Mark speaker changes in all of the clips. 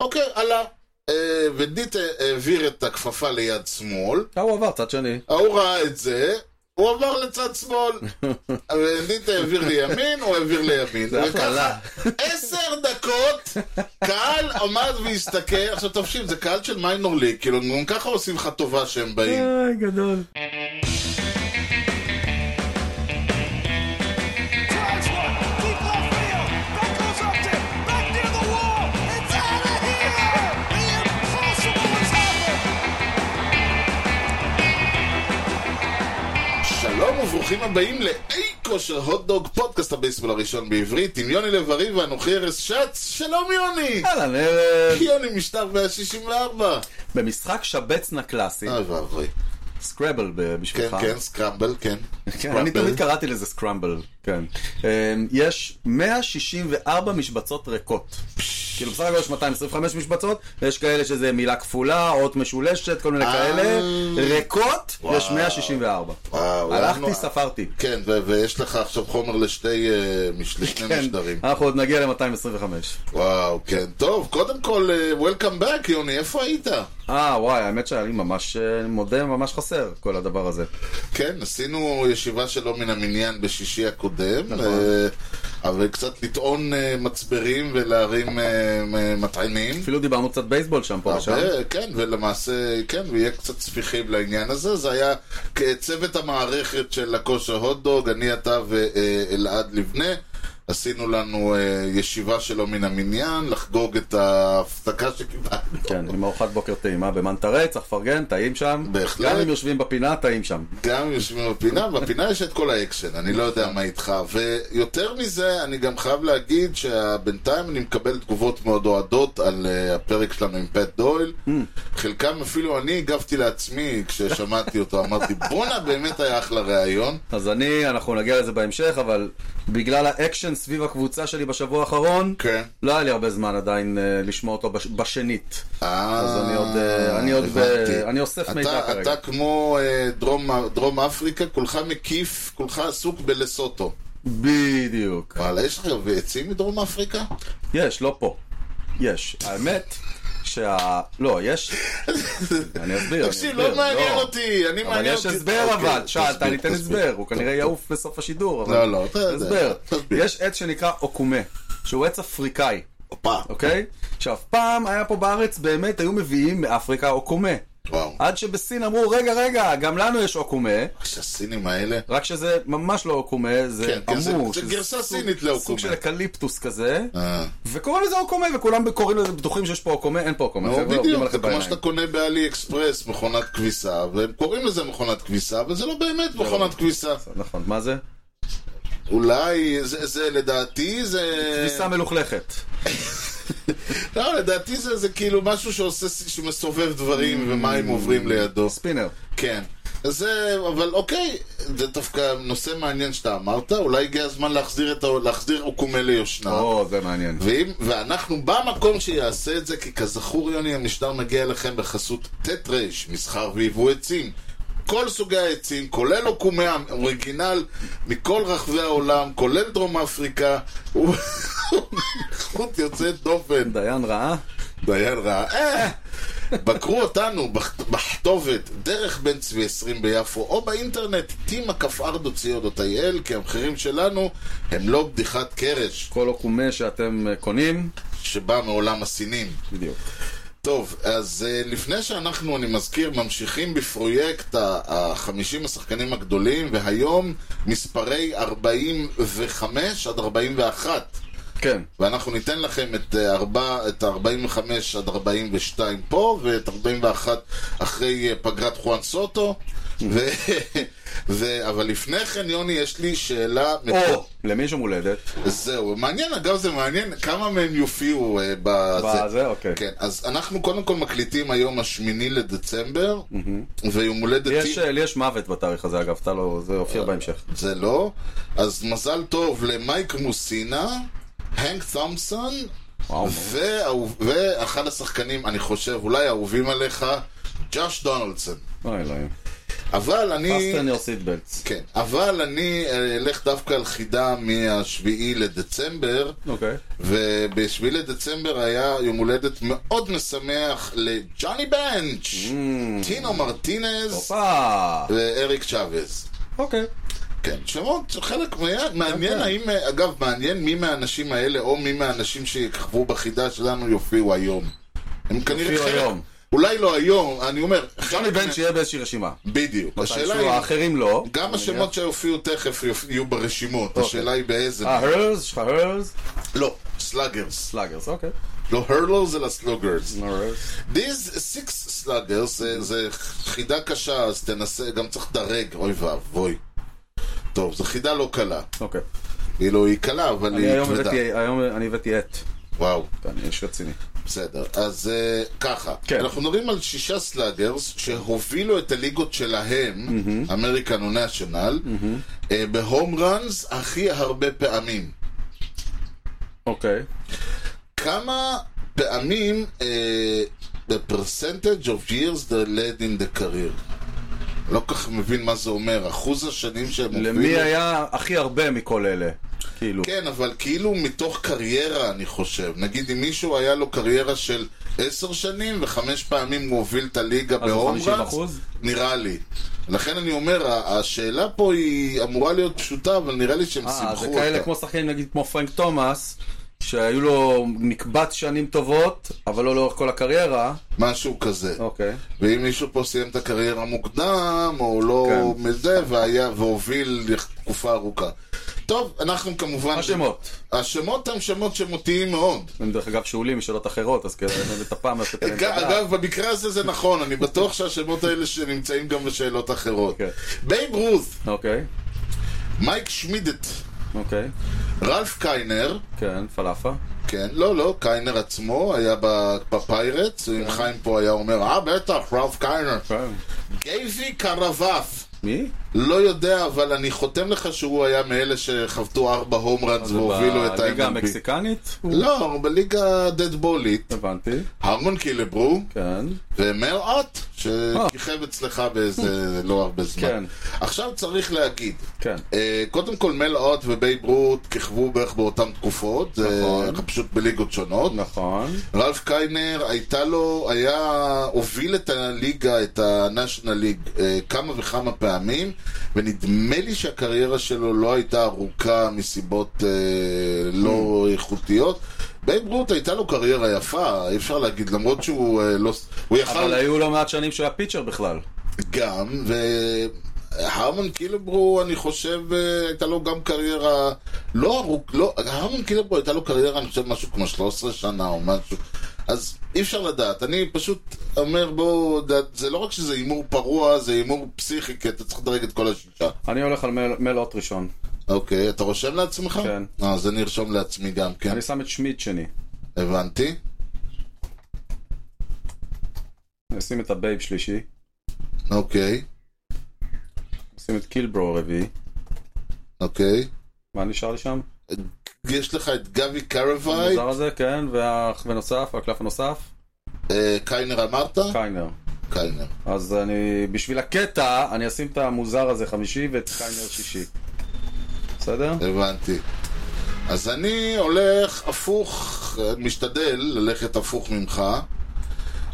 Speaker 1: אוקיי, עלה. אה, ודיט העביר את הכפפה ליד שמאל,
Speaker 2: אה, הוא עבר צד שני.
Speaker 1: ההוא ראה את זה, הוא עבר לצד שמאל. ודיט העביר לימין, הוא העביר לימין.
Speaker 2: זה אחלה,
Speaker 1: וככה,
Speaker 2: לה.
Speaker 1: עשר דקות, קהל עמד והסתכל, עכשיו תפשיל, זה קהל של מיינור ליג, כאילו, הם גם ככה עושים לך טובה שהם באים.
Speaker 2: איי, גדול.
Speaker 3: Drives one, deep left field. That goes up there, back near the wall. It's out of here. The impossible has happened.
Speaker 1: שלום וברוכים הבאים לאי כושר הוטדוג, פודקאסט הבייסבול הראשון בעברית, עם יוני לב-ארי ואנוכי ארז שץ. שלום יוני!
Speaker 2: אהלן, ארז.
Speaker 1: יוני משטר 164.
Speaker 2: במשחק שבצנה קלאסי,
Speaker 1: אוי ואבוי.
Speaker 2: סקרבל ב-
Speaker 1: אה. כן,
Speaker 2: אה, בשבילך.
Speaker 1: כן, סקרמבל, כן.
Speaker 2: כן, אני תמיד קראתי לזה סקרמבל, כן. אמ, יש 164 משבצות ריקות. כאילו בסך הכל יש 225 משבצות, ויש כאלה שזה מילה כפולה, אות משולשת, כל מיני
Speaker 1: אה.
Speaker 2: כאלה. ריקות, יש
Speaker 1: וואו.
Speaker 2: 164.
Speaker 1: וואו,
Speaker 2: הלכתי,
Speaker 1: אה, אנחנו-
Speaker 2: ספרתי.
Speaker 1: כן, ו- ויש לך עכשיו חומר לשתי, אה, מש- לשני
Speaker 2: כן,
Speaker 1: משדרים.
Speaker 2: אנחנו עוד נגיע ל-225.
Speaker 1: וואו, כן. טוב, קודם כל, אה, Welcome back, יוני, איפה היית?
Speaker 2: אה, וואי, האמת שהיה לי ממש, אה, מודה, ממש חסר כל הדבר הזה.
Speaker 1: כן, עשינו ישיבה שלא מן המניין בשישי הקודם,
Speaker 2: נכון.
Speaker 1: אה, אבל קצת לטעון אה, מצברים ולהרים אה, מ- מטענים.
Speaker 2: אפילו דיברנו קצת בייסבול שם פה ושם.
Speaker 1: הרבה, כן, ולמעשה, כן, ויהיה קצת ספיחים לעניין הזה. זה היה צוות המערכת של הכושר הוטדוג, אני, אתה ואלעד לבנה. עשינו לנו אה, ישיבה שלא מן המניין, לחגוג את ההפסקה שקיבלנו.
Speaker 2: כן, עם ארוחת בוקר טעימה במנטרי, צריך לפרגן, טעים שם.
Speaker 1: בהחלט.
Speaker 2: גם אם יושבים בפינה, טעים שם.
Speaker 1: גם יושבים בפינה, בפינה יש את כל האקשן, אני לא יודע מה איתך. ויותר מזה, אני גם חייב להגיד שבינתיים אני מקבל תגובות מאוד אוהדות על אה, הפרק שלנו עם פט דויל.
Speaker 2: Mm.
Speaker 1: חלקם אפילו אני הגבתי לעצמי כששמעתי אותו, אמרתי, בואנה, באמת היה אחלה ראיון.
Speaker 2: אז אני, אנחנו נגיע לזה בהמשך, אבל בגלל האקשן סביב הקבוצה שלי בשבוע האחרון,
Speaker 1: כן.
Speaker 2: לא היה לי הרבה זמן עדיין אה, לשמוע אותו בש- בשנית.
Speaker 1: אז
Speaker 2: אני עוד, אה, אני עוד ב-
Speaker 1: הבנתי.
Speaker 2: אני אוסף
Speaker 1: אתה-
Speaker 2: מידע כרגע.
Speaker 1: אתה כמו אה, דרום- דרום אפריקה, כולך מקיף, כולך עסוק בלסוטו.
Speaker 2: בדיוק.
Speaker 1: וואלה, יש לך עצים מדרום אפריקה?
Speaker 2: יש, לא פה. יש. האמת, שה... לא, יש... אני אסביר. אני
Speaker 1: תקשיב,
Speaker 2: אסביר,
Speaker 1: לא מעניין אותי, אני
Speaker 2: אבל
Speaker 1: מעניין
Speaker 2: יש
Speaker 1: אותי.
Speaker 2: הסבר
Speaker 1: אוקיי,
Speaker 2: אבל, שאלת,
Speaker 1: תסביר,
Speaker 2: אני אתן
Speaker 1: תסביר.
Speaker 2: הסבר, הוא כנראה יעוף בסוף השידור, אבל...
Speaker 1: לא, לא, אתה יודע,
Speaker 2: הסבר.
Speaker 1: תסביר.
Speaker 2: יש עץ שנקרא אוקומה, שהוא עץ אפריקאי,
Speaker 1: הופה.
Speaker 2: אוקיי? עכשיו, פעם היה פה בארץ, באמת היו מביאים מאפריקה אוקומה.
Speaker 1: וואו.
Speaker 2: עד שבסין אמרו, רגע, רגע, גם לנו יש אוקומה,
Speaker 1: יש הסינים האלה.
Speaker 2: רק שזה ממש לא אוקומה, זה
Speaker 1: כן, כן, זה-
Speaker 2: אמור.
Speaker 1: זה
Speaker 2: שזה
Speaker 1: גרסה
Speaker 2: סוג-
Speaker 1: סינית לאוקומה.
Speaker 2: סוג של אקליפטוס כזה,
Speaker 1: אה.
Speaker 2: וקוראים לזה אוקומה, וכולם קוראים לזה בטוחים שיש פה אוקומה, אין פה אוקומה.
Speaker 1: נו,
Speaker 2: חבר'ה, עובדים
Speaker 1: לא, בדיוק,
Speaker 2: עליכם
Speaker 1: זה כמו
Speaker 2: בעיניים.
Speaker 1: שאתה קונה באלי אקספרס מכונת כביסה, והם קוראים לזה מכונת כביסה, אבל זה לא באמת מכונת כביסה.
Speaker 2: נכון, מה זה?
Speaker 1: אולי, זה זה לדעתי, זה...
Speaker 2: תפיסה מלוכלכת.
Speaker 1: לא, לדעתי זה זה כאילו משהו שעושה, שמסובב דברים
Speaker 2: Mm.
Speaker 1: ומים עוברים לידו.
Speaker 2: ספינר.
Speaker 1: כן. אז זה, אבל אוקיי, זה דווקא נושא מעניין שאתה אמרת, אולי הגיע הזמן להחזיר את ה... להחזיר אוקומה ליושנה.
Speaker 2: או, זה מעניין.
Speaker 1: ואם, ואנחנו במקום שיעשה את זה, כי כזכור יוני המשדר מגיע אליכם בחסות ט' ר', מסחר ויבוא עצים. כל סוגי העצים, כולל עוקומי האוריגינל מכל רחבי העולם, כולל דרום אפריקה, הוא איכות יוצאת דופן.
Speaker 2: דיין רעה?
Speaker 1: דיין רע. אה! בקרו אותנו בכ- בכתובת דרך בן צבי 20 ביפו או באינטרנט טימה כפארדו ציודו.il כי המחירים שלנו הם לא בדיחת קרש
Speaker 2: כל אוקומה שאתם אה, קונים,
Speaker 1: שבא מעולם הסינים.
Speaker 2: בדיוק.
Speaker 1: טוב, אז אה, לפני שאנחנו, אני מזכיר, ממשיכים בפרויקט ה-50 השחקנים הגדולים, והיום מספרי 45 עד 41.
Speaker 2: כן.
Speaker 1: ואנחנו ניתן לכם את, אה, ארבע, את 45 עד 42 פה, ואת 41 אחרי אה, פגרת חואן סוטו. ו... ו... אבל לפני כן, יוני, יש לי שאלה...
Speaker 2: או, למי יש יום הולדת?
Speaker 1: זהו, מעניין, אגב זה מעניין כמה מהם יופיעו אה, בזה.
Speaker 2: בזה, אוקיי.
Speaker 1: כן, אז אנחנו קודם כל מקליטים היום השמיני לדצמבר, ויום הולדתי...
Speaker 2: יש, אה, לי יש מוות בתאריך הזה, אגב, אתה לא, זה
Speaker 1: אה.
Speaker 2: יופיע בהמשך.
Speaker 1: זה לא. אז מזל טוב למייק מוסינה, הנק תומפסון,
Speaker 2: וואו.
Speaker 1: והאהוב- ואחד השחקנים, אני חושב, אולי אהובים עליך, ג'וש דונלדסון.
Speaker 2: אוי אה, אלוהים.
Speaker 1: אבל אני...
Speaker 2: פסטן יור סיטבלטס.
Speaker 1: כן. אבל אני אה, אלך דווקא על חידה מהשביעי לדצמבר,
Speaker 2: אוקיי.
Speaker 1: ובשביעי לדצמבר היה יום הולדת מאוד משמח לג'וני בנץ', טינו מרטינז
Speaker 2: Mm. הופה.
Speaker 1: ואריק צ'אבז.
Speaker 2: אוקיי.
Speaker 1: כן, שמות, חלק מה-
Speaker 2: כן.
Speaker 1: מעניין האם, אה, אגב, מעניין מי מהאנשים האלה או מי מהאנשים שיככבו בחידה שלנו יופיעו היום. הם כנראה
Speaker 2: יופיעו
Speaker 1: חלק,
Speaker 2: היום.
Speaker 1: אולי לא היום, אני אומר,
Speaker 2: ג'וני
Speaker 1: חלק,
Speaker 2: בן שיהיה באיזושהי רשימה.
Speaker 1: בדיוק, השאלה
Speaker 2: מתישהו,
Speaker 1: היא,
Speaker 2: האחרים לא.
Speaker 1: גם השמות שיופיעו תכף יופ- יהיו ברשימות, השאלה היא באיזה,
Speaker 2: אוקיי. אה, הרלס? יש לך הרלס?
Speaker 1: לא, סלאגרס,
Speaker 2: סלאגרס, אוקיי.
Speaker 1: לא הרלוז אלא סלוגרס.
Speaker 2: הרלס.
Speaker 1: These six sluggers זה- זה חידה קשה, אז תנסה, גם צריך לדרג, אוי ואבוי. טוב, זו חידה לא קלה.
Speaker 2: אוקיי.
Speaker 1: כאילו, היא קלה, אבל
Speaker 2: אני
Speaker 1: היא
Speaker 2: היום
Speaker 1: כבדה.
Speaker 2: הבאתי- היום אני הבאתי את.
Speaker 1: וואו.
Speaker 2: אני איש רציני.
Speaker 1: בסדר, אז אה, ככה,
Speaker 2: כן.
Speaker 1: אנחנו מדברים על שישה סלאגרס שהובילו את הליגות שלהם, אמריקן ונשיונל, אה, בהום ראנס הכי הרבה פעמים.
Speaker 2: אוקיי.
Speaker 1: כמה פעמים אה, the percentage of years they led in the career? לא כל כך מבין מה זה אומר, אחוז השנים שהם הובילו...
Speaker 2: למי היה הכי הרבה מכל אלה? כאילו.
Speaker 1: כן, אבל כאילו מתוך קריירה, אני חושב. נגיד, אם מישהו היה לו קריירה של עשר שנים, וחמש פעמים הוא הוביל את הליגה
Speaker 2: הוא
Speaker 1: בהום
Speaker 2: 50%?
Speaker 1: ראנס, נראה לי. לכן אני אומר, ה- השאלה פה היא אמורה להיות פשוטה, אבל נראה לי שהם
Speaker 2: אה, זה
Speaker 1: סיבכו
Speaker 2: כאלה
Speaker 1: אותה.
Speaker 2: כמו שחקנים, נגיד כמו פרנק תומאס, שהיו לו מקבץ שנים טובות, אבל לא לאורך כל הקריירה.
Speaker 1: משהו כזה.
Speaker 2: אוקיי.
Speaker 1: ואם מישהו פה סיים את הקריירה מוקדם, או לא
Speaker 2: כן.
Speaker 1: מזה, והיה והוביל תקופה ארוכה. טוב, אנחנו כמובן...
Speaker 2: השמות.
Speaker 1: השמות הם שמות שמותיים מאוד.
Speaker 2: הם דרך אגב שאולים משאלות אחרות, אז כדאי להם את הפעם לתת להם את
Speaker 1: אגב,
Speaker 2: הדעת.
Speaker 1: אגב, במקרה הזה זה נכון, אני בטוח שהשמות האלה שנמצאים גם בשאלות אחרות.
Speaker 2: כן.
Speaker 1: בייב רות,
Speaker 2: אוקיי,
Speaker 1: מייק שמידט,
Speaker 2: אוקיי.
Speaker 1: רלף קיינר,
Speaker 2: כן, פלאפה.
Speaker 1: כן, לא, לא, קיינר עצמו היה ב- בפיירטס, אם חיים פה היה אומר, אה, בטח, רלף קיינר.
Speaker 2: כן.
Speaker 1: גייבי קרבף,
Speaker 2: מי?
Speaker 1: לא יודע, אבל אני חותם לך שהוא היה מאלה שחבטו ארבע הום ראנס והובילו את
Speaker 2: בליגה
Speaker 1: ה-MLB.
Speaker 2: המקסיקנית?
Speaker 1: לא, בליגה דד בולית,
Speaker 2: הבנתי,
Speaker 1: הרמון קילברו,
Speaker 2: כן.
Speaker 1: ומראות, שכיכב אצלך באיזה לא הרבה זמן.
Speaker 2: כן.
Speaker 1: עכשיו צריך להגיד,
Speaker 2: כן.
Speaker 1: אה, קודם כל מלאות ובייב רות כיכבו בערך באותן תקופות, זה
Speaker 2: נכון.
Speaker 1: פשוט בליגות שונות.
Speaker 2: נכון.
Speaker 1: רלף קיינר הייתה לו, היה, הוביל את הליגה, את ה-National League, אה, כמה וכמה פעמים, ונדמה לי שהקריירה שלו לא הייתה ארוכה מסיבות אה, לא איכותיות. בייב רות הייתה לו קריירה יפה, אי אפשר להגיד, למרות שהוא אה, לא... הוא יכל
Speaker 2: אבל היו לא מעט שנים שהוא היה פיצ'ר בכלל.
Speaker 1: גם, והרמן קילברו, אני חושב, אה, הייתה לו גם קריירה לא ארוך, לא, הרמן קילברו הייתה לו קריירה, אני חושב, משהו כמו 13 שנה או משהו. אז אי אפשר לדעת, אני פשוט אומר בואו, ד- זה לא רק שזה הימור פרוע, זה הימור פסיכי, כי אתה צריך לדרג את כל השישה.
Speaker 2: אני הולך על מל- מלוט ראשון.
Speaker 1: אוקיי, אתה רושם לעצמך?
Speaker 2: כן.
Speaker 1: אה, אז אני ארשום לעצמי גם, כן.
Speaker 2: אני שם את שמיד שני.
Speaker 1: הבנתי.
Speaker 2: אני אשים את הבייב שלישי.
Speaker 1: אוקיי,
Speaker 2: שים את קילברו רביעי.
Speaker 1: אוקיי.
Speaker 2: מה נשאר לי שם?
Speaker 1: יש לך את גבי קרביי,
Speaker 2: המוזר הזה, כן, והאח ונוסף, הקלף הנוסף,
Speaker 1: אה, קיינר אמרת?
Speaker 2: קיינר.
Speaker 1: קיינר.
Speaker 2: אז אני, בשביל הקטע, אני אשים את המוזר הזה חמישי ואת קיינר שישי. בסדר?
Speaker 1: הבנתי. אז אני הולך הפוך, משתדל ללכת הפוך ממך.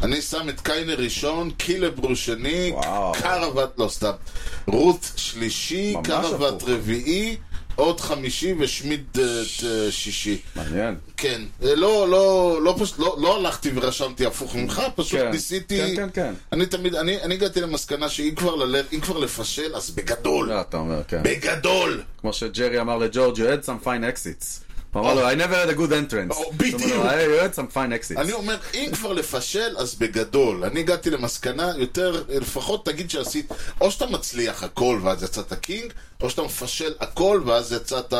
Speaker 1: אני שם את קיינר ראשון, קילברו שני,
Speaker 2: וואו.
Speaker 1: קרוואט, לא סתם, רות שלישי,
Speaker 2: ממש
Speaker 1: קרוואט
Speaker 2: הפוך.
Speaker 1: רביעי, עוד חמישי ושמיד אה, שישי.
Speaker 2: מעניין.
Speaker 1: כן, אה, לא, לא, לא, פשוט, לא, לא הלכתי ורשמתי הפוך ממך, פשוט
Speaker 2: כן.
Speaker 1: ניסיתי...
Speaker 2: כן, כן, כן.
Speaker 1: אני תמיד, אני, אני הגעתי למסקנה שאם כבר, ללכ- אם כבר לפשל, אז בגדול.
Speaker 2: זה אתה אומר, כן.
Speaker 1: בגדול!
Speaker 2: כמו שג'רי אמר לג'ורג' you had some fine exits. הוא אמר לו, I never had a good entrance.
Speaker 1: או, בדיוק.
Speaker 2: הוא אמר לו, "Hey, you had some fine exits.
Speaker 1: אני אומר, אם כבר לפשל, אז בגדול. אני הגעתי למסקנה יותר, לפחות תגיד שעשית, או שאתה מצליח הכל ואז יצאת קינג, או שאתה מפשל הכל ואז יצאת...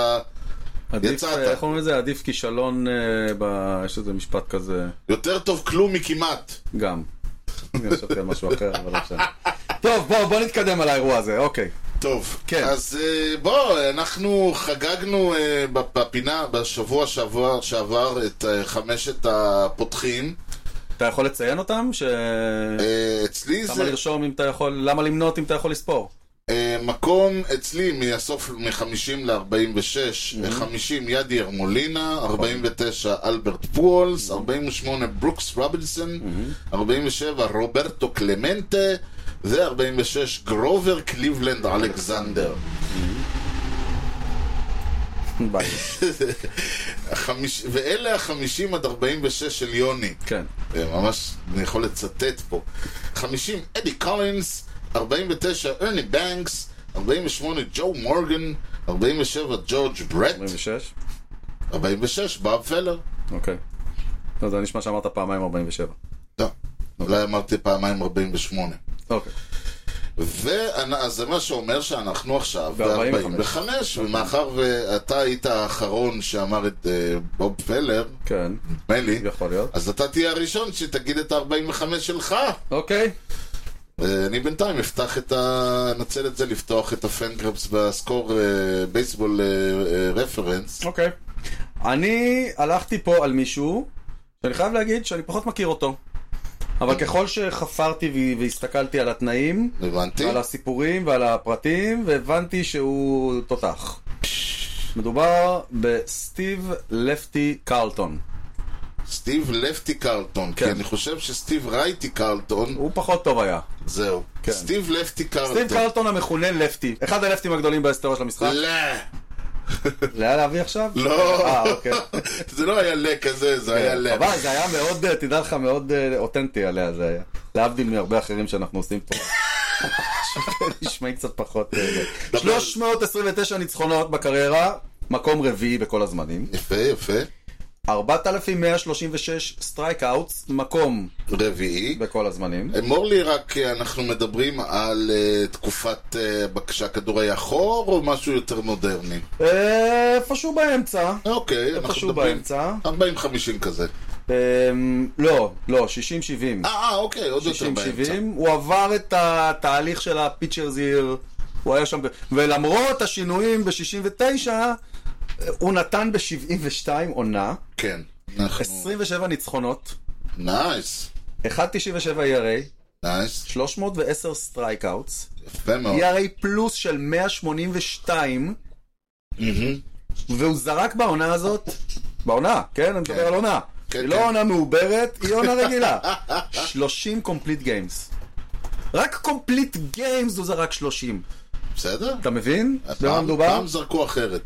Speaker 2: עדיף,
Speaker 1: יצאת.
Speaker 2: אה, איך אומרים את זה? עדיף כישלון, אה, ב- יש איזה משפט כזה,
Speaker 1: יותר טוב כלום מכמעט.
Speaker 2: גם. אני חשבתי על משהו אחר, אבל לא משנה. טוב, בואו, בואו נתקדם על האירוע הזה, אוקיי.
Speaker 1: טוב,
Speaker 2: כן.
Speaker 1: אז אה, בוא, אנחנו חגגנו אה, בפינה בשבוע שעבר, שעבר את אה, חמשת הפותחים.
Speaker 2: אתה יכול לציין אותם? ש...
Speaker 1: אה, אצלי
Speaker 2: למה
Speaker 1: זה
Speaker 2: לרשום אם אתה יכול, למה למנות אם אתה יכול לספור?
Speaker 1: אה, מקום אצלי מהסוף מ-50 ל-46, 50 ידי ירמולינה, 49 אלברט פואלס, 48 ברוקס רובינסון, 47 רוברטו קלמנטה, ו-46 גרובר קליבלנד אלכסנדר.
Speaker 2: ביי.
Speaker 1: החמיש- ואלה החמישים עד 46 של יוני.
Speaker 2: כן.
Speaker 1: אה, ממש, אני יכול לצטט פה. 50, אדי קולינס, 49, ארני בנקס, 48, ג'ו מורגן, 47, ג'ורג' ברט,
Speaker 2: 46?
Speaker 1: 46, באב פלר.
Speaker 2: אוקיי. לא, זה נשמע שאמרת פעמיים 47.
Speaker 1: לא, אולי אמרתי פעמיים 48.
Speaker 2: אוקיי.
Speaker 1: ואז זה מה שאומר שאנחנו עכשיו
Speaker 2: ב-45.
Speaker 1: ב-45, ומאחר ואתה היית האחרון שאמר את אה, בוב פלר,
Speaker 2: כן,
Speaker 1: נדמה לי,
Speaker 2: יכול להיות.
Speaker 1: אז אתה תהיה הראשון שתגיד את ה-45 שלך.
Speaker 2: אוקיי.
Speaker 1: אה, אני בינתיים אפתח את ה... נצל את זה לפתוח את הפנקרפס בסקור אה, בייסבול אה, אה, רפרנס.
Speaker 2: אוקיי. אני הלכתי פה על מישהו, שאני חייב להגיד שאני פחות מכיר אותו. אבל ככל שחפרתי ו- והסתכלתי על התנאים,
Speaker 1: הבנתי?
Speaker 2: על הסיפורים ועל הפרטים, והבנתי שהוא תותח. מדובר בסטיב לפטי קרלטון.
Speaker 1: סטיב לפטי קרלטון, כי
Speaker 2: כן.
Speaker 1: אני חושב שסטיב רייטי קרלטון,
Speaker 2: הוא פחות טוב היה.
Speaker 1: זהו.
Speaker 2: כן.
Speaker 1: סטיב לפטי
Speaker 2: סטיב
Speaker 1: קרלטון.
Speaker 2: קרלטון המכונה לפטי. אחד הלפטים הגדולים בהיסטוריה של המשחק.
Speaker 1: לא,
Speaker 2: לאן להביא עכשיו?
Speaker 1: לא.
Speaker 2: אה, אוקיי.
Speaker 1: זה לא היה לה כזה, זה היה לה.
Speaker 2: אבל זה היה מאוד, אה, תדע לך, מאוד אה, אותנטי עליה זה היה. להבדיל מהרבה אחרים שאנחנו עושים פה. נשמעים קצת פחות... אה, זה. 329 ניצחונות בקריירה, מקום רביעי בכל הזמנים.
Speaker 1: יפה, יפה.
Speaker 2: 4,136 סטרייק אאוטס, מקום
Speaker 1: רביעי.
Speaker 2: בכל הזמנים.
Speaker 1: אמור לי רק, אה, אנחנו מדברים על אה, תקופת אה, בקשה כדור היה חור, או משהו יותר מודרני?
Speaker 2: אה, איפשהו באמצע.
Speaker 1: אוקיי, אנחנו
Speaker 2: איפשהו
Speaker 1: מדברים...
Speaker 2: לא באמצע.
Speaker 1: 40-50 כזה.
Speaker 2: אה, לא, לא, 60-70.
Speaker 1: אה, אה, אוקיי, עוד יותר
Speaker 2: 60-70,
Speaker 1: באמצע.
Speaker 2: הוא עבר את התהליך של הפיצ'ר זיר, הוא היה שם, ב... ולמרות השינויים ב-69, הוא נתן ב-72 עונה,
Speaker 1: כן. אנחנו...
Speaker 2: 27 ניצחונות,
Speaker 1: נייס,
Speaker 2: 1.97 ERA,
Speaker 1: נייס,
Speaker 2: 310 סטרייק אאוטס,
Speaker 1: יפה מאוד.
Speaker 2: ERA פלוס של 182,
Speaker 1: מהמם.
Speaker 2: והוא זרק בעונה הזאת, בעונה, כן? אני מדבר על עונה.
Speaker 1: כן,
Speaker 2: היא
Speaker 1: כן.
Speaker 2: לא עונה מעוברת, היא עונה רגילה. 30 קומפליט גיימס. רק קומפליט גיימס הוא זרק 30.
Speaker 1: בסדר?
Speaker 2: אתה מבין? במה
Speaker 1: פעם-
Speaker 2: מדובר?
Speaker 1: פעם זרקו אחרת.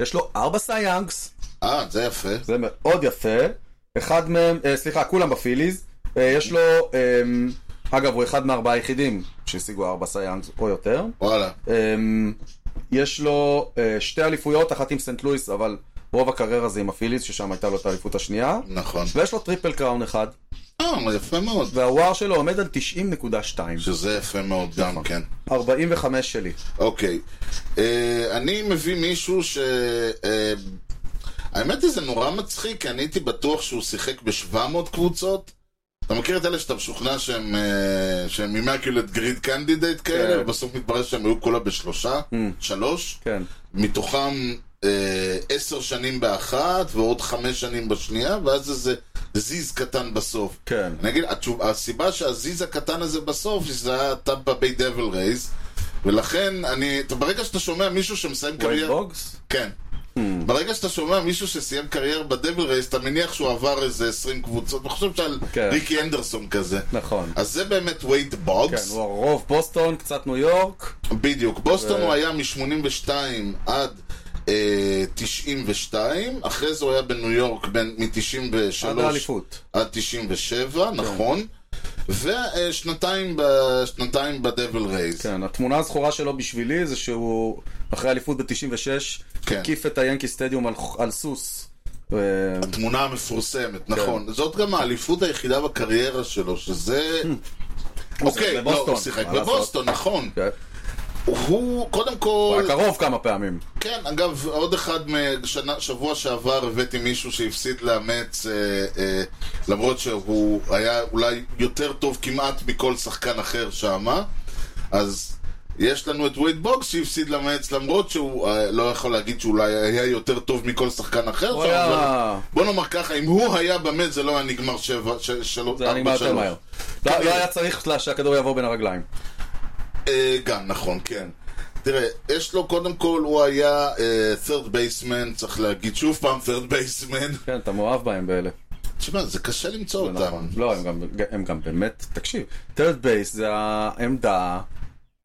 Speaker 2: יש לו ארבע סייאנגס,
Speaker 1: אה, זה יפה.
Speaker 2: זה מאוד יפה. אחד מהם, אה, סליחה, כולם בפיליז. אה, יש לו, אה, אגב, הוא אחד מארבעה היחידים שהשיגו ארבע סייאנגס או יותר.
Speaker 1: וואלה.
Speaker 2: אה, יש לו אה, שתי אליפויות, אחת עם סנט לואיס, אבל רוב הקריירה זה עם הפיליז, ששם הייתה לו את האליפות השנייה.
Speaker 1: נכון.
Speaker 2: ויש לו טריפל קראון אחד,
Speaker 1: אה, אבל יפה מאוד.
Speaker 2: והוואר שלו עומד על 90.2.
Speaker 1: שזה יפה מאוד גם כן.
Speaker 2: 45 שלי.
Speaker 1: אוקיי. אה, אני מביא מישהו ש... אה, האמת היא, זה נורא מצחיק, כי אני הייתי בטוח שהוא שיחק ב-700 קבוצות. אתה מכיר את אלה שאתה משוכנע שהם, אה, שהם אימקיולט גריד קנדידייט כאלה,
Speaker 2: כן.
Speaker 1: ובסוף מתברר שהם היו כולה בשלושה, שלוש,
Speaker 2: כן.
Speaker 1: מתוכם אה, עשר שנים באחת ועוד חמש שנים בשנייה, ואז איזה זיז קטן בסוף.
Speaker 2: כן.
Speaker 1: אני אגיד, התשוב, הסיבה שהזיז הקטן הזה בסוף, זה היה טמפה ביי דבל רייז, ולכן אני, אתה- ברגע שאתה שומע מישהו שמסיים
Speaker 2: וייד
Speaker 1: קריירה...
Speaker 2: בוגס?
Speaker 1: כן.
Speaker 2: Hmm.
Speaker 1: ברגע שאתה שומע מישהו שסיים קריירה בדבל רייז, אתה מניח שהוא עבר איזה 20 קבוצות, אתה חושב שעל
Speaker 2: כן.
Speaker 1: ריקי אנדרסון כזה.
Speaker 2: נכון.
Speaker 1: אז זה באמת וייד
Speaker 2: כן,
Speaker 1: בוגס.
Speaker 2: הוא הרוב בוסטון, קצת ניו יורק.
Speaker 1: בדיוק. בוסטון הוא היה מ-82 עד אה, 92, אחרי זה הוא היה בניו יורק בין- מ-93
Speaker 2: עד כן. האליפות.
Speaker 1: עד 97, נכון. ושנתיים ב- שנתיים בדבל רייז.
Speaker 2: כן, התמונה הזכורה שלו בשבילי זה שהוא, אחרי האליפות ב-96,
Speaker 1: כן.
Speaker 2: הקיף את היאנקי סטדיום על, על סוס. אה,
Speaker 1: התמונה
Speaker 2: כן.
Speaker 1: המפורסמת, נכון. זאת גם האליפות היחידה בקריירה שלו, שזה... אוקיי,
Speaker 2: שיחק
Speaker 1: לא,
Speaker 2: בבוסטון,
Speaker 1: הוא שיחק
Speaker 2: מה לעשות?
Speaker 1: בבוסטון, נכון.
Speaker 2: כן.
Speaker 1: הוא, קודם
Speaker 2: הוא
Speaker 1: כל,
Speaker 2: היה קרוב כמה פעמים.
Speaker 1: כן, אגב, עוד אחד, משנה, שבוע שעבר הבאתי מישהו שהפסיד לאמץ, אה, אה, למרות שהוא היה אולי יותר טוב כמעט מכל שחקן אחר שמה, אז יש לנו את וייד בוקס שהפסיד למאץ למרות שהוא אה, לא יכול להגיד שאולי היה יותר טוב מכל שחקן אחר.
Speaker 2: הוא
Speaker 1: שם,
Speaker 2: היה-
Speaker 1: אבל בוא נאמר ככה, אם הוא היה במאץ זה לא היה נגמר שבע, ש- שלוש,
Speaker 2: זה היה נגמר
Speaker 1: ארבע,
Speaker 2: יותר
Speaker 1: שלוש. כן,
Speaker 2: מהר. לא לא היה צריך לה- שהכדור יעבור בין הרגליים.
Speaker 1: אה, גם, נכון, כן. תראה, יש לו קודם כל, הוא היה אה, third baseman, צריך להגיד שוב פעם third baseman.
Speaker 2: כן, אתה מאוהב בהם באלה.
Speaker 1: תשמע, זה קשה למצוא
Speaker 2: זה
Speaker 1: אותם.
Speaker 2: נכון. לא, הם גם- הם גם באמת, תקשיב, third base זה העמדה,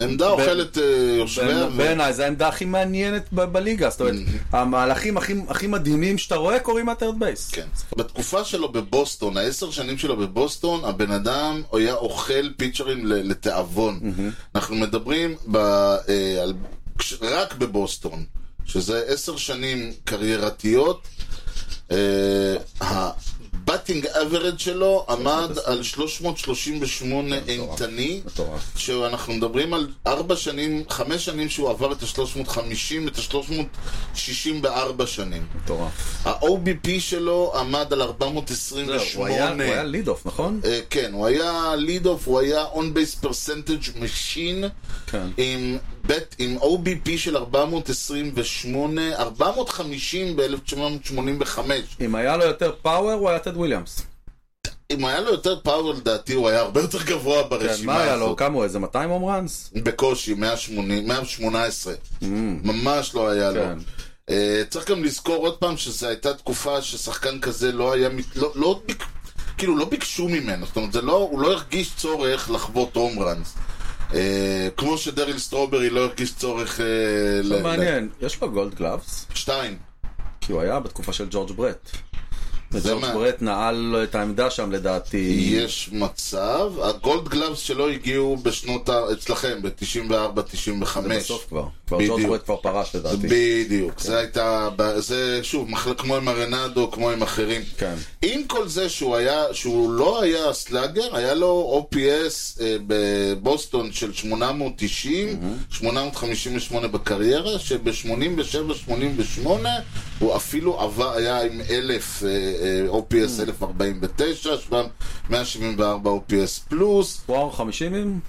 Speaker 1: עמדה אוכלת אה, יושביה. ו-
Speaker 2: בעיניי זו העמדה הכי מעניינת ב- בליגה, זאת אומרת,
Speaker 1: Mm-hmm.
Speaker 2: המהלכים הכי- הכי מדהימים שאתה רואה קורים מהthird base.
Speaker 1: כן. בתקופה שלו בבוסטון, העשר שנים שלו בבוסטון, הבן אדם היה אוכל פיצ'רים ל- לתיאבון. אנחנו מדברים ב, אה, על, כש- רק בבוסטון, שזה עשר שנים קריירתיות. אה, הבטינג אברד שלו עמד על 338 אימתני.
Speaker 2: כן, מטורף.
Speaker 1: שאנחנו מדברים על ארבע שנים, חמש שנים שהוא עבר את ה-350, את ה-360 בארבע שנים.
Speaker 2: מטורף.
Speaker 1: ה-OBP שלו עמד על
Speaker 2: זהו,
Speaker 1: 428.
Speaker 2: הוא היה- הוא היה ליד אוף, נכון?
Speaker 1: אה, כן, הוא היה ליד אוף, הוא היה און בייס פרסנטג' משין
Speaker 2: כן.
Speaker 1: עם בית- עם OBP של 428, 450 ב-1985.
Speaker 2: אם היה לו יותר פאוור, הוא היה טד וויליאמס.
Speaker 1: אם היה לו יותר פאוור לדעתי, הוא היה הרבה יותר גבוה
Speaker 2: כן,
Speaker 1: ברשימה
Speaker 2: מה היה לו?
Speaker 1: הזאת.
Speaker 2: כמה הוא? איזה 200 הום ראנס?
Speaker 1: בקושי, 180, 118. ממש לא היה לו.
Speaker 2: כן.
Speaker 1: אה, צריך גם לזכור עוד פעם שזו הייתה תקופה ששחקן כזה לא היה, מת- לא, לא, ביק- כאילו לא ביקשו ממנו, זאת אומרת, זה לא, הוא לא הרגיש צורך לחוות הום ראנס. אה, כמו שדריל סטרוברי לא הרגיש צורך... אה, ל- ל-
Speaker 2: לא מעניין, יש לו גולד גלאבס?
Speaker 1: שתיים.
Speaker 2: כי הוא היה בתקופה של ג'ורג' ברט. וג'ורג'
Speaker 1: מה-
Speaker 2: ברט נעל את העמדה שם לדעתי.
Speaker 1: יש מצב, הגולד גלאבס שלו הגיעו בשנות ה... אצלכם, ב-94-95.
Speaker 2: זה בסוף כבר. כבר
Speaker 1: בדיוק.
Speaker 2: ג'ורג' ברט כבר פרש לדעתי.
Speaker 1: בדיוק, זה הייתה, ב- זה שוב, מחל- כמו עם הרנדו, כמו עם אחרים.
Speaker 2: כן.
Speaker 1: עם כל זה שהוא היה, שהוא לא היה סלאגר, היה לו OPS אה, בבוסטון של 890, 858 בקריירה, שב-87-88 הוא אפילו עבר, היה עם 1000 אה, אה, OPS 1049, 174 OPS פלוס,
Speaker 2: וואו, 50 עם?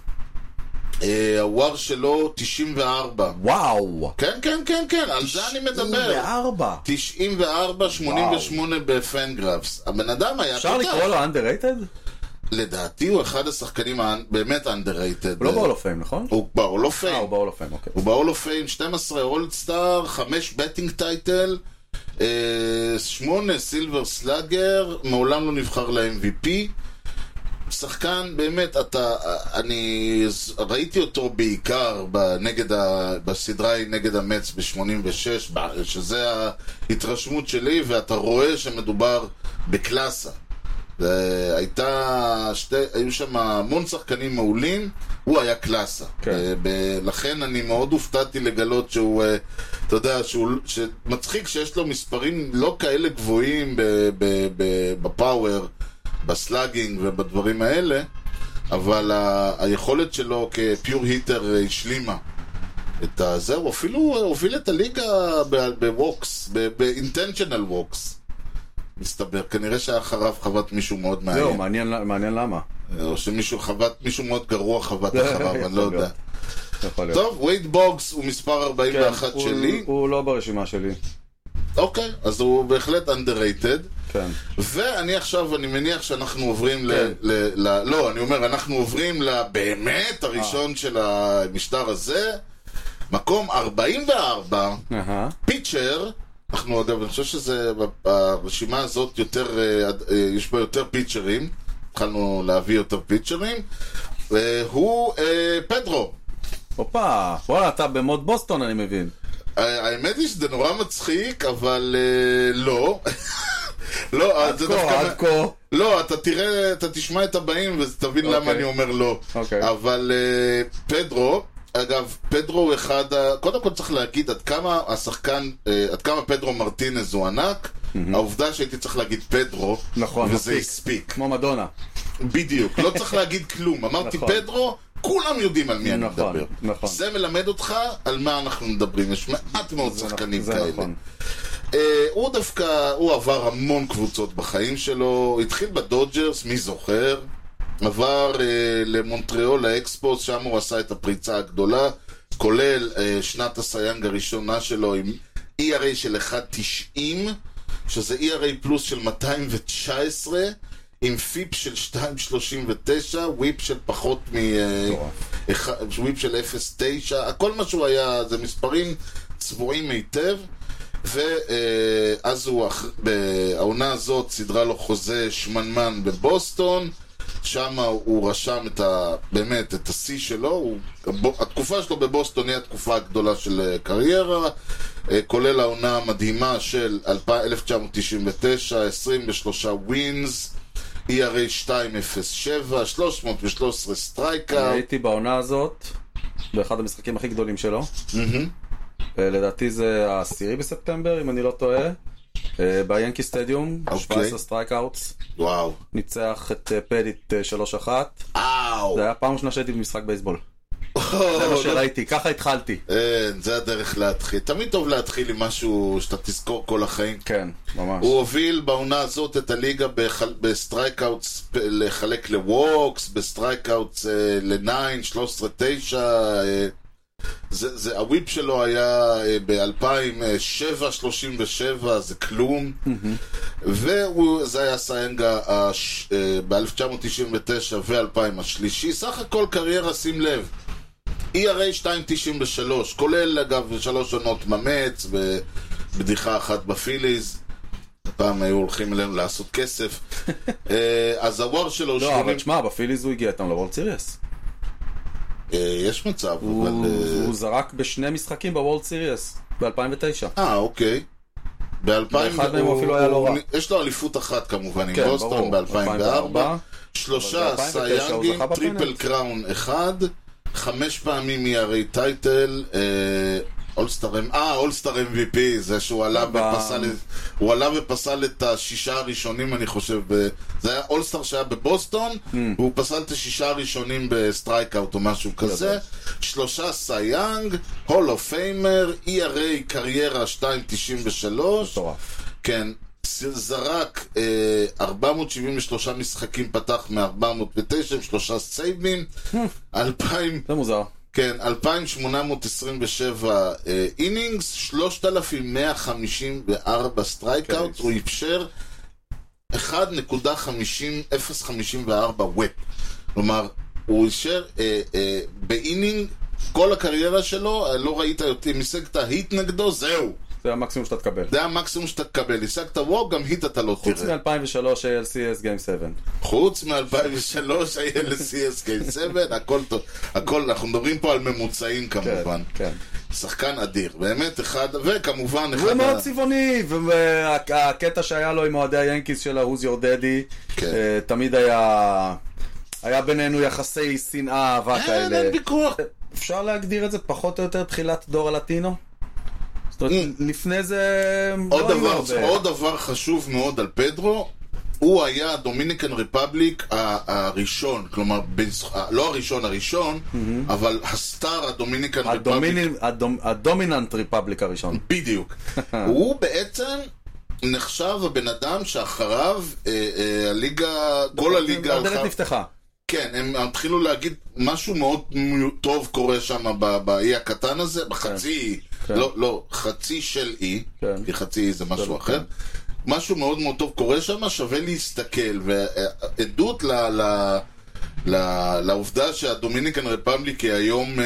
Speaker 1: אה, הוואר שלו 94.
Speaker 2: וואו!
Speaker 1: כן, כן, כן, כן, על זה אני מדבר.
Speaker 2: 94!
Speaker 1: 94, 88 בפנגרפס. הבן אדם היה
Speaker 2: אפשר
Speaker 1: פותח.
Speaker 2: לקרוא לו underrated?
Speaker 1: לדעתי הוא אחד השחקנים ה- באמת underrated.
Speaker 2: הוא לא באול אוף פיים, נכון?
Speaker 1: הוא לא בהול אוף
Speaker 2: אה, הוא
Speaker 1: פיים.
Speaker 2: באול אוף פיים, אוקיי.
Speaker 1: הוא בהול אוף פיים, 12 אולדסטאר, 5 בטינג טייטל, אה, 8 סילבר סלאגר, מעולם לא נבחר ל-MVP. שחקן, באמת, אתה, אני ז- ראיתי אותו בעיקר בנגד ה, בסדרה ההיא נגד המץ ב-86, שזה ההתרשמות שלי, ואתה רואה שמדובר בקלאסה. זה הייתה, שתי, היו שם המון שחקנים מעולים, הוא היה קלאסה.
Speaker 2: כן.
Speaker 1: אה, ב- לכן אני מאוד הופתעתי לגלות שהוא, אה, אתה יודע, שהוא, שמצחיק שיש לו מספרים לא כאלה גבוהים ב, ב, ב, בפאוור, בסלאגינג ובדברים האלה, אבל ה, היכולת שלו כפיור היטר אה, השלימה. את הזה, הוא אפילו הוביל את הליגה בווקס, באינטנשיונל ווקס. מסתבר, כנראה שאחריו חבט מישהו מאוד
Speaker 2: זהו,
Speaker 1: מעניין.
Speaker 2: מעניין מעניין למה.
Speaker 1: או שמישהו חבט, מישהו מאוד גרוע חבט אחריו, אני לא
Speaker 2: יכול
Speaker 1: יודע.
Speaker 2: להיות. יכול להיות.
Speaker 1: טוב, וייד בוגס הוא מספר
Speaker 2: כן,
Speaker 1: 41
Speaker 2: הוא-
Speaker 1: שלי.
Speaker 2: הוא לא ברשימה שלי.
Speaker 1: אוקיי, אז הוא בהחלט underrated.
Speaker 2: כן.
Speaker 1: ואני עכשיו, אני מניח שאנחנו עוברים ל...
Speaker 2: כן.
Speaker 1: ל- ל- לא, אני אומר, אנחנו עוברים לבאמת
Speaker 2: אה.
Speaker 1: הראשון של המשטר הזה. מקום 44,
Speaker 2: אהה.
Speaker 1: פיצ'ר, אנחנו אגב, אני חושב שזה, ברשימה הזאת יותר, אה, אה, יש בה יותר פיצ'רים, התחלנו להביא יותר פיצ'רים, אה, הוא אה, פדרו.
Speaker 2: הופה, וואלה, אתה במוד בוסטון, אני מבין.
Speaker 1: אה, האמת היא שזה נורא מצחיק, אבל אה, לא. לא, זה
Speaker 2: כה,
Speaker 1: דווקא...
Speaker 2: עד כה.
Speaker 1: לא, אתה תראה, אתה תשמע את הבאים ותבין למה
Speaker 2: אוקיי.
Speaker 1: אני אומר לא.
Speaker 2: אוקיי.
Speaker 1: אבל אה, פדרו, אגב, פדרו הוא אחד ה... קודם כל צריך להגיד עד כמה השחקן, אה, עד כמה פדרו מרטינז הוא ענק. העובדה שהייתי צריך להגיד פדרו,
Speaker 2: נכון,
Speaker 1: וזה
Speaker 2: מספיק.
Speaker 1: הספיק.
Speaker 2: כמו מדונה.
Speaker 1: בדיוק, לא צריך להגיד כלום. אמרתי
Speaker 2: נכון.
Speaker 1: פדרו, כולם יודעים על מי אני
Speaker 2: נכון,
Speaker 1: מדבר.
Speaker 2: נכון.
Speaker 1: זה מלמד אותך על מה אנחנו מדברים. יש מעט מאוד שחקנים
Speaker 2: זה
Speaker 1: כאלה.
Speaker 2: נכון.
Speaker 1: אה, הוא דווקא, הוא עבר המון קבוצות בחיים שלו, התחיל בדודג'רס, מי זוכר? עבר אה, למונטריאול, לאקספוס, שם הוא עשה את הפריצה הגדולה. כולל אה, שנת הסייאנג הראשונה שלו עם ERA של 1.90, שזה ERA פלוס של 219, עם פיפ של 2.39, וויפ של פחות מ... אה, אחד- וויפ של 0.9, הכל מה שהוא היה, זה מספרים צבועים היטב. ואז הוא, אח- בעונה הזאת סידרה לו חוזה שמנמן בבוסטון, שם הוא רשם את ה... באמת, את השיא שלו, הוא... הבו- התקופה שלו בבוסטון היא התקופה הגדולה של אה, קריירה, אה, כולל העונה המדהימה של 2000- 1999, 23 ווינס, ERA 207, 313 סטרייקאוט,
Speaker 2: הייתי בעונה הזאת, באחד המשחקים הכי גדולים שלו. אה, לדעתי זה העשירי בספטמבר, אם אני לא טועה. אה, ביאנקי סטדיום,
Speaker 1: אוקיי.
Speaker 2: 17 סטרייק אאוטס,
Speaker 1: וואו,
Speaker 2: ניצח את אה, פדיט אה, 3-1.
Speaker 1: אאו,
Speaker 2: זה היה פעם ראשונה שהייתי במשחק בייסבול. זה מה
Speaker 1: אוהו, לא
Speaker 2: שראיתי, ככה התחלתי.
Speaker 1: אין, זה הדרך להתחיל. תמיד טוב להתחיל עם משהו שאתה תזכור כל החיים.
Speaker 2: כן, ממש.
Speaker 1: הוא הוביל בעונה הזאת את הליגה בחל... בסטרייקאוטס פ- לחלק לווקס, בסטרייקאוטס אה, לניין, 13, 9. אה, זה, זה, הוויפ שלו היה אה, ב-2007, 37, זה כלום. וזה היה סיינגה אה, ב-1999 ו-2000 השלישי. סך הכל קריירה, שים לב. E ERA 2.93, כולל אגב שלוש עונות ממץ ובדיחה אחת בפיליז. פעם היו הולכים אלינו לעשות כסף. אה, אז הוואר שלו
Speaker 2: לא, אבל
Speaker 1: 80...
Speaker 2: תשמע, בפיליז הוא הגיע איתם לוולד סיריוס.
Speaker 1: אה, יש מצב, אבל...
Speaker 2: הוא
Speaker 1: אה,
Speaker 2: הוא זרק בשני משחקים בוולד סיריוס, ב-2009.
Speaker 1: אה, אוקיי. ב-2000...
Speaker 2: באחד מהם הוא אפילו היה לא רע.
Speaker 1: יש לו אליפות אחת כמובן, עם
Speaker 2: כן,
Speaker 1: בוסטון
Speaker 2: ברור.
Speaker 1: ב-2004.
Speaker 2: 2004.
Speaker 1: שלושה
Speaker 2: אבל ב- 2009 הוא
Speaker 1: סייאנגים,
Speaker 2: זכה
Speaker 1: טריפל
Speaker 2: בפיינלס.
Speaker 1: קראון אחד, חמש פעמים יערי טייטל, אה, אולסטאר M- אה, אולסטאר MVP, זה שהוא עלה
Speaker 2: הבא.
Speaker 1: ופסל, את- הוא עלה ופסל את השישה הראשונים, אני חושב, ב- זה היה אולסטאר שהיה בבוסטון,
Speaker 2: Hmm.
Speaker 1: והוא פסל את השישה הראשונים בסטרייקאוט או משהו כזה, שלושה סייאנג, הול אוף פיימר, ERA E קריירה 2.93,
Speaker 2: מטורף.
Speaker 1: כן, זרק אה, 473 משחקים פתח מ-409, עם שלושה סייבים, 2,000,
Speaker 2: זה מוזר.
Speaker 1: כן, 2,827 אה, אינינגס, 3,154 סטרייקאוט,
Speaker 2: כן.
Speaker 1: הוא אפשר 1.054 ופ. כלומר, הוא אישר אה, אה, באינינג, כל הקריירה שלו, אה, לא ראית, יותר- אם השגת היט נגדו, זהו.
Speaker 2: זה המקסימום שאתה תקבל.
Speaker 1: זה המקסימום שאתה תקבל. השגת וואו, גם היט אתה לא
Speaker 2: חוץ
Speaker 1: תראה.
Speaker 2: מ-2003 ALCS Game 7.
Speaker 1: חוץ מ-2003 היה ל-CSK 7, הכל טוב. הכל, אנחנו מדברים פה על ממוצעים כמובן.
Speaker 2: כן.
Speaker 1: שחקן אדיר, באמת אחד, וכמובן אחד...
Speaker 2: הוא היה מאוד
Speaker 1: ה-
Speaker 2: צבעוני, והקטע שהיה לו עם אוהדי היאנקיס של ה-Who's Your Daddy,
Speaker 1: כן.
Speaker 2: אה, תמיד היה... היה בינינו יחסי שנאה, אהבה
Speaker 1: אין, אין
Speaker 2: כאלה.
Speaker 1: ויכוח. לא
Speaker 2: אפשר להגדיר את זה פחות או יותר תחילת דור הלטינו? זאת אומרת, לפני זה...
Speaker 1: אה. עוד
Speaker 2: לא היו
Speaker 1: דבר,
Speaker 2: הרבה.
Speaker 1: עוד דבר חשוב מאוד על פדרו, הוא היה הדומיניקן רפבליק ה- הראשון, כלומר, בזכ- ה- לא הראשון הראשון, אבל הסטאר הדומיניקן רפבליק
Speaker 2: הדומיני- הדומ- הדומיננט ריפבליק הראשון.
Speaker 1: בדיוק. הוא בעצם נחשב הבן אדם שאחריו אה, אה, הליגה, כל הליגה
Speaker 2: הדלת נפתחה.
Speaker 1: כן, הם התחילו להגיד משהו מאוד מ- טוב קורה שם ב- באי הקטן הזה, בחצי אי.
Speaker 2: כן.
Speaker 1: לא, לא, חצי של אי,
Speaker 2: כן.
Speaker 1: כי חצי אי זה משהו
Speaker 2: כן.
Speaker 1: אחר. משהו מאוד מאוד טוב קורה שם, שווה להסתכל. ועדות ל... ל... ל- לעובדה שהדומיניקן רפבליק היא היום אה,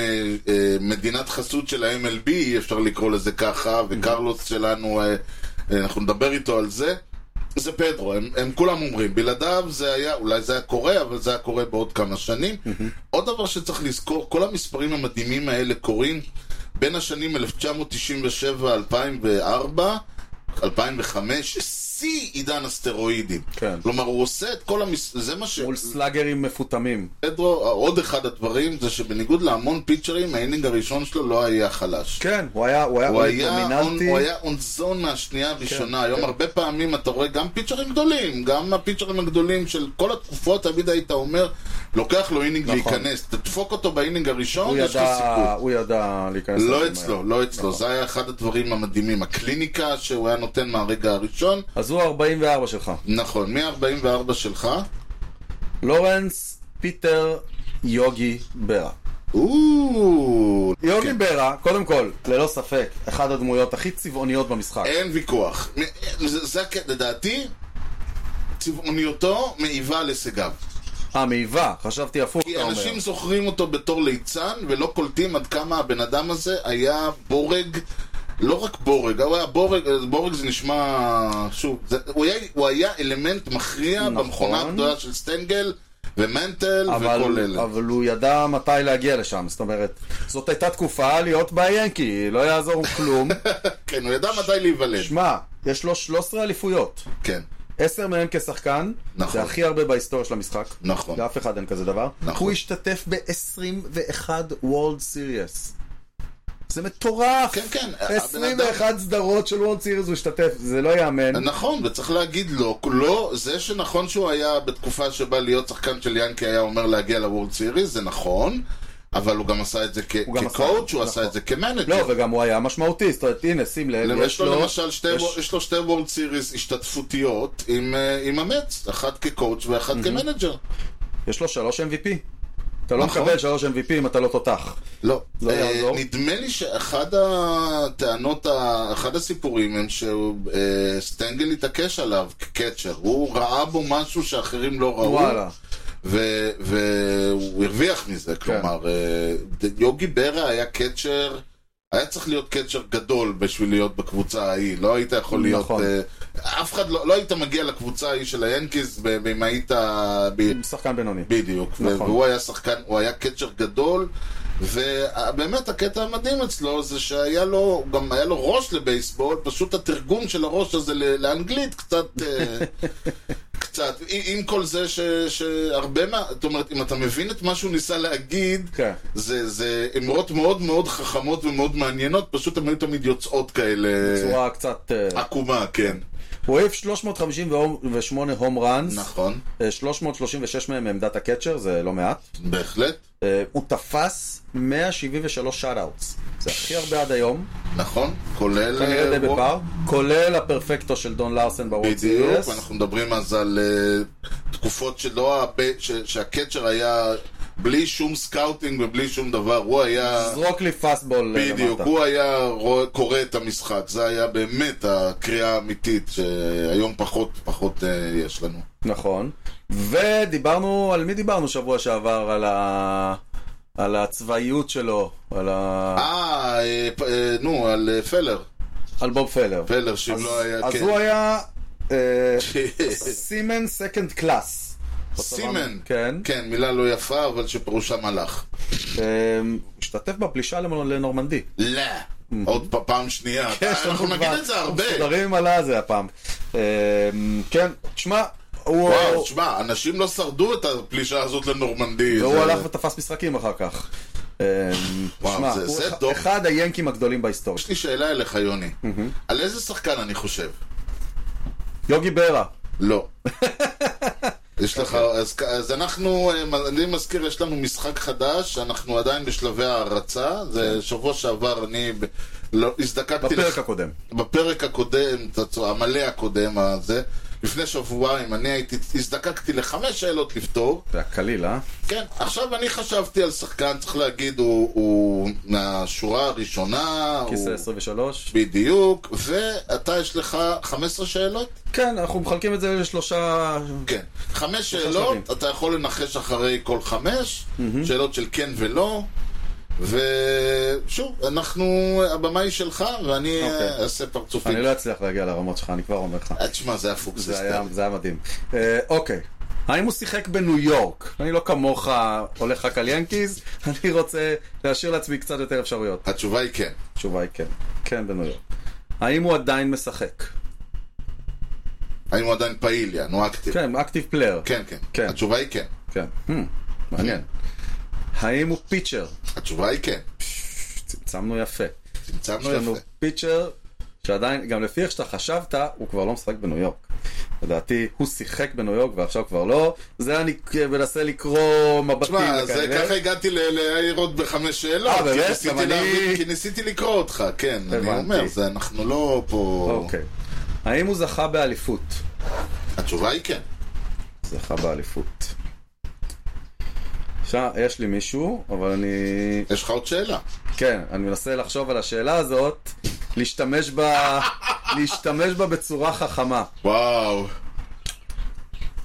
Speaker 1: אה, מדינת חסות של ה-MLB, אפשר לקרוא לזה ככה, וקרלוס שלנו, אה, אה, אנחנו נדבר איתו על זה, זה פדרו, הם, הם כולם אומרים, בלעדיו זה היה, אולי זה היה קורה, אבל זה היה קורה בעוד כמה שנים. עוד דבר שצריך לזכור, כל המספרים המדהימים האלה קורים בין השנים 1997-2004, 2005, שיא עידן הסטרואידים.
Speaker 2: כן.
Speaker 1: כלומר, הוא עושה את כל המס... זה מה ש...
Speaker 2: מול סלאגרים מפותמים.
Speaker 1: פדרו, עוד אחד הדברים זה שבניגוד להמון פיצ'רים, האינינג הראשון שלו לא היה חלש.
Speaker 2: כן, הוא היה הוא היה
Speaker 1: הוא
Speaker 2: אוהד
Speaker 1: היה on-
Speaker 2: דומיננטי.
Speaker 1: הוא היה אונזון מהשנייה הראשונה.
Speaker 2: כן,
Speaker 1: היום
Speaker 2: כן.
Speaker 1: הרבה פעמים אתה רואה גם פיצ'רים גדולים, גם הפיצ'רים הגדולים של כל התקופות, תמיד היית אומר, לוקח לו אינינג
Speaker 2: נכון.
Speaker 1: להיכנס, תדפוק אותו באינינג
Speaker 2: הוא
Speaker 1: הראשון, יש לך
Speaker 2: ידע,
Speaker 1: סיכוי.
Speaker 2: הוא ידע להיכנס...
Speaker 1: לא
Speaker 2: לדברים האלה.
Speaker 1: אצלו, לא אצלו,
Speaker 2: נכון.
Speaker 1: זה היה אחד הדברים המדהימים. הקליניקה שהוא היה נותן מהרגע הראשון,
Speaker 2: אז הוא 44 שלך.
Speaker 1: נכון, מ-44 שלך,
Speaker 2: לורנס פיטר יוגי ברה.
Speaker 1: או,
Speaker 2: יוגי ברה, קודם כל, ללא ספק, אחת הדמויות הכי צבעוניות במשחק.
Speaker 1: אין ויכוח. מ- זה, זה הק- לדעתי, צבעוניותו מעיבה על הישגיו.
Speaker 2: המעיבה, חשבתי הפוך,
Speaker 1: אה. כי
Speaker 2: אתה אומר.
Speaker 1: אנשים זוכרים אותו בתור ליצן, ולא קולטים עד כמה הבן אדם הזה היה בורג, לא רק בורג, הוא היה בורג, בורג זה נשמע, שוב, זה, הוא, היה, הוא היה אלמנט מכריע
Speaker 2: נכון.
Speaker 1: במכונה הגדולה של סטנגל, ומנטל, וכל
Speaker 2: אבל,
Speaker 1: אלה.
Speaker 2: אבל הוא ידע מתי להגיע לשם, זאת אומרת, זאת הייתה תקופה להיות ביאנקי, לא יעזור כלום.
Speaker 1: כן, הוא ידע מתי להיוולד,
Speaker 2: שמע, יש לו 13 אליפויות,
Speaker 1: כן,
Speaker 2: 10 מהם כשחקן,
Speaker 1: נכון.
Speaker 2: זה הכי הרבה בהיסטוריה של המשחק.
Speaker 1: נכון.
Speaker 2: לאף אחד אין כזה דבר.
Speaker 1: נכון.
Speaker 2: הוא השתתף ב-21 World Series. זה מטורף!
Speaker 1: כן, כן, הבן
Speaker 2: 21 סדרות של World Series הוא השתתף, זה לא ייאמן.
Speaker 1: נכון, וצריך להגיד לא, לא, זה שנכון שהוא היה בתקופה שבה להיות שחקן של ינקי היה אומר להגיע לוורד סיריס, זה נכון, אבל הוא גם עשה את זה
Speaker 2: הוא גם עשה את
Speaker 1: כקואוצ',
Speaker 2: זה,
Speaker 1: הוא עשה
Speaker 2: נכון.
Speaker 1: את זה כמנג'ר.
Speaker 2: לא, וגם הוא היה משמעותי, זאת אומרת, הנה, שים לב,
Speaker 1: יש לו למשל שתי, יש... יש לו שתי וורד סיריס השתתפותיות עם, אה, עם המץ, אחת כקואוצ' ואחת כמנג'ר.
Speaker 2: יש לו 3 MVP. אתה לא
Speaker 1: נכון.
Speaker 2: מקבל 3 MVP אם אתה לא תותח.
Speaker 1: לא.
Speaker 2: לא
Speaker 1: אה,
Speaker 2: יעזור.
Speaker 1: נדמה לי שאחד הטענות, ה- אחד הסיפורים הם שסטנגל התעקש עליו כקצ'ר. הוא ראה בו משהו שאחרים לא ראו.
Speaker 2: וואלה.
Speaker 1: ו- והוא הרוויח מזה, כלומר, אה, ד- יוגי ברה היה קצ'ר, היה צריך להיות קצ'ר גדול בשביל להיות בקבוצה ההיא, לא היית יכול להיות,
Speaker 2: נכון.
Speaker 1: אה, אף אחד לא, לא היית מגיע לקבוצה ההיא של היאנקיז ב- אם היית, ב-
Speaker 2: שחקן בינוני.
Speaker 1: בדיוק, ו-
Speaker 2: נכון.
Speaker 1: והוא היה שחקן, הוא היה קצ'ר גדול, ובאמת הקטע המדהים אצלו זה שהיה לו, גם היה לו ראש לבייסבול, פשוט התרגום של הראש הזה ל- לאנגלית קצת... אה, קצת, עם עם כל זה ש, שהרבה מה, זאת אומרת, אם אתה מבין את מה שהוא ניסה להגיד,
Speaker 2: כן.
Speaker 1: זה, זה אמרות מאוד מאוד חכמות ומאוד מעניינות, פשוט הן היו תמיד יוצאות כאלה,
Speaker 2: צורה קצת... אה,
Speaker 1: עקומה, כן,
Speaker 2: הוא העיף 358 הום ראנס,
Speaker 1: נכון,
Speaker 2: אה, 336 מהם מעמדת הקצ'ר, זה לא מעט.
Speaker 1: בהחלט,
Speaker 2: אה, הוא תפס 173 שאט-אוטס. זה הכי הרבה עד היום,
Speaker 1: נכון, כולל...
Speaker 2: כנראה די
Speaker 1: אה, ווק-
Speaker 2: בפער, כולל הפרפקטו של דון לארסן בוורלד
Speaker 1: בדיוק,
Speaker 2: סיריוס.
Speaker 1: אנחנו מדברים אז על אה, תקופות שלא, הב- ש- שהקצ'ר היה בלי שום סקאוטינג ובלי שום דבר, הוא היה...
Speaker 2: זרוק לי פסטבול אה,
Speaker 1: בדיוק,
Speaker 2: למטה.
Speaker 1: הוא היה רואה- קורא את המשחק, זה היה באמת הקריאה האמיתית שהיום פחות פחות אה, יש לנו.
Speaker 2: נכון. ודיברנו, על מי דיברנו שבוע שעבר? על ה... על הצבאיות שלו, על, ה...
Speaker 1: אה, אה, פ- אה, נו, על אה, פלר,
Speaker 2: על בוב פלר.
Speaker 1: פלר שאם
Speaker 2: אז,
Speaker 1: לא היה...
Speaker 2: אז
Speaker 1: כן.
Speaker 2: הוא היה אה, סימן סקנד קלאס.
Speaker 1: סימן,
Speaker 2: כן.
Speaker 1: כן, מילה לא יפה, אבל שפירושה מלאך. כן.
Speaker 2: אה, הוא השתתף בפלישה למ- לנורמנדי.
Speaker 1: לא, עוד פ- פעם שנייה,
Speaker 2: Mm-hmm. כן, יש לנו
Speaker 1: אה, אנחנו נגיד
Speaker 2: כבר-
Speaker 1: את זה הרבה.
Speaker 2: מסודרים עם עלה זה הפעם. אמ, כן, תשמע, הוא...
Speaker 1: וואו, תשמע, אנשים לא שרדו את הפלישה הזאת לנורמנדי.
Speaker 2: והוא
Speaker 1: זה-
Speaker 2: הלך ותפס משחקים אחר כך. אמ,
Speaker 1: וואו,
Speaker 2: תשמע,
Speaker 1: זה-
Speaker 2: הוא
Speaker 1: זה
Speaker 2: אח-
Speaker 1: דוח.
Speaker 2: אחד היאנקים הגדולים בהיסטוריה.
Speaker 1: יש לי שאלה אליך, יוני. על איזה שחקן אני חושב?
Speaker 2: יוגי ברה.
Speaker 1: לא. יש לך,
Speaker 2: אוקיי.
Speaker 1: אז, אז אנחנו, אה, אני מזכיר, יש לנו משחק חדש, אנחנו עדיין בשלבי ההערצה, זה שבוע שעבר אני ב- לא, הזדקקתי
Speaker 2: כן. בפרק הקודם.
Speaker 1: בפרק הקודם, תצו- המלא הקודם הזה, לפני שבועיים, אני הייתי, הזדקקתי לחמש שאלות לפתור,
Speaker 2: זה היה קליל, אה?
Speaker 1: כן, עכשיו אני חשבתי על שחקן, צריך להגיד, הוא, הוא מהשורה הראשונה,
Speaker 2: כיסא
Speaker 1: הוא...
Speaker 2: 23.
Speaker 1: בדיוק, ואתה יש לך 15 שאלות?
Speaker 2: כן, אנחנו מחלקים את זה לשלושה...
Speaker 1: כן. חמש שאלות,
Speaker 2: שלבים.
Speaker 1: אתה יכול לנחש אחרי כל חמש, שאלות של כן ולא, ושוב, אנחנו, הבמה היא שלך, ואני
Speaker 2: אוקיי.
Speaker 1: אה, אעשה פרצופים.
Speaker 2: אני לא אצליח להגיע לרמות שלך, אני כבר אומר לך.
Speaker 1: אה, תשמע, זה היה פוקס
Speaker 2: זה
Speaker 1: היסטרי.
Speaker 2: היה- זה היה מדהים. אה, אוקיי. האם הוא שיחק בניו יורק? אני לא כמוך הולך רק על ינקיז, אני רוצה להשאיר לעצמי קצת יותר אפשרויות.
Speaker 1: התשובה היא כן.
Speaker 2: התשובה היא כן. כן בניו יורק. האם הוא עדיין משחק?
Speaker 1: האם הוא עדיין פעיל, יענו אקטיב?
Speaker 2: כן, אקטיב פלייר.
Speaker 1: כן, כן.
Speaker 2: כן.
Speaker 1: התשובה היא כן.
Speaker 2: כן. Hmm, מעניין. האם הוא פיצ'ר?
Speaker 1: התשובה היא כן.
Speaker 2: צמצמנו יפה. יש
Speaker 1: צמצמנו
Speaker 2: לנו
Speaker 1: לא יפה.
Speaker 2: פיצ'ר שעדיין, גם לפי איך שאתה חשבת, הוא כבר לא משחק בניו יורק. לדעתי, הוא שיחק בניו יורק ועכשיו כבר לא. זה אני מנסה לקרוא מבטים
Speaker 1: תשמע, זה
Speaker 2: וכאלה.
Speaker 1: ככה הגעתי ל- להעיר עוד בחמש שאלות,
Speaker 2: אה,
Speaker 1: כי
Speaker 2: באמת?
Speaker 1: ניסיתי
Speaker 2: גם אני-
Speaker 1: להבין- כי ניסיתי לקרוא אותך, כן, אני
Speaker 2: הבנתי.
Speaker 1: אומר, זה- אנחנו לא פה...
Speaker 2: אוקיי. האם הוא זכה באליפות?
Speaker 1: התשובה היא כן.
Speaker 2: זכה באליפות. עכשיו, יש לי מישהו, אבל אני...
Speaker 1: יש לך עוד שאלה.
Speaker 2: כן, אני מנסה לחשוב על השאלה הזאת, להשתמש בה, להשתמש בה בצורה חכמה.
Speaker 1: וואו.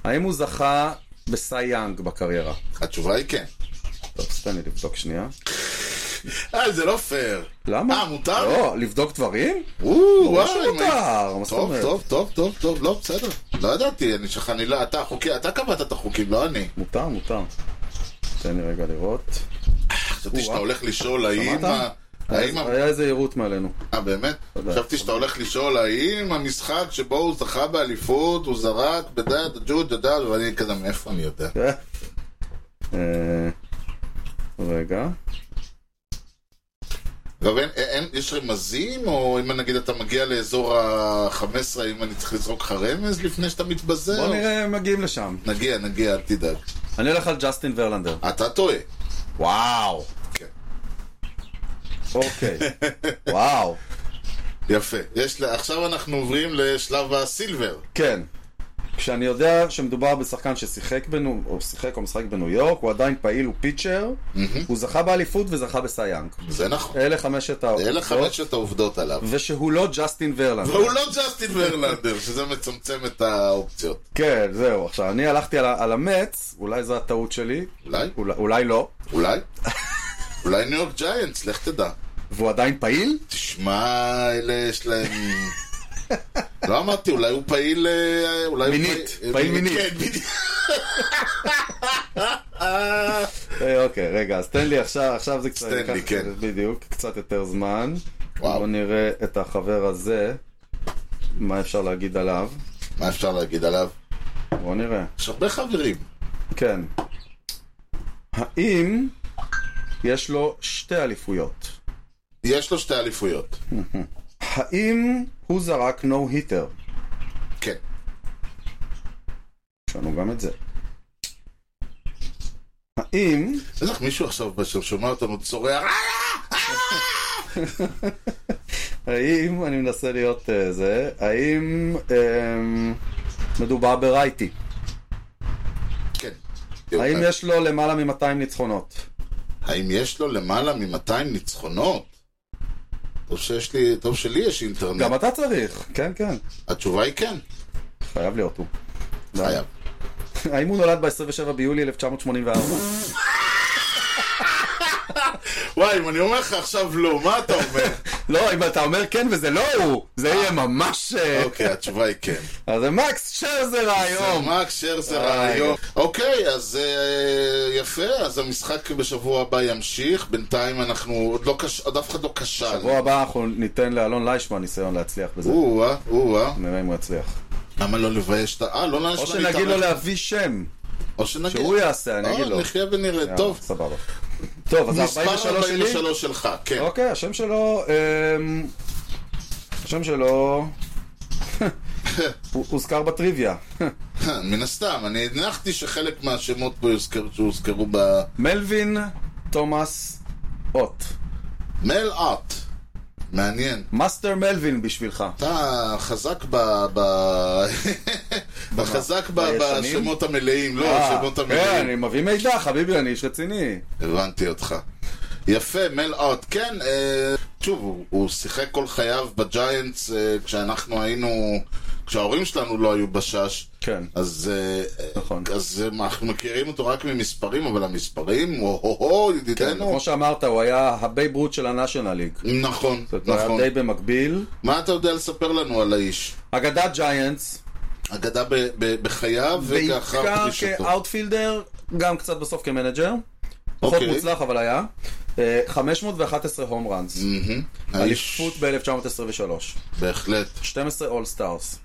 Speaker 2: האם הוא זכה בסייאנג בקריירה?
Speaker 1: התשובה היא כן.
Speaker 2: טוב, אז תן לי לבדוק שנייה.
Speaker 1: אה, זה לא פייר.
Speaker 2: למה?
Speaker 1: אה, מותר?
Speaker 2: לא, לבדוק דברים?
Speaker 1: וואו,
Speaker 2: ברור
Speaker 1: וואי.
Speaker 2: שמותר, מה זאת
Speaker 1: טוב,
Speaker 2: אומרת?
Speaker 1: טוב, טוב, טוב, טוב, לא, בסדר. לא ידעתי, אני שלך, אני לא, אתה החוקי, אתה קבעת את החוקים, לא אני.
Speaker 2: מותר, מותר. תן לי רגע לראות.
Speaker 1: חשבתי שאתה
Speaker 2: וואו.
Speaker 1: הולך לשאול האם ה... האם ה...
Speaker 2: היה איזה עירות מעלינו.
Speaker 1: אה, באמת?
Speaker 2: תודה.
Speaker 1: חשבתי שאתה הולך לשאול האם המשחק שבו הוא זכה באליפות, הוא זרק בדד, ג'וד, דד, ואני כזה, מאיפה אני יודע?
Speaker 2: אה, רגע.
Speaker 1: אגב, אין- אין- יש רמזים, או אם נגיד אתה מגיע לאזור ה-15, האם אני צריך לזרוק לך רמז לפני שאתה מתבזר?
Speaker 2: בוא נראה אם מגיעים לשם.
Speaker 1: נגיע, נגיע, אל תדאג.
Speaker 2: אני הולך על ג'סטין ורלנדר.
Speaker 1: אתה טועה.
Speaker 2: וואו.
Speaker 1: כן.
Speaker 2: אוקיי. וואו.
Speaker 1: יפה. יש לה- עכשיו אנחנו עוברים לשלב הסילבר.
Speaker 2: כן. כשאני יודע שמדובר בשחקן ששיחק בנו, או שיחק או משחק בניו יורק, הוא עדיין פעיל, הוא פיצ'ר, הוא זכה באליפות וזכה בסייאנג.
Speaker 1: זה נכון.
Speaker 2: אלה חמשת העובדות.
Speaker 1: אלה חמשת העובדות עליו.
Speaker 2: ושהוא לא ג'סטין ורלנד.
Speaker 1: והוא לא ג'סטין ורלנדר, שזה מצמצם את האופציות.
Speaker 2: כן, זהו. עכשיו, אני הלכתי על, ה- על המץ, אולי זו הטעות שלי,
Speaker 1: אולי?
Speaker 2: אולי, אולי לא,
Speaker 1: אולי? אולי ניו יורק ג'יינטס, לך תדע.
Speaker 2: והוא עדיין פעיל?
Speaker 1: תשמע, אלה יש להם... לא אמרתי, אולי הוא פעיל... אה, אולי הוא
Speaker 2: מינית,
Speaker 1: פעיל-
Speaker 2: פעיל מינית.
Speaker 1: כן, בדיוק.
Speaker 2: אה, אוקיי, רגע, אז תן לי עכשיו, עכשיו זה קצת...
Speaker 1: תן לי,
Speaker 2: ייקח-
Speaker 1: כן.
Speaker 2: בדיוק, קצת יותר זמן.
Speaker 1: וואו.
Speaker 2: בוא נראה את החבר הזה, מה אפשר להגיד עליו.
Speaker 1: מה אפשר להגיד עליו?
Speaker 2: בוא נראה.
Speaker 1: יש הרבה חברים.
Speaker 2: כן. האם יש לו שתי אליפויות?
Speaker 1: יש לו שתי אליפויות.
Speaker 2: האם הוא זרק נו היטר?
Speaker 1: כן.
Speaker 2: יש לנו גם את זה. האם...
Speaker 1: בטח מישהו עכשיו בשם שומע אותנו צורח, "אה,
Speaker 2: האם, אני מנסה להיות אה, זה, האם אמ, מדובר ברייטי?
Speaker 1: כן.
Speaker 2: האם יש לו למעלה מ-200 ניצחונות?
Speaker 1: האם יש לו למעלה מ-200 ניצחונות? טוב שיש לי, טוב שלי יש אינטרנט.
Speaker 2: גם אתה צריך, כן, כן,
Speaker 1: התשובה היא כן,
Speaker 2: חייב להיות הוא.
Speaker 1: חייב.
Speaker 2: האם הוא נולד ב-27 ביולי 1984?
Speaker 1: וואי, אם אני אומר לך עכשיו לא, מה אתה אומר?
Speaker 2: לא, אם אתה אומר כן וזה לא הוא, זה יהיה ממש... אה,
Speaker 1: אוקיי, התשובה היא כן.
Speaker 2: אז זה מקס שרזר היום.
Speaker 1: מה הקשר
Speaker 2: אה,
Speaker 1: היום? אוקיי, אז אה, יפה, אז המשחק בשבוע הבא ימשיך. בינתיים אנחנו, עוד לא קש- עוד אף אחד לא כשל.
Speaker 2: בוא הבא אנחנו ניתן לאלון ליישמן ניסיון להצליח בזה.
Speaker 1: או-אה, או-אה.
Speaker 2: נראה אם הוא יצליח.
Speaker 1: למה לא לבייש את ה... אה, לא נשמע
Speaker 2: או שנגיד לו להביא שם,
Speaker 1: או שנגיד.
Speaker 2: שהוא יעשה, אני אגיד לו.
Speaker 1: אה, נחיה ונראה. טוב,
Speaker 2: סבבה. טוב, אז
Speaker 1: מספר
Speaker 2: 43 שלי?
Speaker 1: 43 שלך, כן.
Speaker 2: אוקיי, השם שלו... אמ, השם שלו... הוא הוזכר בטריוויה. אוקיי.
Speaker 1: מן הסתם, אני הנחתי שחלק מהשמות פה יוזכר- שהוזכרו ב...
Speaker 2: מלווין תומאס אוט.
Speaker 1: מייל אט. מעניין.
Speaker 2: מאסטר מלווין בשבילך.
Speaker 1: אתה חזק ב... ב... בחזק ב...
Speaker 2: בישנים?
Speaker 1: בשמות המלאים, לא,
Speaker 2: אה,
Speaker 1: השמות
Speaker 2: כן,
Speaker 1: המלאים.
Speaker 2: אני מביא מידע, חביבי, אני איש רציני.
Speaker 1: הבנתי אותך. יפה, מל אוט. כן, אה, שוב, הוא, הוא שיחק כל חייו בג'יינטס אה, כשאנחנו היינו... כשההורים שלנו לא היו בשש.
Speaker 2: כן.
Speaker 1: אז, אה,
Speaker 2: נכון.
Speaker 1: אז אה, מה, אנחנו מכירים אותו רק ממספרים, אבל המספרים, או-הו-הו, ידידנו.
Speaker 2: כמו שאמרת, הוא היה הבייב רות של הנאשונל ליג.
Speaker 1: נכון,
Speaker 2: זאת אומרת, הוא
Speaker 1: נכון.
Speaker 2: היה די במקביל.
Speaker 1: מה אתה יודע לספר לנו על האיש?
Speaker 2: אגדת ג'יינטס,
Speaker 1: אגדה ב- ב- בחייו וכאחר
Speaker 2: בעיקר
Speaker 1: פרישתו.
Speaker 2: כאוטפילדר, גם קצת בסוף כמנג'ר. פחות
Speaker 1: אוקיי.
Speaker 2: מוצלח, אבל היה. אה, 511 הום ראנס.
Speaker 1: מהמם. האיש-
Speaker 2: אליפות ב-1923.
Speaker 1: בהחלט,
Speaker 2: 12 אול סטארס.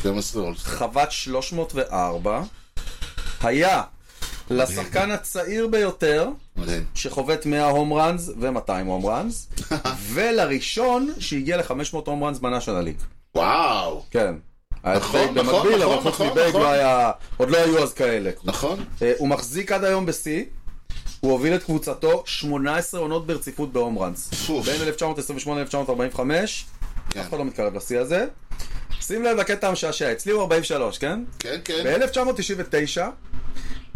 Speaker 1: 12 אולסטאר.
Speaker 2: חוות 304. היה
Speaker 1: אוקיי.
Speaker 2: לשחקן הצעיר ביותר
Speaker 1: מדהים.
Speaker 2: שחובט 100 הום ראנס ו-200 הום ראנס. ולראשון שהגיע ל-500 הום ראנס בנאשונל ליג.
Speaker 1: וואו,
Speaker 2: כן. היה
Speaker 1: נכון,
Speaker 2: את בייג
Speaker 1: נכון,
Speaker 2: במקביל,
Speaker 1: נכון,
Speaker 2: אבל חוץ
Speaker 1: נכון,
Speaker 2: מבייג
Speaker 1: נכון.
Speaker 2: לא היה... עוד לא היו אז כאלה.
Speaker 1: נכון?
Speaker 2: אה, הוא מחזיק עד היום בשיא. הוא הוביל את קבוצתו 18 עונות ברציפות בהום ראנס.
Speaker 1: פוף.
Speaker 2: בין 1928 ל-1945,
Speaker 1: כן,
Speaker 2: אף אחד לא מתקרב לשיא הזה. שים לב לקטע המשעשע, אצלי הוא 43, כן?
Speaker 1: כן, כן.
Speaker 2: ב-1999,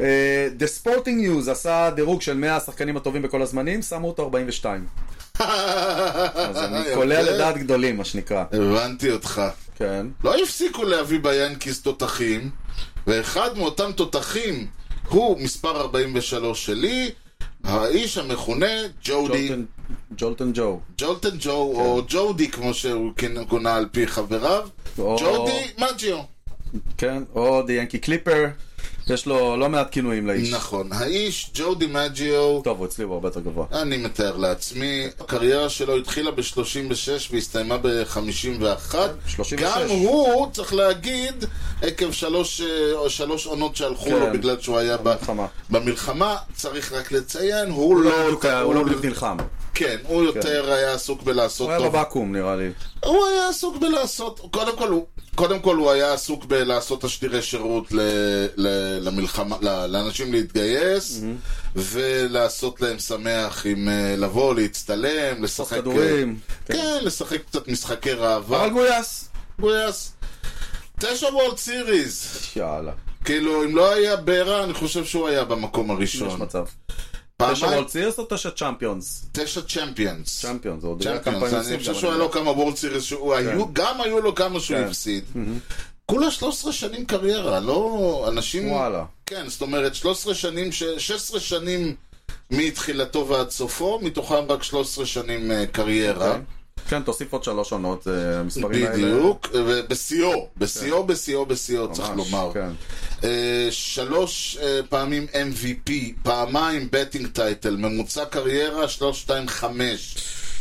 Speaker 2: אה, The Sporting News עשה דירוג של 100 השחקנים הטובים בכל הזמנים, שמו אותו 42.
Speaker 1: אה,
Speaker 2: אז אני קולע
Speaker 1: אוקיי.
Speaker 2: לדעת גדולים, מה שנקרא.
Speaker 1: הבנתי אותך.
Speaker 2: כן.
Speaker 1: לא הפסיקו להביא ביאנקיס תותחים, ואחד מאותם תותחים הוא מספר 43 שלי, האיש המכונה ג'ודי,
Speaker 2: ג'ולטן- כן. ג'ולטן ג'ו.
Speaker 1: ג'ולטן ג'ו, או ג'ודי כמו שהוא כן- כונה על פי חבריו,
Speaker 2: או-
Speaker 1: ג'ודי מג'יו.
Speaker 2: כן, או די ינקי קליפר. יש לו לא מעט כינויים לאיש.
Speaker 1: נכון, האיש ג'ודי מג'יו,
Speaker 2: טוב, הוא אצלי הוא הרבה יותר גבוה.
Speaker 1: אני מתאר לעצמי, הקריירה שלו התחילה ב-36 והסתיימה ב-51.
Speaker 2: 36.
Speaker 1: גם הוא, צריך להגיד, עקב שלוש, אה, שלוש עונות שהלכו לו
Speaker 2: כן.
Speaker 1: בגלל שהוא היה ב-
Speaker 2: במלחמה.
Speaker 1: במלחמה, צריך רק לציין, הוא
Speaker 2: הוא
Speaker 1: לא...
Speaker 2: לא בדיוק היה- הוא לא בדיוק נלחם.
Speaker 1: כן, הוא יותר היה עסוק בלעשות
Speaker 2: הוא היה
Speaker 1: טוב.
Speaker 2: בבקו"ם נראה לי.
Speaker 1: הוא היה עסוק בלעשות... קודם כל, הוא... קודם כל הוא היה עסוק בלעשות תשדירי שירות ל, ל, למלחמה, ל, לאנשים להתגייס ולעשות להם שמח עם אה, לבוא, להצטלם, לשחק...
Speaker 2: כדורים.
Speaker 1: כן, כן, לשחק קצת משחקי ראווה.
Speaker 2: אבל גויס.
Speaker 1: גויס. תשע וולד סיריז.
Speaker 2: יאללה.
Speaker 1: כאילו, אם לא היה ברע, אני חושב שהוא היה במקום
Speaker 2: יש
Speaker 1: הראשון.
Speaker 2: מצב. תשע
Speaker 1: פעמיים,
Speaker 2: וולד סיריוס או תשע צ'מפיונס?
Speaker 1: תשע צ'מפיונס.
Speaker 2: צ'מפיונס, זה עוד היה כמה
Speaker 1: צ'מפיונס,
Speaker 2: פעמים
Speaker 1: אני
Speaker 2: הפסיד,
Speaker 1: חושב
Speaker 2: אבל
Speaker 1: שהוא היה לא
Speaker 2: אני- לא-
Speaker 1: לו כמה וורד סיריס, שהוא היו, גם היו לו כמה שהוא
Speaker 2: כן.
Speaker 1: הפסיד. כולה 13 שנים קריירה, לא אנשים...
Speaker 2: וואלה.
Speaker 1: כן, זאת אומרת, 13 שנים, ש- 16 שנים מתחילתו ועד סופו, מתוכם רק 13 שנים אה, קריירה.
Speaker 2: כן, תוסיף עוד שלוש עונות, אה, המספרים האלה. כן.
Speaker 1: בדיוק, ובשיאו, בשיאו, בשיאו, בשיאו,
Speaker 2: ממש,
Speaker 1: צריך לומר.
Speaker 2: כן.
Speaker 1: אה, שלוש אה, פעמים MVP, פעמיים בטינג טייטל, ממוצע קריירה 325.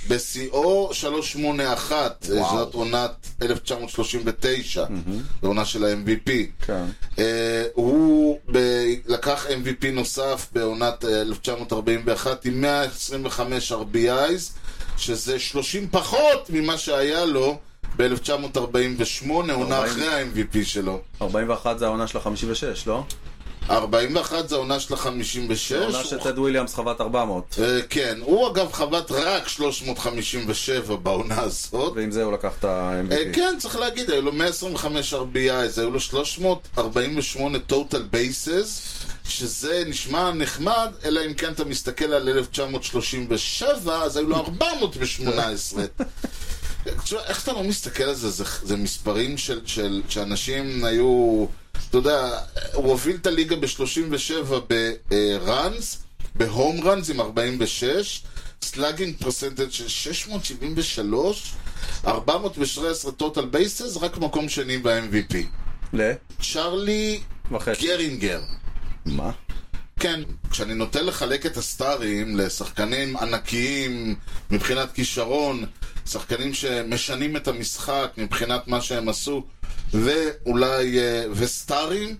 Speaker 1: בשיאו 381, אה,
Speaker 2: וואו.
Speaker 1: זאת עונת 1939, זו עונה של ה-MVP.
Speaker 2: כן.
Speaker 1: אה, הוא ב- לקח MVP נוסף בעונת אה, 1941 עם 125 RBIs, שזה 30 פחות ממה שהיה לו ב-1948, עונה
Speaker 2: 40.
Speaker 1: אחרי ה-MVP שלו.
Speaker 2: 41 זה העונה של ה-56, לא?
Speaker 1: 41 זה העונה של
Speaker 2: העונה
Speaker 1: ה-56.
Speaker 2: שטד וויליאמס חוות 400.
Speaker 1: כן, הוא אגב חבט רק 357 בעונה הזאת.
Speaker 2: ועם זה הוא לקח את
Speaker 1: אה,
Speaker 2: ה-MVP.
Speaker 1: כן, צריך להגיד, היו לו 125 RBIs, היו לו 348 total bases, שזה נשמע נחמד, אלא אם כן אתה מסתכל על 1937, אז היו לו 418. תשמע, איך אתה לא מסתכל על זה? זה, זה מספרים של, של, שאנשים היו... אתה יודע, הוא הוביל את הליגה ב-37 בראנס, אה, בהום ראנס עם 46, סלאגינג פרסנטד של 673, 417 טוטל בייסס, רק מקום שני ב-MVP. כן.
Speaker 2: ל?
Speaker 1: צ'רלי
Speaker 2: וחצי.
Speaker 1: כן. גרינגר.
Speaker 2: מה?
Speaker 1: כן, כשאני נוטה לחלק את הסטארים לשחקנים ענקיים מבחינת כישרון, שחקנים שמשנים את המשחק מבחינת מה שהם עשו, ואולי, אה, וסטארים,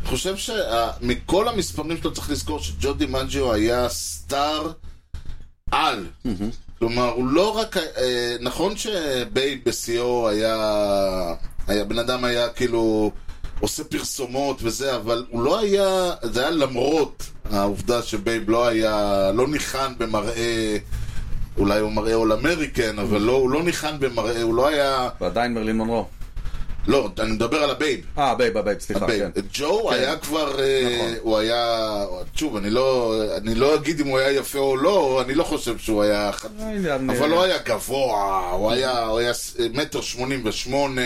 Speaker 1: אני חושב שמכל המספרים שלו צריך לזכור שג'ודי מג'יו היה סטאר על. כלומר, הוא לא רק... אה, נכון שבייב בשיאו היה... היה... בן אדם היה כאילו... עושה פרסומות וזה, אבל הוא לא היה... זה היה למרות העובדה שבייב לא היה... לא ניחן במראה... אולי הוא מראה אול אמריקן, אבל לא, הוא לא ניחן במראה, הוא לא היה...
Speaker 2: ועדיין מרלין מונרו.
Speaker 1: לא, אני מדבר על הבייב.
Speaker 2: אה, בייב, בייב, סליחה,
Speaker 1: בייב.
Speaker 2: כן.
Speaker 1: ג'ו היה כבר, אה,
Speaker 2: נכון.
Speaker 1: הוא היה, שוב, אני לא, אני לא אגיד אם הוא היה יפה או לא, אני לא חושב שהוא היה אחד אבל לא
Speaker 2: אה,
Speaker 1: הוא היה גבוה, הוא היה, הוא היה ס- מטר שמונים ושמונה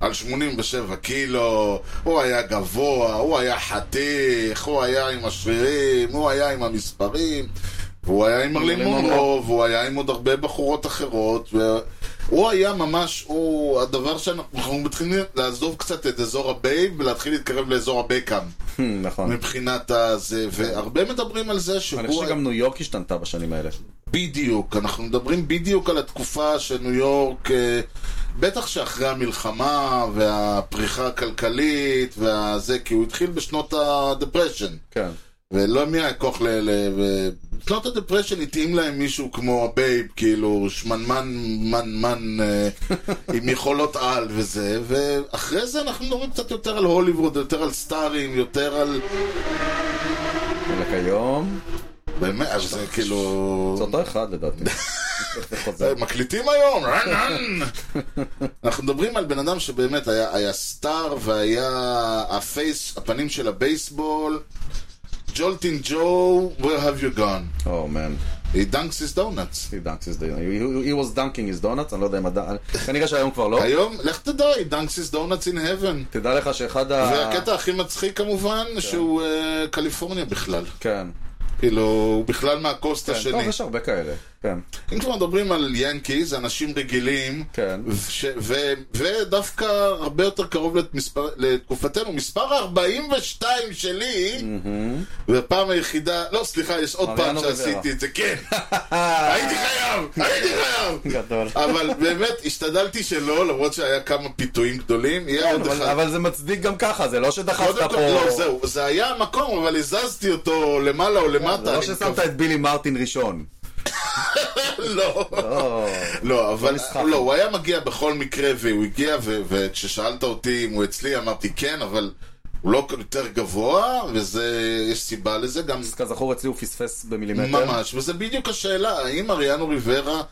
Speaker 1: על שמונים ושבע קילו, הוא היה גבוה, הוא היה חתיך, הוא היה עם השרירים, הוא היה עם המספרים, והוא היה עם מרלין
Speaker 2: מרלין מונרו.
Speaker 1: מונרו, והוא היה עם עוד הרבה בחורות אחרות, והוא היה ממש, הוא הדבר שאנחנו אנחנו מתחילים לעזוב קצת את אזור הבייב ולהתחיל להתקרב לאזור הבקאם,
Speaker 2: נכון.
Speaker 1: מבחינת הזה, והרבה מדברים על זה שהוא...
Speaker 2: אני חושב שגם ניו יורק השתנתה בשנים האלה.
Speaker 1: בדיוק, אנחנו מדברים בדיוק על התקופה שניו יורק, אה, בטח שאחרי המלחמה והפריחה הכלכלית והזה, כי הוא התחיל בשנות הדפרשן,
Speaker 2: כן.
Speaker 1: ולא מי היה כוח ל... ל ו... בשנות הדפרשן התאים להם מישהו כמו הבייב, כאילו שמנמן מנמן אה, עם יכולות על וזה, ואחרי זה אנחנו מדברים קצת יותר על הוליווד, יותר על סטארים, יותר על...
Speaker 2: רק היום,
Speaker 1: באמת, אז זה כאילו...
Speaker 2: זה אותו אחד לדעתי. זה חוזר.
Speaker 1: זה, מקליטים היום, רן, רן. אנחנו מדברים על בן אדם שבאמת היה, היה סטאר והיה הפייס, הפנים של הבייסבול, ג'ולטין ג'ו, where have you gone?
Speaker 2: Oh, man.
Speaker 1: He dunks his donuts.
Speaker 2: He dunks his donuts. He, he was dunking his donuts, אני לא יודע אם עדיין... כנראה שהיום כבר לא.
Speaker 1: היום, לך תדע, he dunks his donuts in heaven.
Speaker 2: תדע לך שאחד ה...
Speaker 1: והקטע הכי מצחיק כמובן, שהוא אה, קליפורניה בכלל.
Speaker 2: כן.
Speaker 1: כאילו, הוא בכלל מהקוסט
Speaker 2: כן, טוב,
Speaker 1: השני.
Speaker 2: יש הרבה כאלה. כן.
Speaker 1: אם כבר מדברים על ינקיז, אנשים רגילים,
Speaker 2: כן.
Speaker 1: ש- ו- ודווקא הרבה יותר קרוב למספר- לתקופתנו, מספר 42 שלי, והפעם היחידה, לא סליחה, יש עוד פעם
Speaker 2: מריאנו
Speaker 1: שעשיתי
Speaker 2: ריברה.
Speaker 1: את זה, כן, הייתי חייב, הייתי חייב,
Speaker 2: גדול.
Speaker 1: אבל באמת השתדלתי שלא, למרות שהיה כמה פיתויים גדולים, יהיה עוד
Speaker 2: כן, אבל-
Speaker 1: אחד.
Speaker 2: אבל זה מצדיק גם ככה, זה לא שדחפת
Speaker 1: קודם
Speaker 2: פה...
Speaker 1: כל, לא, זהו, זה היה המקום, אבל הזזתי אותו למעלה או למטה.
Speaker 2: זה לא
Speaker 1: אני
Speaker 2: ששמת
Speaker 1: מקווה.
Speaker 2: את בילי מרטין ראשון.
Speaker 1: לא.
Speaker 2: או,
Speaker 1: לא, אבל
Speaker 2: נסחף.
Speaker 1: לא, הוא היה מגיע בכל מקרה, והוא הגיע, ו- וכששאלת אותי אם הוא אצלי, אמרתי כן, אבל הוא לא יותר גבוה, וזה, יש סיבה לזה גם
Speaker 2: אז כזכור אצלי הוא פספס במילימטר.
Speaker 1: ממש, וזה בדיוק השאלה, האם אריאנו ריברה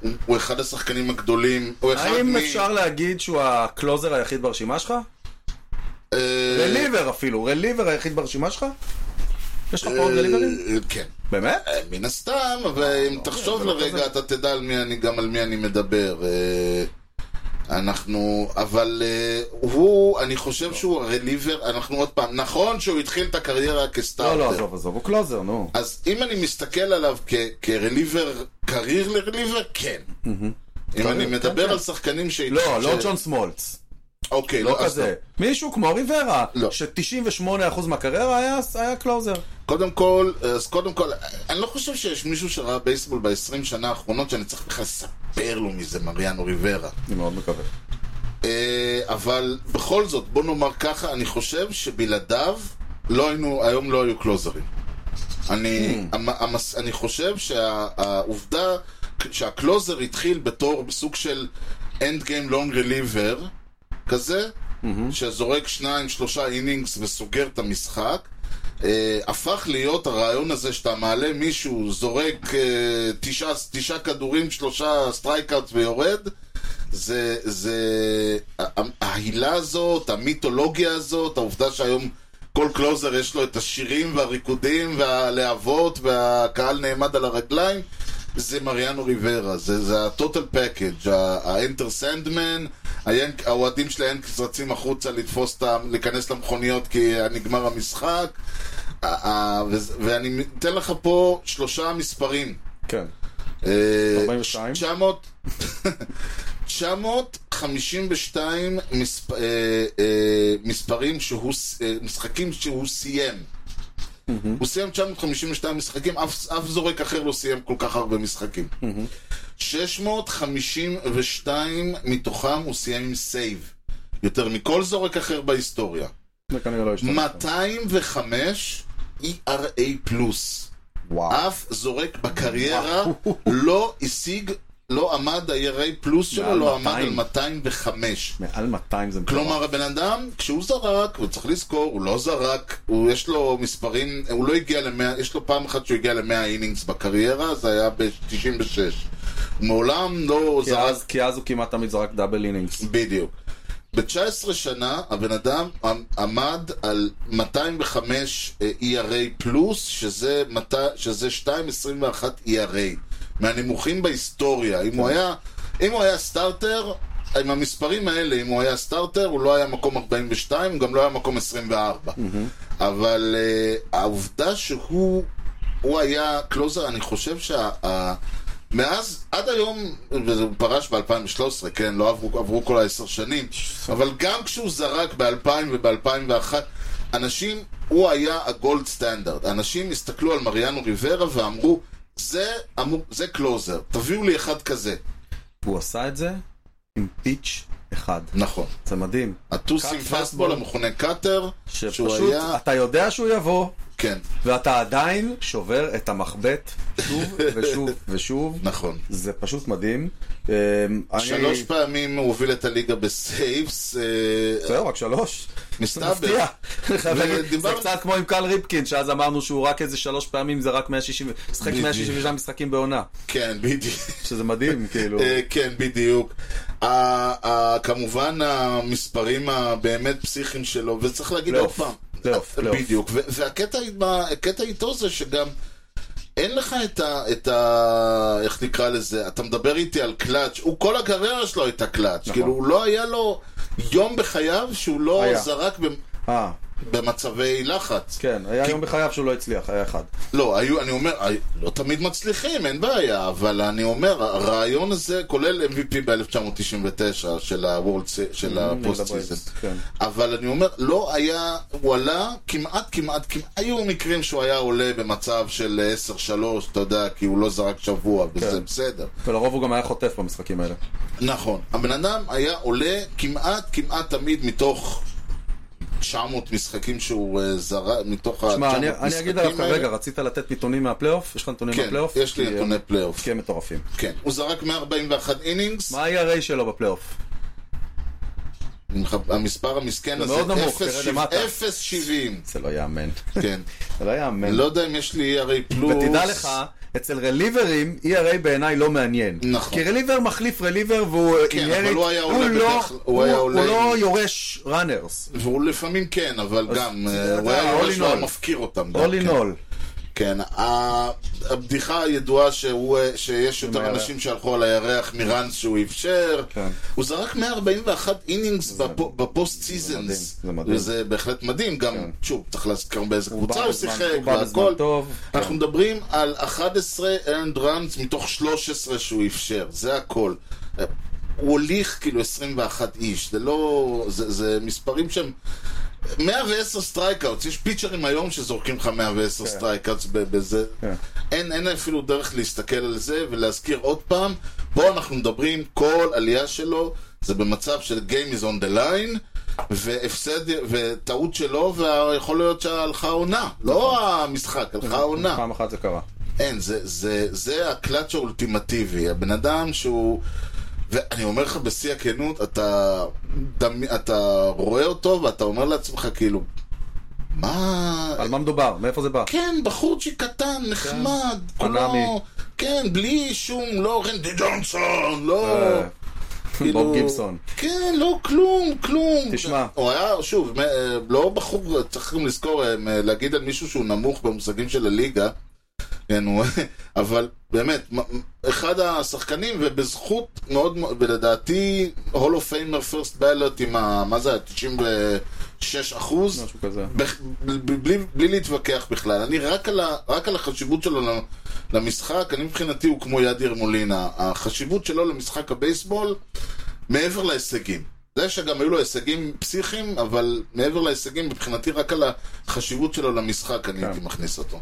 Speaker 1: הוא- הוא אחד השחקנים הגדולים, הוא אחד
Speaker 2: האם
Speaker 1: מ...
Speaker 2: אפשר להגיד שהוא הקלוזר היחיד ברשימה שלך?
Speaker 1: אה,
Speaker 2: רליבר אפילו, רליבר היחיד ברשימה שלך? יש לך פה עוד
Speaker 1: אה,
Speaker 2: רליברים?
Speaker 1: כן.
Speaker 2: באמת?
Speaker 1: אה, מן הסתם, אבל אם תחשוב
Speaker 2: זה לא כזה.
Speaker 1: לרגע, אתה תדע על מי אני, גם על מי אני מדבר. אה, אנחנו, אבל אה, הוא, אני חושב שהוא הרליבר, אנחנו עוד פעם, נכון שהוא התחיל את הקריירה
Speaker 2: לא, לא,
Speaker 1: כסטארטר.
Speaker 2: עזוב, עזוב, הוא קלוזר, נו.
Speaker 1: אז אם אני מסתכל עליו כ- כרליבר, קרייר לרליבר, כן. אם אני
Speaker 2: כן, כן.
Speaker 1: מדבר על שחקנים ש...
Speaker 2: לא,
Speaker 1: ש-
Speaker 2: לא ג'ון סמולץ.
Speaker 1: אוקיי,
Speaker 2: לא
Speaker 1: אז
Speaker 2: כזה. מישהו כמו ריברה,
Speaker 1: לא.
Speaker 2: ש-98% מהקריירה היה- היה קלוזר.
Speaker 1: קודם כל, אז קודם כל, אני לא חושב שיש מישהו שראה בייסבול ב-20 שנה האחרונות שאני צריך בכלל לספר לו מזה, מריאנו ריברה.
Speaker 2: אני מאוד מקווה.
Speaker 1: אה, אבל בכל זאת, בוא נאמר ככה, אני חושב שבלעדיו לא היינו, היום לא היו קלוזרים. אני, המ, המס, אני חושב שהעובדה שהקלוזר התחיל בתור סוג של end game long reliever כזה, שזורק שניים, שלושה אינינגס וסוגר את המשחק, אה, הפך להיות הרעיון הזה שאתה מעלה מישהו, זורק אה, תשעה, תשעה כדורים, שלושה סטרייקאוט ויורד, זה, זה ה- ה- ההילה הזאת, המיתולוגיה הזאת, העובדה שהיום כל קלוזר יש לו את השירים והריקודים והלהבות והקהל נעמד על הרגליים, זה מריאנו ריברה, זה, זה הטוטל פקאג', האנטר סנדמן, האוהדים של היאנקיס רצים החוצה לתפוס את ה... להיכנס למכוניות כי נגמר המשחק, ה- ה- וזה- ואני אתן לך פה שלושה מספרים.
Speaker 2: כן.
Speaker 1: אה,
Speaker 2: 42?
Speaker 1: 900 952 מספ- אה, אה, מספרים שהוא, ס- אה, משחקים שהוא סיים. הוא סיים 952 משחקים, אף אף זורק אחר לא סיים כל כך הרבה משחקים. 652 מתוכם הוא סיים עם סייב. יותר מכל זורק אחר בהיסטוריה.
Speaker 2: זה כנראה לא ישתנה.
Speaker 1: 205 ERA פלוס.
Speaker 2: וואו.
Speaker 1: אף זורק בקריירה לא השיג, לא עמד ה-ERA פלוס שלו,
Speaker 2: מעל
Speaker 1: לא עמד
Speaker 2: 200.
Speaker 1: על 205.
Speaker 2: מעל 200 זה מטורף.
Speaker 1: כלומר, הבן אדם, כשהוא זרק, הוא צריך לזכור, הוא לא זרק, הוא יש לו מספרים, הוא לא הגיע ל-100, יש לו פעם אחת שהוא הגיע ל-100 אינינגס בקריירה, זה היה ב-96. הוא מעולם לא
Speaker 2: כי
Speaker 1: זרק
Speaker 2: אז- כי אז הוא כמעט תמיד זרק דאבל אינינגס.
Speaker 1: בדיוק. ב-19 שנה הבן אדם עמ- עמד על 205 אה, ERA פלוס, שזה, מת- שזה 2.21 ERA. מהנמוכים בהיסטוריה. אם הוא היה, אם הוא היה סטארטר, עם המספרים האלה, אם הוא היה סטארטר, הוא לא היה מקום 42, הוא גם לא היה מקום 24. אבל uh, העובדה שהוא הוא היה קלוזר, אני חושב שה... ה- מאז, עד היום, וזה הוא פרש ב-2013, כן? לא עברו, עברו כל העשר שנים, אבל גם כשהוא זרק ב-2000 וב-2001, אנשים, הוא היה הגולד סטנדרט. אנשים הסתכלו על מריאנו ריברה ואמרו, זה, אמור, זה קלוזר, תביאו לי אחד כזה.
Speaker 2: הוא עשה את זה עם פיץ' אחד.
Speaker 1: נכון.
Speaker 2: זה מדהים.
Speaker 1: הטוס
Speaker 2: קאט
Speaker 1: עם
Speaker 2: פסטבול.
Speaker 1: פסטבול המכונה קאטר, שהוא
Speaker 2: שפשוט
Speaker 1: היה...
Speaker 2: אתה יודע שהוא יבוא,
Speaker 1: כן,
Speaker 2: ואתה עדיין שובר את המחבט שוב ושוב ושוב.
Speaker 1: נכון.
Speaker 2: זה פשוט מדהים. אמ, אני-
Speaker 1: שלוש פעמים הוא הוביל את הליגה בסייבס, אה,
Speaker 2: זהו, רק שלוש. זה
Speaker 1: מסתבר.
Speaker 2: מפתיע. אני חייב להגיד, זה
Speaker 1: ודיברנו-
Speaker 2: קצת כמו עם קל ריפקין, שאז אמרנו שהוא רק איזה שלוש פעמים, זה רק 160, משחק
Speaker 1: בדיוק.
Speaker 2: 162 משחקים בעונה.
Speaker 1: כן, בדיוק.
Speaker 2: שזה מדהים, כאילו.
Speaker 1: אה, כן, בדיוק. ה- ה- כמובן המספרים הבאמת פסיכיים שלו, וצריך להגיד עוד
Speaker 2: פלייאוף,
Speaker 1: פעם.
Speaker 2: פלייאוף, פלייאוף.
Speaker 1: בדיוק. ו- והקטע עם ה- הקטע איתו זה שגם אין לך את ה, את ה... איך נקרא לזה? אתה מדבר איתי על קלאץ', הוא כל הקריירה שלו הייתה קלאץ'.
Speaker 2: נכון.
Speaker 1: כאילו, הוא לא היה לו יום בחייו שהוא לא
Speaker 2: היה.
Speaker 1: זרק במ-
Speaker 2: אה,
Speaker 1: במצבי לחץ.
Speaker 2: כן, היה יום בחייו שהוא לא הצליח, היה אחד.
Speaker 1: לא, היו, אני אומר, הי- לא תמיד מצליחים, אין בעיה, אבל אני אומר, הרעיון הזה כולל MVP ב-1999 של ה-World Se- של הפוסט סיזן.
Speaker 2: כן.
Speaker 1: אבל אני אומר, לא היה, הוא עלה כמעט, כמעט, כמעט, היו מקרים שהוא היה עולה במצב של 10-3, אתה יודע, כי הוא לא זרק שבוע, וזה
Speaker 2: כן.
Speaker 1: בסדר.
Speaker 2: ולרוב הוא גם היה חוטף במשחקים האלה.
Speaker 1: נכון. הבן אדם היה עולה כמעט, כמעט תמיד מתוך 900 משחקים שהוא אה, זרק, מתוך ה-900
Speaker 2: שמע, אני-
Speaker 1: משחקים האלה.
Speaker 2: אני אגיד עליו כרגע, רצית לתת נתונים מהפלייאוף? יש לך נתונים
Speaker 1: כן,
Speaker 2: מהפלייאוף?
Speaker 1: יש לי
Speaker 2: כי
Speaker 1: נתוני
Speaker 2: הם-
Speaker 1: פלייאוף.
Speaker 2: כי הם מטורפים.
Speaker 1: כן, הוא זרק 141 אינינגס,
Speaker 2: מה היה הרי שלו בפלייאוף?
Speaker 1: המספר המסכן הזה,
Speaker 2: מאוד נמוך,
Speaker 1: 0.70.
Speaker 2: תרד למטה.
Speaker 1: 0.70,
Speaker 2: זה לא יאמן.
Speaker 1: כן.
Speaker 2: זה לא יאמן.
Speaker 1: אני לא יודע אם יש לי הרי פלוס.
Speaker 2: ותדע לך, אצל רליברים, ERA בעיניי לא מעניין.
Speaker 1: נכון.
Speaker 2: כי רליבר מחליף רליבר והוא
Speaker 1: כן,
Speaker 2: inherit-
Speaker 1: אבל הוא היה עולה
Speaker 2: לא-
Speaker 1: בדרך- הוא היה
Speaker 2: הוא
Speaker 1: עולה
Speaker 2: לא
Speaker 1: עם-
Speaker 2: יורש ראנרס.
Speaker 1: והוא לפעמים כן, אבל
Speaker 2: אז
Speaker 1: גם,
Speaker 2: זה
Speaker 1: אה, הוא
Speaker 2: אתה,
Speaker 1: היה
Speaker 2: all
Speaker 1: יורש,
Speaker 2: in
Speaker 1: הוא היה
Speaker 2: all.
Speaker 1: מפקיר אותם. גם,
Speaker 2: all
Speaker 1: כן.
Speaker 2: in all.
Speaker 1: כן, ה- הבדיחה הידועה שהוא, אה, שיש יותר
Speaker 2: הירח.
Speaker 1: אנשים שהלכו על הירח מראנס שהוא אפשר.
Speaker 2: כן.
Speaker 1: הוא זרק 141 אינינגס בפו- בפוסט סיזנס.
Speaker 2: מדהים, זה מדהים.
Speaker 1: וזה בהחלט מדהים, גם, שוב, צריך להזכיר באיזה
Speaker 2: בא
Speaker 1: קבוצה הוא
Speaker 2: בזמן-
Speaker 1: שיחק,
Speaker 2: הוא בא
Speaker 1: והכל.
Speaker 2: בזמן טוב. כן.
Speaker 1: אנחנו מדברים על 11 ארנד ראנס מתוך 13 שהוא אפשר, זה הכל. אה, הוא הוליך כאילו 21 איש, זה לא... זה, זה מספרים שהם... 110 סטרייקאוטס, יש פיצ'רים היום שזורקים לך 110
Speaker 2: כן.
Speaker 1: סטרייקאוטס ב- בזה.
Speaker 2: כן.
Speaker 1: אין, אין אפילו דרך להסתכל על זה ולהזכיר עוד פעם, פה אנחנו מדברים, כל עלייה שלו זה במצב של Game is on the line, והפסד, וטעות שלו, ויכול להיות שהלכה העונה,
Speaker 2: נכון.
Speaker 1: לא המשחק, הלכה העונה.
Speaker 2: פעם אחת זה קרה.
Speaker 1: אין, זה, זה, זה הקלאץ' האולטימטיבי. הבן אדם שהוא... ואני אומר לך בשיא הכנות, אתה, דמי, אתה רואה אותו ואתה אומר לעצמך כאילו, מה...
Speaker 2: על מה מדובר? מאיפה זה בא?
Speaker 1: כן, בחורצ'יק קטן, נחמד,
Speaker 2: חנמי.
Speaker 1: כולו... כן, בלי שום, לא רנדי ג'ונסון, לא...
Speaker 2: אה,
Speaker 1: כאילו-
Speaker 2: בוב גיבסון.
Speaker 1: כן, לא כלום, כלום.
Speaker 2: תשמע.
Speaker 1: הוא היה, שוב, מ- אה, לא בחור, צריך גם לזכור, אה, מ- להגיד על מישהו שהוא נמוך במושגים של הליגה. כן, הוא... אבל באמת, מ- מ- אחד השחקנים, ובזכות מאוד, מאוד- ולדעתי, Hall of Famer First Ballot עם ה... מה זה, 96 אחוז?
Speaker 2: משהו כזה.
Speaker 1: בח- ב- בלי, בלי להתווכח בכלל, אני רק על, ה, רק על החשיבות שלו ל- למשחק, אני מבחינתי הוא כמו ידיר מולינה, החשיבות שלו למשחק הבייסבול מעבר להישגים. זה שגם היו לו הישגים פסיכיים, אבל מעבר להישגים, מבחינתי רק על החשיבות שלו למשחק אני
Speaker 2: כן.
Speaker 1: הייתי מכניס אותו.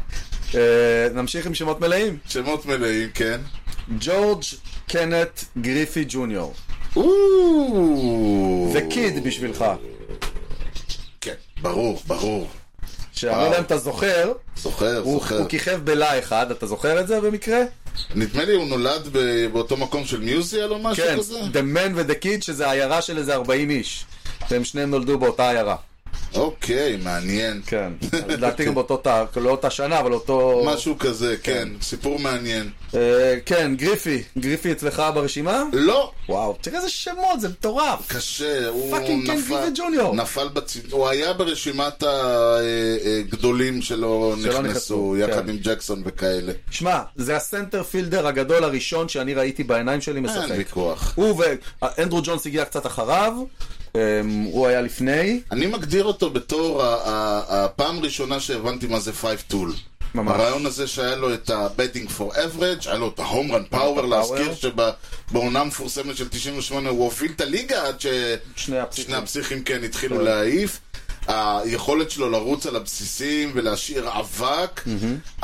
Speaker 2: אה, נמשיך עם שמות מלאים.
Speaker 1: שמות מלאים, כן.
Speaker 2: ג'ורג' קנט גריפי ג'וניור.
Speaker 1: או... אה.
Speaker 2: זה קיד בשבילך.
Speaker 1: כן, ברור, ברור.
Speaker 2: שאני לא יודע אם אתה זוכר,
Speaker 1: זוכר,
Speaker 2: הוא
Speaker 1: זוכר.
Speaker 2: הוא כיכב בלה אחד, אתה זוכר את זה במקרה?
Speaker 1: נדמה לי הוא נולד ב- באותו מקום של מיוזיאל או משהו
Speaker 2: כן,
Speaker 1: כזה?
Speaker 2: The Man ו-The Kid, שזה עיירה של איזה 40 איש. והם שניהם נולדו באותה עיירה.
Speaker 1: אוקיי, מעניין.
Speaker 2: כן. לדעתי גם באותו תא, לא אותה שנה, אבל אותו...
Speaker 1: משהו כזה, כן. סיפור מעניין.
Speaker 2: אה, כן, גריפי. גריפי אצלך ברשימה?
Speaker 1: לא!
Speaker 2: וואו, תראה איזה שמות, זה מטורף.
Speaker 1: קשה, הוא
Speaker 2: Fucking Ken
Speaker 1: נפל,
Speaker 2: Griffey Jr.
Speaker 1: נפל בצד... הוא היה ברשימת הגדולים שלא
Speaker 2: שלא
Speaker 1: נכנסו, אה,
Speaker 2: נכנסו,
Speaker 1: יחד
Speaker 2: כן.
Speaker 1: עם ג'קסון וכאלה.
Speaker 2: שמע, זה הסנטר פילדר הגדול הראשון שאני ראיתי בעיניים שלי
Speaker 1: אין
Speaker 2: משחק.
Speaker 1: ויכוח.
Speaker 2: הוא ואנדרו ג'ונס הגיע קצת אחריו, אמ, הוא היה לפני.
Speaker 1: אני מגדיר אותו בתור ה- ה- הפעם הראשונה שהבנתי מה זה פייב טול.
Speaker 2: ממש.
Speaker 1: הרעיון הזה שהיה לו את ה-betting for average, היה לו את ה-home run power, להזכיר שבעונה המפורסמת של 98 הוא הוביל את הליגה עד ש...
Speaker 2: שני הפסיכים.
Speaker 1: שני הפסיכים כן התחילו להעיף. היכולת שלו לרוץ על הבסיסים ולהשאיר אבק,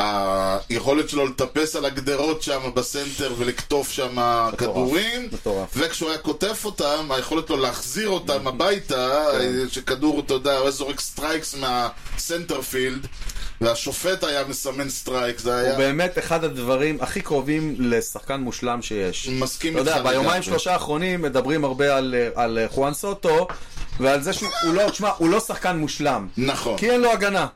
Speaker 1: היכולת שלו לטפס על הגדרות שם בסנטר ולקטוף שם כדורים,
Speaker 2: מטורף.
Speaker 1: וכשהוא היה קוטף אותם, היכולת שלו להחזיר אותם הביתה,
Speaker 2: כן.
Speaker 1: שכדור, אתה יודע, הוא היה זורק סטרייקס מהסנטר פילד, והשופט היה מסמן סטרייק, זה
Speaker 2: הוא
Speaker 1: היה...
Speaker 2: באמת אחד הדברים הכי קרובים לשחקן מושלם שיש.
Speaker 1: מסכים
Speaker 2: אתה יודע,
Speaker 1: איתך
Speaker 2: ביומיים
Speaker 1: לגמרי.
Speaker 2: שלושה האחרונים מדברים הרבה על, אה, על אה, חואן סוטו, ועל זה שהוא הוא לא, תשמע, הוא לא שחקן מושלם.
Speaker 1: נכון,
Speaker 2: כי אין לו הגנה,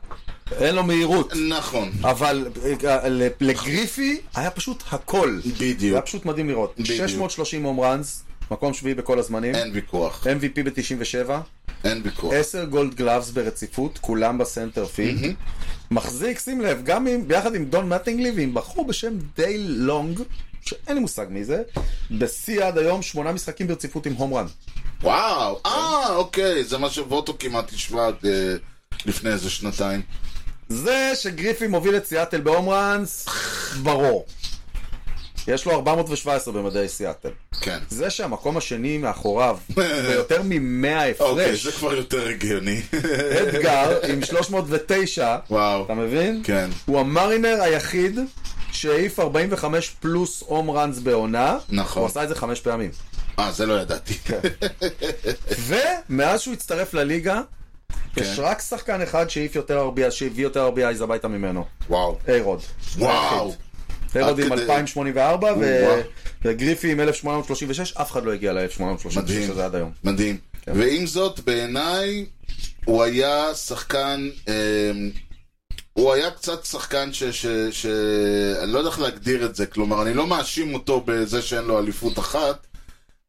Speaker 2: אין לו מהירות.
Speaker 1: נכון,
Speaker 2: אבל אה, ל- לגריפי היה פשוט הכל. זה היה
Speaker 1: בדיוק,
Speaker 2: פשוט מדהים לראות.
Speaker 1: בדיוק.
Speaker 2: 630 הום ראנס, מקום שביעי בכל הזמנים.
Speaker 1: אין ויכוח,
Speaker 2: MVP ב-97,
Speaker 1: אין ויכוח.
Speaker 2: אה, 10 גולד גלאבס ברציפות, כולם בסנטר פילד. מחזיק, שים לב, גם עם, ביחד עם דון מטינגלי ועם בחור בשם דייל לונג, שאין לי מושג מי זה, בשיא עד היום שמונה משחקים ברציפות עם הום רן.
Speaker 1: וואו, אה, אוקיי, זה מה שווטו כמעט השווה אה, לפני איזה שנתיים.
Speaker 2: זה שגריפי מוביל את סיאטל בהום ראנס, ברור. יש לו 417 במדעי סיאטל.
Speaker 1: כן.
Speaker 2: זה שהמקום השני מאחוריו, ביותר מ-100
Speaker 1: אוקיי, זה
Speaker 2: הפרש,
Speaker 1: כבר יותר הגיוני.
Speaker 2: אדגר עם 309,
Speaker 1: וואו.
Speaker 2: אתה מבין?
Speaker 1: כן.
Speaker 2: הוא המרינר היחיד שהעיף 45 פלוס הום ראנס בעונה.
Speaker 1: נכון.
Speaker 2: הוא עשה את זה חמש פעמים.
Speaker 1: אה, זה לא ידעתי.
Speaker 2: כן. ומאז שהוא הצטרף לליגה,
Speaker 1: כן.
Speaker 2: יש רק שחקן אחד שהעיף יותר RBI, שהביא יותר RBI's הביתה ממנו.
Speaker 1: וואו.
Speaker 2: איירוד.
Speaker 1: וואו.
Speaker 2: איירוד
Speaker 1: עד
Speaker 2: עם
Speaker 1: כדי-
Speaker 2: 2084 ו-
Speaker 1: וואו.
Speaker 2: וגריפי עם 1836, אף אחד לא הגיע ל-1836
Speaker 1: מדהים.
Speaker 2: הזה עד היום.
Speaker 1: מדהים.
Speaker 2: כן.
Speaker 1: ועם זאת, בעיניי, הוא היה שחקן... אמ, הוא היה קצת שחקן ש... ש, ש... אני לא יודע איך להגדיר את זה, כלומר, אני לא מאשים אותו בזה שאין לו אליפות אחת,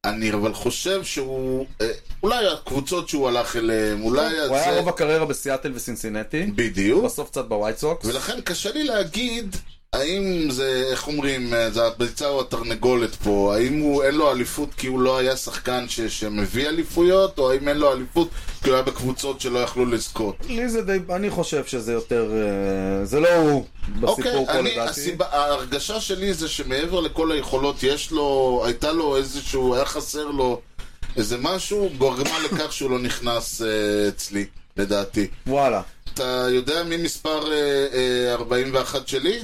Speaker 1: אני אבל חושב שהוא... אה, אולי הקבוצות שהוא הלך אליהן, אולי...
Speaker 2: הוא היה
Speaker 1: זה-
Speaker 2: רוב הקריירה בסיאטל וסינסינטי,
Speaker 1: בדיוק.
Speaker 2: בסוף קצת בווייט סוקס.
Speaker 1: ולכן קשה לי להגיד האם זה, איך אומרים, אה, זה הביצה או התרנגולת פה, האם הוא, אין לו אליפות כי הוא לא היה שחקן ש, שמביא אליפויות, או האם אין לו אליפות כי הוא היה בקבוצות שלא יכלו לזכות.
Speaker 2: לי זה די, אני חושב שזה יותר, אה, זה לא הוא
Speaker 1: אוקיי,
Speaker 2: בסיפור פה
Speaker 1: אני,
Speaker 2: לדעתי.
Speaker 1: הסיבה, ההרגשה שלי זה שמעבר לכל היכולות, יש לו, הייתה לו איזשהו, היה חסר לו איזה משהו, גורמה לכך שהוא לא נכנס אה, אצלי, לדעתי.
Speaker 2: וואלה.
Speaker 1: אתה יודע מי מספר אה, אה, 41 שלי?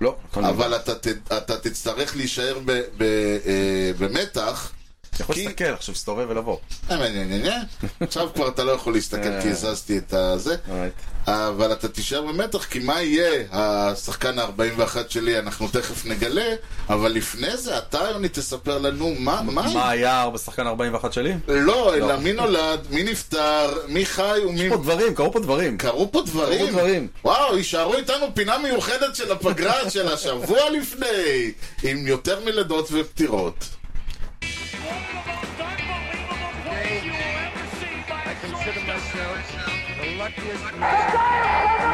Speaker 2: לא, יכול להיות.
Speaker 1: אבל אתה, ת- אתה תצטרך להישאר ב, ב, אה, במתח.
Speaker 2: אתה יכול
Speaker 1: כי-
Speaker 2: להסתכל, עכשיו להסתובב ולבוא.
Speaker 1: אה, נה, נה, נה, נה. עכשיו כבר אתה לא יכול להסתכל כי
Speaker 2: אה.
Speaker 1: הזזתי את הזה,
Speaker 2: אולי.
Speaker 1: אבל אתה תישאר במתח, כי מה יהיה השחקן ה-41 שלי, אנחנו תכף נגלה, אבל לפני זה אתה, יוני, תספר לנו מה...
Speaker 2: מה
Speaker 1: מה?
Speaker 2: היה בשחקן 41 שלי?
Speaker 1: לא, אלא מי נולד, מי נפטר, מי חי ומי...
Speaker 2: פה דברים, קרו פה דברים.
Speaker 1: קרו פה דברים.
Speaker 2: קרו דברים.
Speaker 1: וואו, יישארו איתנו פינה מיוחדת של הפגרה של השבוע לפני, עם יותר מלידות ופטירות.
Speaker 3: Unbelievable play you will ever see by a
Speaker 4: consider
Speaker 3: shortstop.
Speaker 4: myself the luckiest man.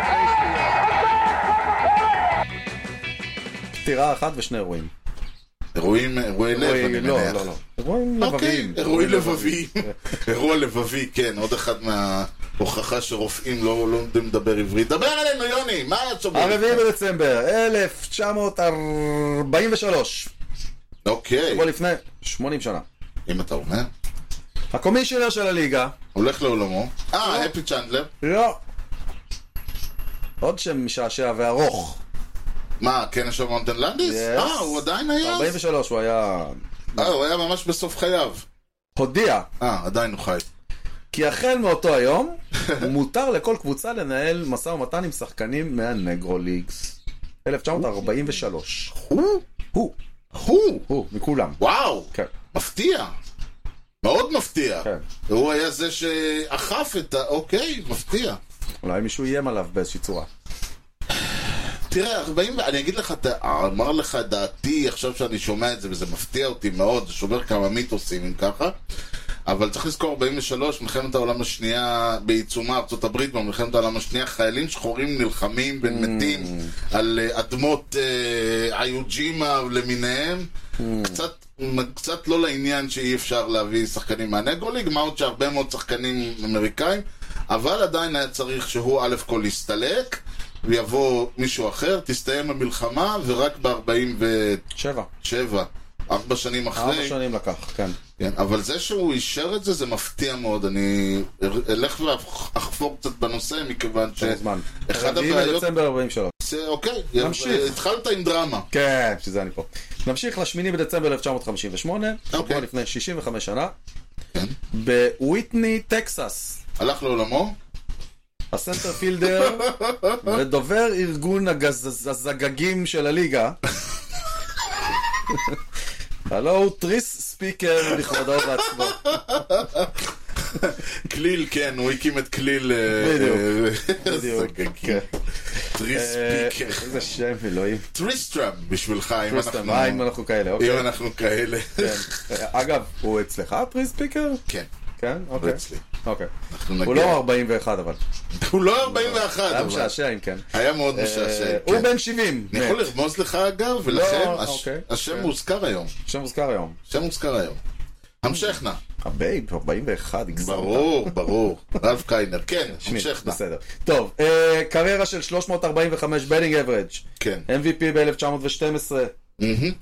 Speaker 2: פטירה אחת ושני אירועים.
Speaker 1: אירועים, אירועי לב, אני
Speaker 2: אירועי- לא,
Speaker 1: מניח.
Speaker 2: לא, לא. אירועים
Speaker 1: אוקיי,
Speaker 2: לבביים. לא.
Speaker 1: אירועי לבבי. אירוע לבבי, כן, עוד אחד מההוכחה שרופאים לא לא יודעים לדבר עברית. דבר אלינו, יוני, מה הצוברים?
Speaker 2: הרביעי בדצמבר, 1943.
Speaker 1: אוקיי,
Speaker 2: פה לפני 80 שנה.
Speaker 1: אם אתה אומר.
Speaker 2: הקומישיונר של הליגה.
Speaker 1: הולך לעולמו. אה, הפי צ'נדלר.
Speaker 2: לא. עוד שם משעשע וארוך.
Speaker 1: מה, כן יש לו מונטן לנדיס?
Speaker 2: Yes.
Speaker 1: אה, הוא עדיין היה? אז?
Speaker 2: 43 הוא היה...
Speaker 1: אה, הוא היה ממש בסוף חייו.
Speaker 2: הודיע
Speaker 1: אה, עדיין הוא חי.
Speaker 2: כי החל מאותו היום, מותר לכל קבוצה לנהל משא ומתן עם שחקנים מהנגרו ליגס. 1943.
Speaker 1: הוא?
Speaker 2: הוא,
Speaker 1: הוא?
Speaker 2: הוא, מכולם.
Speaker 1: וואו,
Speaker 2: כן.
Speaker 1: מפתיע. מאוד מפתיע.
Speaker 2: כן.
Speaker 1: הוא היה זה שאכף את ה... אוקיי, מפתיע.
Speaker 2: אולי מישהו איים עליו באיזושהי צורה.
Speaker 1: תראה, 40, אני אגיד לך, אתה- אמר לך דעתי עכשיו שאני שומע את זה, וזה מפתיע אותי מאוד, זה שובר כמה מיתוסים אם ככה, אבל צריך לזכור, 43, מלחמת העולם השנייה בעיצומה, ארה"ב, במלחמת העולם השנייה, חיילים שחורים נלחמים ומתים
Speaker 2: Mm.
Speaker 1: על אה, אדמות אה, איוג'ימה למיניהם,
Speaker 2: Mm.
Speaker 1: קצת... קצת לא לעניין שאי אפשר להביא שחקנים מהנגרוליג, מה עוד שהרבה מאוד שחקנים אמריקאים, אבל עדיין היה צריך שהוא א' כל יסתלק, ויבוא מישהו אחר, תסתיים המלחמה, ורק ב-47,
Speaker 2: שבע.
Speaker 1: ארבע שנים
Speaker 2: ארבע
Speaker 1: אחרי,
Speaker 2: שנים לקח, כן.
Speaker 1: כן, אבל זה שהוא אישר את זה, זה מפתיע מאוד. אני אלך ואחפור קצת בנושא, מכיוון ש...
Speaker 2: זה זמן.
Speaker 1: כן. אחד
Speaker 2: רביעי
Speaker 1: הבעיות...
Speaker 2: בדצמבר 43.
Speaker 1: זה- אוקיי,
Speaker 2: נמשיך.
Speaker 1: התחלת עם דרמה.
Speaker 2: כן, בשביל זה אני פה. נמשיך לשמיני בדצמבר 1958, שבוע לפני 65 שנה,
Speaker 1: אוקיי. כן.
Speaker 2: בוויטני, טקסס.
Speaker 1: הלך לעולמו?
Speaker 2: הסנטרפילדר ודובר ארגון הגז- הזגגים של הליגה. הלו הוא תריס ספיקר בכבודו ובעצמו.
Speaker 1: כליל, כן, הוא הקים את כליל... אה,
Speaker 2: בדיוק.
Speaker 1: אה,
Speaker 2: בדיוק,
Speaker 1: סגגי.
Speaker 2: כן.
Speaker 1: טריס
Speaker 2: אה,
Speaker 1: פיקר.
Speaker 2: איזה שם אלוהים.
Speaker 1: טריסטרם בשבילך, אם
Speaker 2: טריסטרם, אה, אם
Speaker 1: אנחנו...
Speaker 2: אנחנו כאלה,
Speaker 1: אם
Speaker 2: אוקיי.
Speaker 1: אנחנו כאלה.
Speaker 2: כן. אה, אגב, הוא אצלך טריס ספיקר?
Speaker 1: כן.
Speaker 2: כן? אוקיי.
Speaker 1: רצלי.
Speaker 2: אוקיי.
Speaker 1: אנחנו
Speaker 2: הוא
Speaker 1: נגיע.
Speaker 2: לא 41 אבל.
Speaker 1: הוא לא 41,
Speaker 2: היה
Speaker 1: אבל.
Speaker 2: משעשע אם כן.
Speaker 1: היה מאוד משעשע.
Speaker 2: אה, הוא
Speaker 1: כן.
Speaker 2: בן 70.
Speaker 1: אני
Speaker 2: מת.
Speaker 1: יכול לרמוז לך אגב, ולכן
Speaker 2: לא,
Speaker 1: הש-
Speaker 2: אוקיי.
Speaker 1: השם מוזכר היום.
Speaker 2: שם מוזכר היום.
Speaker 1: השם מוזכר היום. המשך נא.
Speaker 2: הבייב, 41, הגזמת.
Speaker 1: ברור, ברור. רלף קיינר. כן,
Speaker 2: שנית,
Speaker 1: המשך נא.
Speaker 2: בסדר. טוב, אה, קריירה של 345 בטינג אברג'.
Speaker 1: כן.
Speaker 2: MVP ב-1912.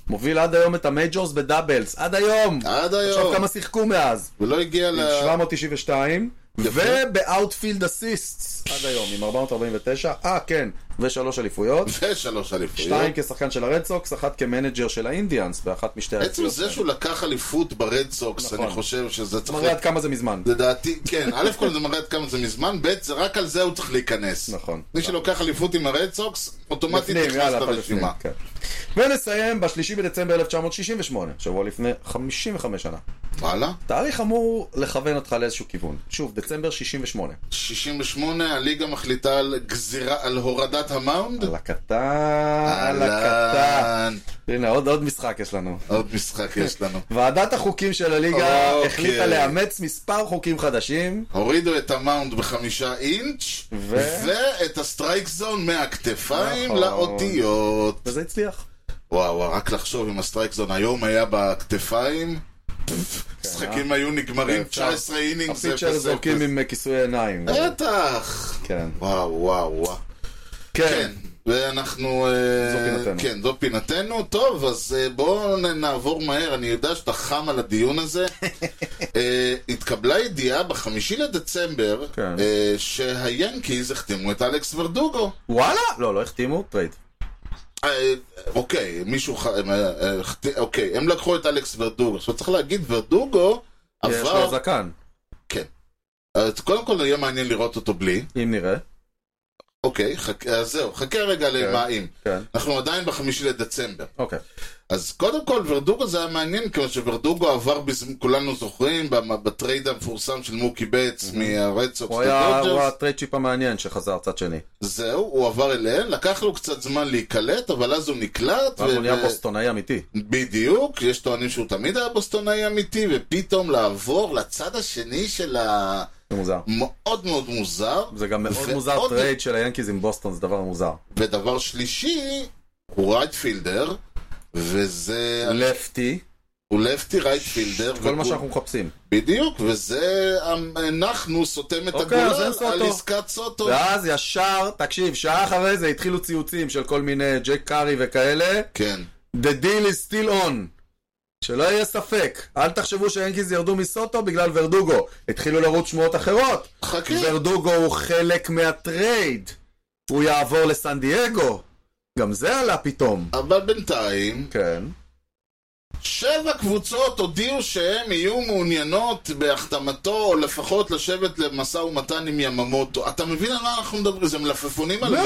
Speaker 2: מוביל עד היום את המייג'ורס בדאבלס. עד היום!
Speaker 1: עד
Speaker 2: עכשיו
Speaker 1: היום.
Speaker 2: כמה שיחקו מאז?
Speaker 1: ולא הגיע ל...
Speaker 2: 792.
Speaker 1: יפה.
Speaker 2: ובאוטפילד אסיסטס עד היום עם 449. אה, כן. ושלוש אליפויות.
Speaker 1: ושלוש אליפויות.
Speaker 2: שתיים כשחקן של הרד סוקס, אחת כמנג'ר של האינדיאנס באחת משתי
Speaker 1: עצם
Speaker 2: האליפויות.
Speaker 1: זה שהוא לקח אליפות ברד סוקס,
Speaker 2: נכון.
Speaker 1: אני חושב שזה צריך...
Speaker 2: מראה עד כמה זה מזמן.
Speaker 1: לדעתי, כן, א' כל זה מראה עד כמה זה מזמן, ב' זה רק על זה הוא צריך להיכנס.
Speaker 2: נכון.
Speaker 1: מי שלוקח אליפות עם הרד סוקס, אוטומטית
Speaker 2: בפנים,
Speaker 1: נכנס
Speaker 2: יאללה, אתה בפנים.
Speaker 1: לרשימה.
Speaker 2: כן. ונסיים בשלישי בדצמבר 1968, שבוע לפני 55 שנה.
Speaker 1: וואלה.
Speaker 2: תאריך אמור לכוון אותך לאיזשהו כיוון. שוב, דצמבר 68.
Speaker 1: 68, הליגה מחליטה על גזירה, על הורדת המאונד?
Speaker 2: על הקטן, על הקטן.
Speaker 1: אהלן.
Speaker 2: הנה, עוד עוד משחק יש לנו.
Speaker 1: עוד משחק יש לנו.
Speaker 2: ועדת החוקים של הליגה
Speaker 1: אוקיי.
Speaker 2: החליטה לאמץ מספר חוקים חדשים.
Speaker 1: הורידו את המאונד בחמישה אינץ',
Speaker 2: ו-
Speaker 1: ואת הסטרייק זון מהכתפיים
Speaker 2: נכון.
Speaker 1: לאותיות.
Speaker 2: וזה הצליח.
Speaker 1: וואו, וואו, רק לחשוב אם הסטרייק זון היום היה בכתפיים, משחקים היו נגמרים
Speaker 2: כן,
Speaker 1: 19 אינינגס,
Speaker 2: הפיצ'ר
Speaker 1: אפס,
Speaker 2: זורקים
Speaker 1: אפס.
Speaker 2: עם אה, כיסוי עיניים.
Speaker 1: בטח!
Speaker 2: כן.
Speaker 1: וואו, וואו, וואו.
Speaker 2: כן.
Speaker 1: כן, ואנחנו... אה,
Speaker 2: זו פינתנו.
Speaker 1: כן, זו פינתנו. טוב, אז אה, בואו נ- נעבור מהר, אני יודע שאתה חם על הדיון הזה. אה, התקבלה ידיעה בחמישי לדצמבר,
Speaker 2: כן.
Speaker 1: אה, שהיאנקיז החתימו את אלכס ורדוגו.
Speaker 2: וואלה? לא, לא החתימו, טרייד.
Speaker 1: אה, אוקיי, מישהו... ח- אה, אה, החת- אוקיי, הם לקחו את אלכס ורדוגו. עכשיו צריך להגיד, ורדוגו
Speaker 2: כן, יש לו
Speaker 1: עבר... אה,
Speaker 2: זקן,
Speaker 1: אז קודם כל יהיה מעניין לראות אותו בלי.
Speaker 2: אם נראה.
Speaker 1: אוקיי, חכ- אז זהו, חכה רגע למה אם.
Speaker 2: כן.
Speaker 1: אנחנו עדיין בחמישי לדצמבר.
Speaker 2: אוקיי.
Speaker 1: אז קודם כל, ורדוגו זה היה מעניין, כיוון שוורדוגו עבר, בז... כולנו זוכרים, במ- בטרייד המפורסם של מוקי בטס מהרד סוקס
Speaker 2: Mm-hmm. הוא היה הוא
Speaker 1: לדודג'רס.
Speaker 2: הטרייד צ'יפ המעניין שחזר צד שני.
Speaker 1: זהו, הוא עבר אליהם, לקח לו קצת זמן להיקלט, אבל אז הוא נקלט.
Speaker 2: אבל
Speaker 1: ו-
Speaker 2: הוא נהיה
Speaker 1: ו-
Speaker 2: בוסטונאי אמיתי.
Speaker 1: בדיוק, יש טוענים שהוא תמיד היה בוסטונאי אמיתי, ופתאום לעבור לצד השני של ה...
Speaker 2: זה מוזר.
Speaker 1: מאוד מאוד מוזר.
Speaker 2: זה גם מאוד
Speaker 1: ועוד-
Speaker 2: מוזר טרייד של היאנקיז עם בוסטון, זה דבר מוזר.
Speaker 1: אה, ודבר שלישי, הוא רייטפילדר, וזה...
Speaker 2: לפטי,
Speaker 1: הוא לפטי רייטפילדר.
Speaker 2: כל מה שאנחנו מחפשים.
Speaker 1: בדיוק, וזה אנחנו סותם את
Speaker 2: אוקיי, אז אין
Speaker 1: הגולל
Speaker 2: סוטו.
Speaker 1: על עסקת סוטו.
Speaker 2: ואז ישר, תקשיב, שעה אחרי זה התחילו ציוצים של כל מיני ג'ק קארי וכאלה.
Speaker 1: כן.
Speaker 2: The deal is still on. שלא יהיה ספק, אל תחשבו שהיאנקיז ירדו מסוטו בגלל ורדוגו. התחילו לרוץ שמועות אחרות.
Speaker 1: חכה.
Speaker 2: ורדוגו הוא חלק מהטרייד. הוא יעבור לסן דייגו. גם זה עלה פתאום.
Speaker 1: אבל בינתיים,
Speaker 2: כן.
Speaker 1: שבע קבוצות הודיעו שהן יהיו מעוניינות בהחתמתו, או לפחות לשבת למשא ומתן עם יממוטו. אתה מבין על מה אנחנו מדברים? זה מלפפונים על מלא.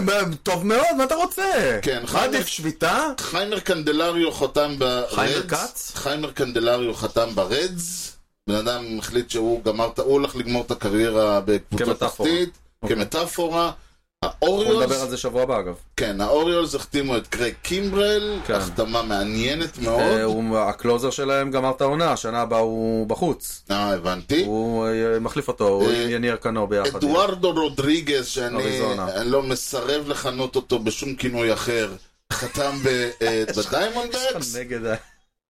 Speaker 2: מעולה, טוב מאוד, מה אתה רוצה?
Speaker 1: כן,
Speaker 2: עדיף שביתה?
Speaker 1: חיימר קנדלריו חתם ברדס.
Speaker 2: חיימר כץ?
Speaker 1: חיימר קנדלריו חתם ברדס. בן אדם החליט שהוא גמר, את- הוא הולך לגמור את הקריירה בקבוצה
Speaker 2: כמטאפורה.
Speaker 1: תחתית.
Speaker 2: אוקיי.
Speaker 1: כמטאפורה.
Speaker 2: אנחנו
Speaker 1: האוריולס
Speaker 2: נדבר על זה שבוע הבא אגב.
Speaker 1: כן, האוריולס החתימו את קרייג קימברל,
Speaker 2: כן.
Speaker 1: החתמה מעניינת מאוד.
Speaker 2: אה, הוא- הקלוזר שלהם גמר את העונה, השנה הבאה הוא בחוץ.
Speaker 1: אה, הבנתי.
Speaker 2: הוא אה, מחליף אותו, הוא
Speaker 1: אה,
Speaker 2: עם יניר קנו ביחד.
Speaker 1: אדוארדו רודריגז, שאני
Speaker 2: אריזונה.
Speaker 1: אני לא מסרב לכנות אותו בשום כינוי אחר, חתם ב- אה, בדיימונדבקס.
Speaker 2: נגד אה, ה...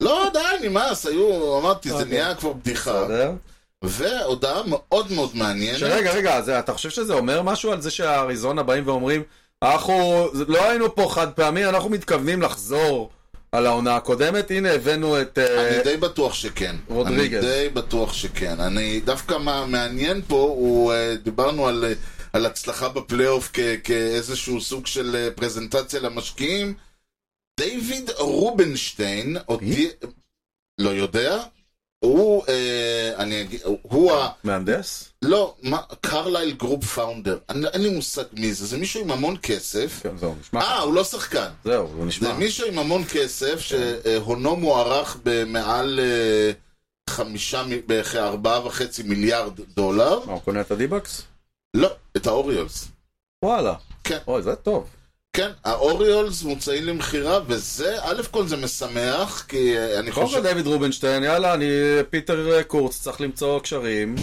Speaker 1: לא, די, נמאס, היו, אמרתי, זה
Speaker 2: אוקיי.
Speaker 1: נהיה כבר בדיחה.
Speaker 2: בסדר.
Speaker 1: והודעה מאוד מאוד מעניינת.
Speaker 2: שרגע, רגע, זה- אתה חושב שזה אומר משהו על זה שהאריזונה באים ואומרים, אנחנו זה- לא היינו פה חד פעמי, אנחנו מתכוונים לחזור על העונה הקודמת, הנה הבאנו את... אה,
Speaker 1: אני די בטוח שכן.
Speaker 2: רודריגז.
Speaker 1: אני די בטוח שכן. אני, דווקא מה מעניין פה, הוא, אה, דיברנו על, אה, על הצלחה בפלייאוף כ- כאיזשהו סוג של אה, פרזנטציה למשקיעים. דיוויד רובינשטיין, אותי... לא יודע. הוא, אה, אני אגיד, הוא ה...
Speaker 2: מהנדס?
Speaker 1: לא, מה, קרלייל גרופ פאונדר. אני- אין לי מושג מי זה, זה מישהו עם המון כסף.
Speaker 2: כן, זהו, נשמע.
Speaker 1: אה, הוא לא שחקן.
Speaker 2: זהו, הוא נשמע.
Speaker 1: זה מישהו עם המון כסף, שהונו מוערך במעל אה, חמישה, מ- בערך ארבעה וחצי מיליארד דולר.
Speaker 2: מה, הוא קונה את הדיבקס?
Speaker 1: לא, את האוריולס.
Speaker 2: וואלה.
Speaker 1: כן.
Speaker 2: אוי, זה טוב.
Speaker 1: כן, האוריולס מוצאים למכירה, וזה, א' כל זה משמח, כי אה, אני
Speaker 2: קודם כל
Speaker 1: חושב...
Speaker 2: דיוויד רובינשטיין, יאללה, אני פיטר אה, קורץ, צריך למצוא קשרים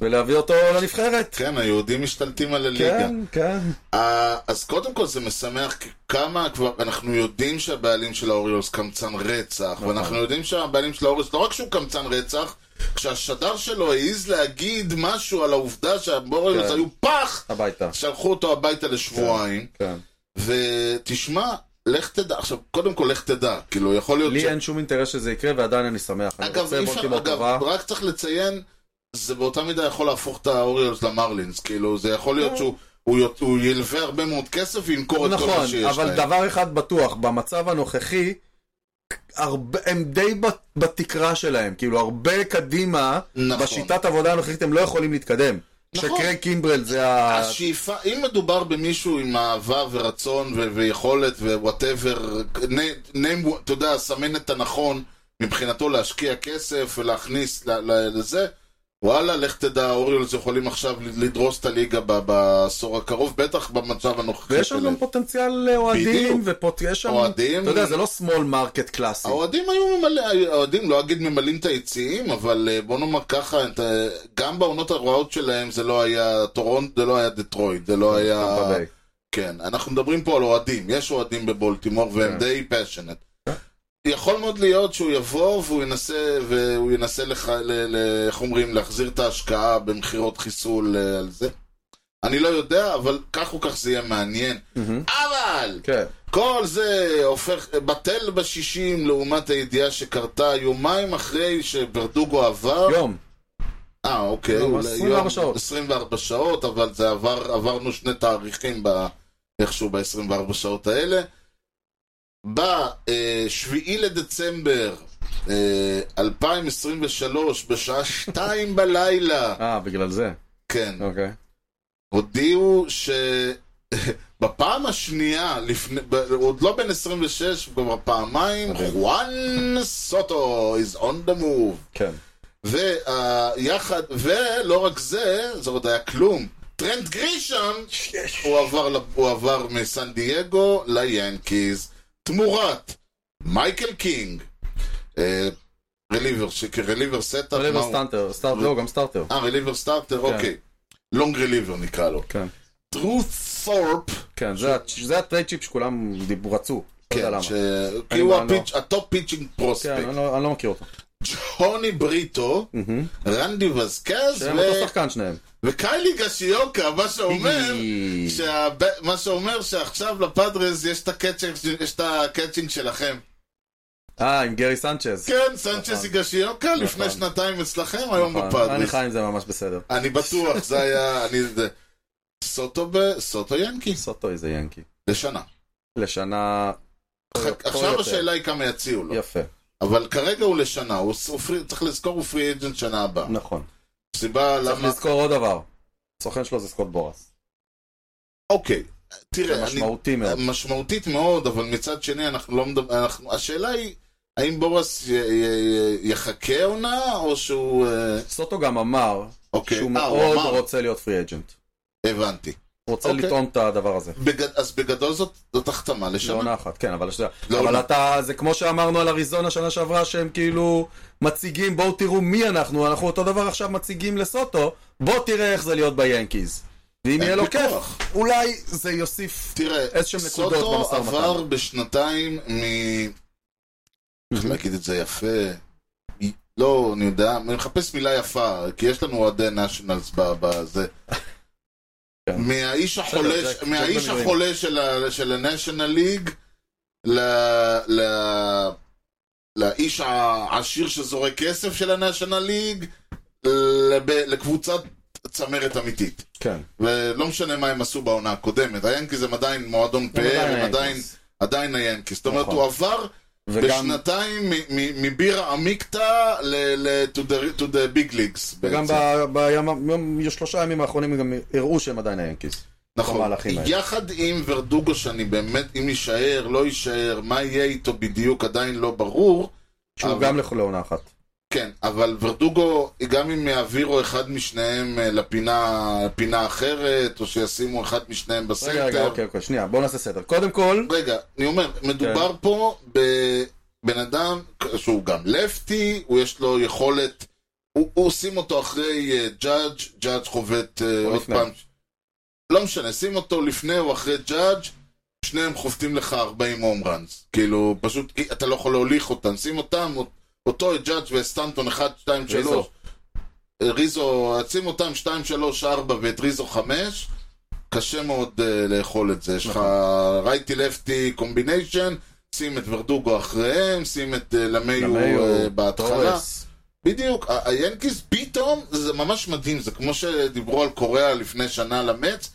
Speaker 2: ולהביא אותו לנבחרת.
Speaker 1: כן, היהודים משתלטים על הליגה.
Speaker 2: כן, כן.
Speaker 1: אה, אז קודם כל זה משמח כי כמה כבר, אנחנו יודעים שהבעלים של האוריולס קמצן
Speaker 2: נכון.
Speaker 1: רצח, ואנחנו יודעים שהבעלים של האוריולס, לא רק שהוא קמצן רצח, כשהשדר שלו העז להגיד משהו על העובדה שהאוריולס
Speaker 2: כן.
Speaker 1: היו פח,
Speaker 2: הביתה.
Speaker 1: שלחו אותו הביתה לשבועיים,
Speaker 2: כן.
Speaker 1: ותשמע, לך תדע, עכשיו, קודם כל לך תדע, כאילו, יכול להיות ש...
Speaker 2: לי אין שום אינטרס שזה יקרה ועדיין אני שמח. אני
Speaker 1: אגב,
Speaker 2: רוצה
Speaker 1: אי
Speaker 2: בולטימור
Speaker 1: אפשר, אגב,
Speaker 2: טובה.
Speaker 1: רק צריך לציין, זה באותה מידה יכול להפוך את האוריולס למרלינס, כאילו, זה יכול להיות שהוא... הוא יות- הוא ילווה הרבה מאוד כסף וימכור את כל
Speaker 2: נכון,
Speaker 1: מה שיש להם.
Speaker 2: אבל דבר אחד בטוח, במצב הנוכחי, הרבה, הם די בת- בתקרה שלהם, כאילו הרבה קדימה,
Speaker 1: נכון.
Speaker 2: בשיטת עבודה הנוכחית הם לא יכולים להתקדם.
Speaker 1: נכון.
Speaker 2: שקרי קימברל זה ה...
Speaker 1: השאיפה, אם מדובר במישהו עם אהבה ורצון ו- ויכולת ווואטאבר, אתה יודע, סמן את הנכון מבחינתו להשקיע כסף ולהכניס ל- ל- לזה, וואלה, לך תדע, האוריולס יכולים עכשיו לדרוס את הליגה ב- בעשור הקרוב, בטח במצב הנוכחי
Speaker 2: ויש שם גם פוטנציאל אוהדים,
Speaker 1: בדיוק.
Speaker 2: ויש שם...
Speaker 1: אוהדים.
Speaker 2: אתה יודע, זה לא small market קלאסי.
Speaker 1: האוהדים היו ממלא, האוהדים, לא אגיד ממלאים את היציעים, אבל אה, בוא נאמר ככה, את ה- גם בעונות הרעות שלהם זה לא היה טורונט, זה לא היה דטרויט, זה לא היה...
Speaker 2: טמפה ביי.
Speaker 1: כן, אנחנו מדברים פה על אוהדים, יש אוהדים בבולטימור והם
Speaker 2: כן.
Speaker 1: די פשנט. יכול מאוד להיות שהוא יבוא והוא ינסה, והוא ינסה לך, ל- ל- איך אומרים, להחזיר את ההשקעה במכירות חיסול אה, על זה. אני לא יודע, אבל כך או כך זה יהיה מעניין.
Speaker 2: מהמם.
Speaker 1: אבל!
Speaker 2: כן.
Speaker 1: כל זה הופך, בטל בשישים לעומת הידיעה שקרתה יומיים אחרי שברדוגו עבר.
Speaker 2: יום.
Speaker 1: אה, אוקיי.
Speaker 2: לא,
Speaker 1: אולי
Speaker 2: 24
Speaker 1: יום-
Speaker 2: שעות.
Speaker 1: 24 שעות, אבל זה עבר, עברנו שני תאריכים ב, איכשהו ב-24 שעות האלה. ב-7 לדצמבר אה, 2023, בשעה 2 בלילה,
Speaker 2: אה, בגלל זה.
Speaker 1: כן,
Speaker 2: אוקיי.
Speaker 1: הודיעו ש... בפעם השנייה, לפני, ב, עוד לא בן 26, כבר פעמיים, חואן סוטו is on the move.
Speaker 2: כן.
Speaker 1: ויחד, ולא רק זה, זה עוד היה כלום. טרנט גרישם, הוא עבר, ל- הוא עבר מסן דייגו ליאנקיז, תמורת מייקל קינג, אה, רליבר, שכרליבר סטאפ,
Speaker 2: רליבר סטאנטר, סטארט, לא, גם סטארטר.
Speaker 1: אה, רליבר סטארטר,
Speaker 2: כן.
Speaker 1: אוקיי. לונג רליבר נקרא לו.
Speaker 2: כן.
Speaker 1: טרו תורפ,
Speaker 2: כן, זה ה- זה הטרייד צ'יפ שכולם דיב- רצו. לא יודע
Speaker 1: כן,
Speaker 2: למה.
Speaker 1: ש- כי הוא
Speaker 2: לא- לא.
Speaker 1: הפיצ'- הטופ פיצ'ינג פרוספקט.
Speaker 2: כן, אני לא- אני לא מכיר אותו.
Speaker 1: ג'וני בריטו, רנדי וזקז,
Speaker 2: שהם
Speaker 1: ו-
Speaker 2: אותו שחקן שניהם.
Speaker 1: וקיילי גשיוקה, מה שאומר,
Speaker 2: אי.
Speaker 1: שהב- מה שאומר שעכשיו לפאדרס יש את הקאצ'ינג- יש את הקאצ'ינג שלכם.
Speaker 2: אה, עם גרי סנצ'ז.
Speaker 1: כן, סנצ'ס
Speaker 2: נכון.
Speaker 1: יגשיוקה, לפני
Speaker 2: נכון.
Speaker 1: שנתיים אצלכם, היום
Speaker 2: נכון, אני
Speaker 1: בפאדרס.
Speaker 2: חי עם זה ממש בסדר.
Speaker 1: אני בטוח, זה היה... אני- זה- סוטו ב- סוטו ינקי,
Speaker 2: סוטו איזה ינקי.
Speaker 1: לשנה.
Speaker 2: לשנה...
Speaker 1: חק-
Speaker 2: פה
Speaker 1: עכשיו
Speaker 2: יותר.
Speaker 1: השאלה היא כמה יציעו לו.
Speaker 2: יפה,
Speaker 1: אבל כרגע הוא לשנה, הוא ס- הוא פרי- צריך לזכור הוא פרי אג'נט שנה הבאה.
Speaker 2: נכון.
Speaker 1: סיבה
Speaker 2: צריך
Speaker 1: למה...
Speaker 2: לזכור עוד דבר. הסוכן שלו זה סקוט בורס.
Speaker 1: אוקיי,
Speaker 2: זה
Speaker 1: תראה, אני...
Speaker 2: משמעותי מאוד.
Speaker 1: משמעותית מאוד, אבל מצד שני אנחנו לא מדבר... אנחנו... השאלה היא, האם בורס י... י... י... יחכה עונה, או שהוא... אה,
Speaker 2: סוטו גם אמר
Speaker 1: אוקיי,
Speaker 2: שהוא
Speaker 1: אה, הוא
Speaker 2: מאוד
Speaker 1: אמר.
Speaker 2: רוצה להיות פרי אג'נט.
Speaker 1: הבנתי.
Speaker 2: הוא רוצה
Speaker 1: אוקיי.
Speaker 2: לטעום את הדבר הזה.
Speaker 1: בג... אז בגדול זאת, זאת החתמה לשנה.
Speaker 2: לעונה אחת, כן, אבל שזה...
Speaker 1: לא
Speaker 2: אבל
Speaker 1: עונה.
Speaker 2: אתה, זה כמו שאמרנו על אריזונה שנה שעברה, שהם כאילו מציגים, בואו תראו מי אנחנו, אנחנו אותו דבר עכשיו מציגים לסוטו, בוא תראה איך זה להיות ביאנקיז. ואם
Speaker 1: אין
Speaker 2: יהיה לו כיף,
Speaker 1: ויכוח.
Speaker 2: אולי זה יוסיף
Speaker 1: תראה,
Speaker 2: איזשהם נקודות
Speaker 1: סוטו
Speaker 2: במשא ומתן.
Speaker 1: עבר בשנתיים מ... איך להגיד את זה יפה? מ- לא, אני יודע, אני מחפש מילה יפה, כי יש לנו אוהדי נשיונלס בזה.
Speaker 2: כן.
Speaker 1: מהאיש החולה,
Speaker 2: בסדר, זה-
Speaker 1: מהאיש
Speaker 2: זה במילואים.
Speaker 1: החולה של ה- של ה-National League ל- ל- לאיש העשיר שזורק כסף של ה-National League לב- לקבוצת צמרת אמיתית.
Speaker 2: כן.
Speaker 1: ולא משנה מה הם עשו בעונה הקודמת, היאנקיז הם עדיין מועדון פאר,
Speaker 2: עדיין
Speaker 1: הם עדיין,
Speaker 2: היאנקיז.
Speaker 1: עדיין היאנקיז. זאת אומרת,
Speaker 2: נכון.
Speaker 1: הוא עבר
Speaker 2: וגם
Speaker 1: בשנתיים מ- מ- מבירה עמיקתא ל- ל- to the- to the big leagues
Speaker 2: וגם
Speaker 1: בעצם.
Speaker 2: בשלושה ימים האחרונים הם גם הראו שהם עדיין היאנקיז.
Speaker 1: נכון.
Speaker 2: במהלכים האלה.
Speaker 1: יחד עם ורדוגו, שאני באמת, אם יישאר, לא יישאר, מה יהיה איתו בדיוק עדיין לא ברור.
Speaker 2: שהוא
Speaker 1: אבל-
Speaker 2: גם לכל- לעונה אחת.
Speaker 1: כן, אבל ורדוגו, גם אם יעבירו אחד משניהם אה, לפינה פינה אחרת, או שישימו אחד משניהם בסנטר...
Speaker 2: רגע, רגע, אוקיי, אוקיי, שנייה, בואו נעשה סדר. קודם כל,
Speaker 1: רגע, אני אומר, מדובר
Speaker 2: כן.
Speaker 1: פה בבן אדם שהוא גם לפטי, הוא יש לו יכולת, הוא, הוא שים אותו אחרי אה, ג'אדג', ג'אדג' חובט אה,
Speaker 2: או
Speaker 1: עוד
Speaker 2: לפני.
Speaker 1: פעם. לא משנה, שים אותו לפני או אחרי ג'אדג', שניהם חובטים לך 40 הום ראנס. כאילו, פשוט כי אתה לא יכול להוליך אותם, שים אותם, אותו את ג'אדג' וסטנטון 1, 2, 3.
Speaker 2: ריזו.
Speaker 1: ריזו, שים אותם 2, 3, 4 ואת ריזו 5. קשה מאוד uh, לאכול את זה. יש לך
Speaker 2: נכון.
Speaker 1: רייטי לפטי קומביניישן, שים את ורדוגו אחריהם, שים את uh, למיו uh, בהתחלה.
Speaker 2: תורס.
Speaker 1: בדיוק, ה- היאנקיז פתאום, זה ממש מדהים, זה כמו שדיברו על קוריאה לפני שנה על המץ,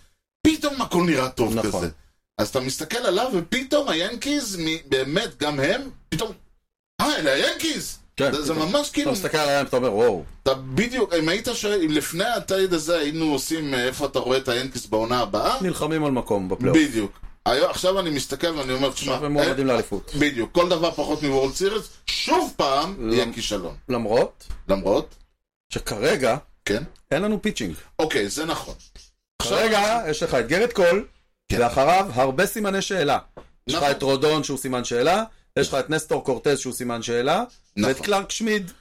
Speaker 1: פתאום הכל נראה טוב
Speaker 2: נכון.
Speaker 1: כזה. אז אתה מסתכל עליו, ופתאום היאנקיז, מ- באמת, גם הם, פתאום, אה, אלה היאנקיז!
Speaker 2: כן,
Speaker 1: זה- זה
Speaker 2: פתאום.
Speaker 1: ממש
Speaker 2: אתה
Speaker 1: כאילו,
Speaker 2: מסתכל עליהם, אתה אומר, וואו.
Speaker 1: אתה בדיוק, אם היית שואל, אם לפני הטייד הזה היינו עושים אה, איפה אתה רואה את היאנקיז בעונה הבאה,
Speaker 2: נלחמים על מקום בפלייאוף.
Speaker 1: בדיוק. היום- עכשיו אני מסתכל ואני אומר, תשמע,
Speaker 2: לא. עכשיו הם מועמדים לאליפות.
Speaker 1: אה, בדיוק, כל דבר פחות מוורד סיריס, שוב פעם,
Speaker 2: לא.
Speaker 1: יהיה כישלון.
Speaker 2: למרות
Speaker 1: למרות,
Speaker 2: שכרגע
Speaker 1: כן.
Speaker 2: אין לנו פיצ'ינג.
Speaker 1: אוקיי, זה נכון. עכשיו-
Speaker 2: כרגע יש לך את גרד קול,
Speaker 1: כן.
Speaker 2: ואחריו הרבה סימני שאלה. יש לך
Speaker 1: נכון.
Speaker 2: את רודון שהוא סימן שאלה, יש לך את נסטור קורטז שהוא סימן שאלה, ואת
Speaker 1: נכון.
Speaker 2: קלארק שמיד.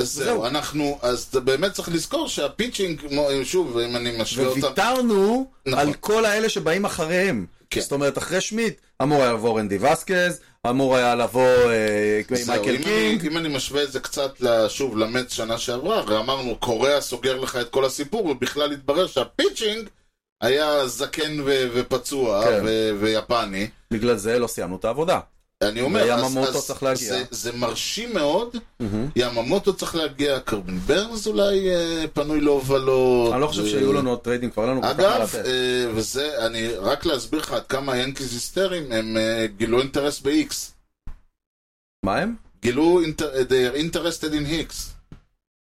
Speaker 1: אז זהו,
Speaker 2: זהו.
Speaker 1: אנחנו, אז אתה באמת צריך לזכור שהפיצ'ינג, כמו- שוב, אם אני משווה אותם,
Speaker 2: וויתרנו
Speaker 1: נכון.
Speaker 2: על כל האלה שבאים אחריהם.
Speaker 1: כן.
Speaker 2: זאת אומרת, אחרי שמיד אמור היה לבוא רנדי וסקז, אמור היה לבוא אה,
Speaker 1: זהו,
Speaker 2: מייקל
Speaker 1: אם
Speaker 2: קינג.
Speaker 1: אני- אם אני משווה את זה קצת, ל- שוב, למץ שנה שעברה, הרי אמרנו, קוריאה סוגר לך את כל הסיפור, ובכלל התברר שהפיצ'ינג היה זקן ו- ופצוע
Speaker 2: כן.
Speaker 1: ו- ויפני.
Speaker 2: בגלל זה לא סיימנו את העבודה.
Speaker 1: אני אומר,
Speaker 2: ויאממוטו צריך להגיע.
Speaker 1: זה, זה מרשים מאוד, יממוטו צריך להגיע, קרבן ברנס אולי אה, פנוי להובלות.
Speaker 2: אני לא חושב
Speaker 1: אה,
Speaker 2: שהיו לנו עוד טריידים, כבר אין לנו כל כך מה
Speaker 1: אגב,
Speaker 2: לתת.
Speaker 1: אה, וזה, אני רק להסביר לך עד כמה היאנקיז היסטריים, הם אה, גילו אינטרס ב-X.
Speaker 2: מה הם?
Speaker 1: גילו, אינטר- אה, they are interested in Hicks.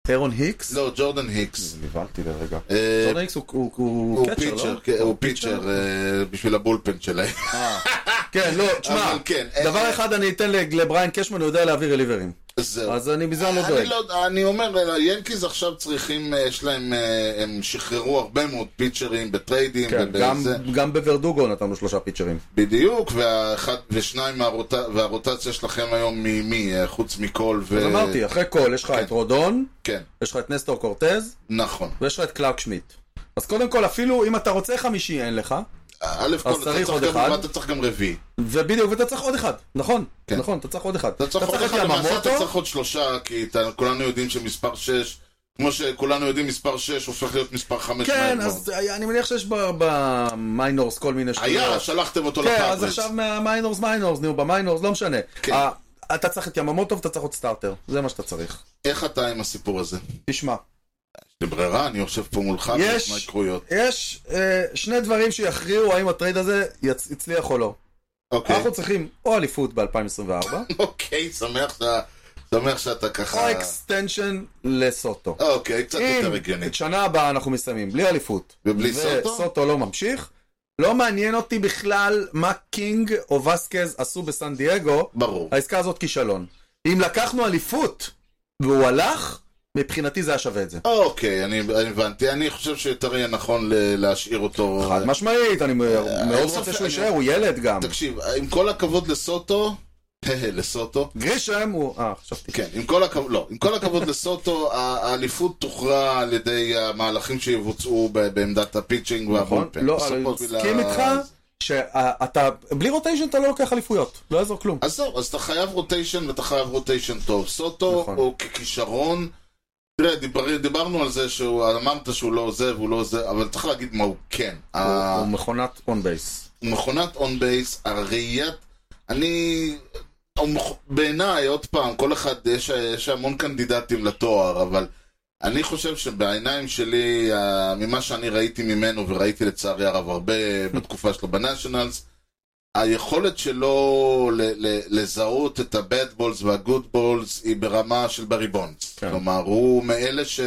Speaker 2: טרון היקס?
Speaker 1: לא, ג'ורדן היקס.
Speaker 2: נבהלתי לרגע.
Speaker 1: אה,
Speaker 2: טרון היקס הוא- הוא- הוא
Speaker 1: הוא
Speaker 2: קצ'ר, לא?
Speaker 1: פיצ'ר, כן, הוא פיצ'ר אה, בשביל הבולפן שלהם.
Speaker 2: כן, לא, תשמע,
Speaker 1: אבל כן,
Speaker 2: דבר
Speaker 1: אה,
Speaker 2: אחד אני אתן לג- לבריין קשמן, הוא יודע להעביר אליברים.
Speaker 1: זהו.
Speaker 2: אז אני מזה אני לא
Speaker 1: אני
Speaker 2: דואג.
Speaker 1: לא, אני אומר, היאנקיז עכשיו צריכים, אה, יש להם, אה, הם שחררו הרבה מאוד פיצ'רים בטריידים,
Speaker 2: כן, גם-
Speaker 1: ובזה,
Speaker 2: גם בוורדוגו נתנו שלושה פיצ'רים.
Speaker 1: בדיוק, והאחד ושניים מהרוט- והרוטציה שלכם היום ממי, אה, חוץ מכל ו...
Speaker 2: אז אמרתי, אחרי כל יש לך
Speaker 1: כן.
Speaker 2: את רודון,
Speaker 1: כן,
Speaker 2: יש לך את נסטור קורטז,
Speaker 1: נכון.
Speaker 2: ויש לך את קלארק שמיט. אז קודם כל, אפילו אם אתה רוצה חמישי, אין לך,
Speaker 1: א' כל,
Speaker 2: אז
Speaker 1: אתה
Speaker 2: צריך
Speaker 1: צריך
Speaker 2: עוד
Speaker 1: גם-
Speaker 2: אחד.
Speaker 1: אתה צריך גם רביעי.
Speaker 2: ובדיוק, ואתה צריך עוד אחד. נכון,
Speaker 1: כן.
Speaker 2: נכון, אתה צריך עוד אחד.
Speaker 1: אתה צריך עוד
Speaker 2: את
Speaker 1: אחד, למעשה אתה
Speaker 2: יממוטו,
Speaker 1: צריך עוד שלושה, כי אתה- כולנו יודעים שמספר 6, כמו שכולנו יודעים, מספר 6 הופך להיות מספר 5
Speaker 2: כן, אז היה- אני מניח שיש ב- במיינורס כל מיני
Speaker 1: היה, שלחתם אותו
Speaker 2: כן, אז
Speaker 1: לפאבריס.
Speaker 2: עכשיו מהמיינורס מיינורס, נו, במיינורס, לא משנה.
Speaker 1: כן.
Speaker 2: אה, אתה צריך את יממוטו ואתה צריך עוד סטארטר, זה מה שאתה צריך.
Speaker 1: איך אתה עם הסיפור הזה?
Speaker 2: תשמע,
Speaker 1: לברירה, אני יושב פה מולך,
Speaker 2: יש-
Speaker 1: יש מהקרויות.
Speaker 2: יש אה, שני דברים שיכריעו האם הטרייד הזה יצ- יצליח או לא.
Speaker 1: אוקיי,
Speaker 2: אנחנו צריכים או אליפות ב-2024,
Speaker 1: אוקיי, שמח שאתה- שמח שאתה ככה...
Speaker 2: או אקסטנשן לסוטו.
Speaker 1: אוקיי, קצת אה. יותר
Speaker 2: אם
Speaker 1: הגיוני.
Speaker 2: את שנה הבאה אנחנו מסיימים בלי אליפות,
Speaker 1: ובלי סוטו?
Speaker 2: וסוטו לא ממשיך, לא מעניין אותי בכלל מה קינג או וסקז עשו בסן דייגו,
Speaker 1: ברור.
Speaker 2: העסקה הזאת כישלון. אם לקחנו אליפות והוא הלך, מבחינתי זה היה שווה את זה.
Speaker 1: אוקיי, אני אני הבנתי. אני חושב שיותר יהיה נכון ל- להשאיר אותו...
Speaker 2: חד משמעית, אני מאוד
Speaker 1: אין
Speaker 2: רוצה
Speaker 1: ספק,
Speaker 2: שהוא
Speaker 1: אה, אני-
Speaker 2: יישאר, הוא ילד גם.
Speaker 1: תקשיב, עם כל הכבוד לסוטו, אה, לסוטו,
Speaker 2: גרישם הוא... אה, חשבתי.
Speaker 1: כן, עם כל הכבוד, לא, עם כל הכבוד לסוטו, ה- האליפות תוכרע על ידי המהלכים שיבוצעו ב- בעמדת הפיצ'ינג
Speaker 2: נכון?
Speaker 1: והבולפן.
Speaker 2: לא,
Speaker 1: בסופו
Speaker 2: אני
Speaker 1: של
Speaker 2: מסכים
Speaker 1: ה-
Speaker 2: איתך שאתה... בלי רוטיישן אתה לא לוקח אליפויות, לא יעזור כלום.
Speaker 1: אז זהו, אז אתה חייב רוטיישן ואתה חייב רוטיישן טוב. סוטו
Speaker 2: נכון.
Speaker 1: הוא ככישרון, תראה, דיבר, דיברנו על זה שהוא, אמרת שהוא לא עוזב, הוא לא עוזב, אבל צריך להגיד מה הוא כן.
Speaker 2: הוא-
Speaker 1: ה-
Speaker 2: הוא מכונת און בייס.
Speaker 1: מכונת און בייס, הראיית... אני... המכ- בעיניי, עוד פעם, כל אחד, יש, יש המון קנדידטים לתואר, אבל אני חושב שבעיניים שלי, ה- ממה שאני ראיתי ממנו, וראיתי לצערי הרב הרבה בתקופה שלו בנשיונלס, היכולת שלו ל- ל- לזהות את ה-bad balls וה-good balls היא ברמה של ברי בונדס.
Speaker 2: כן.
Speaker 1: כלומר, הוא מאלה ש...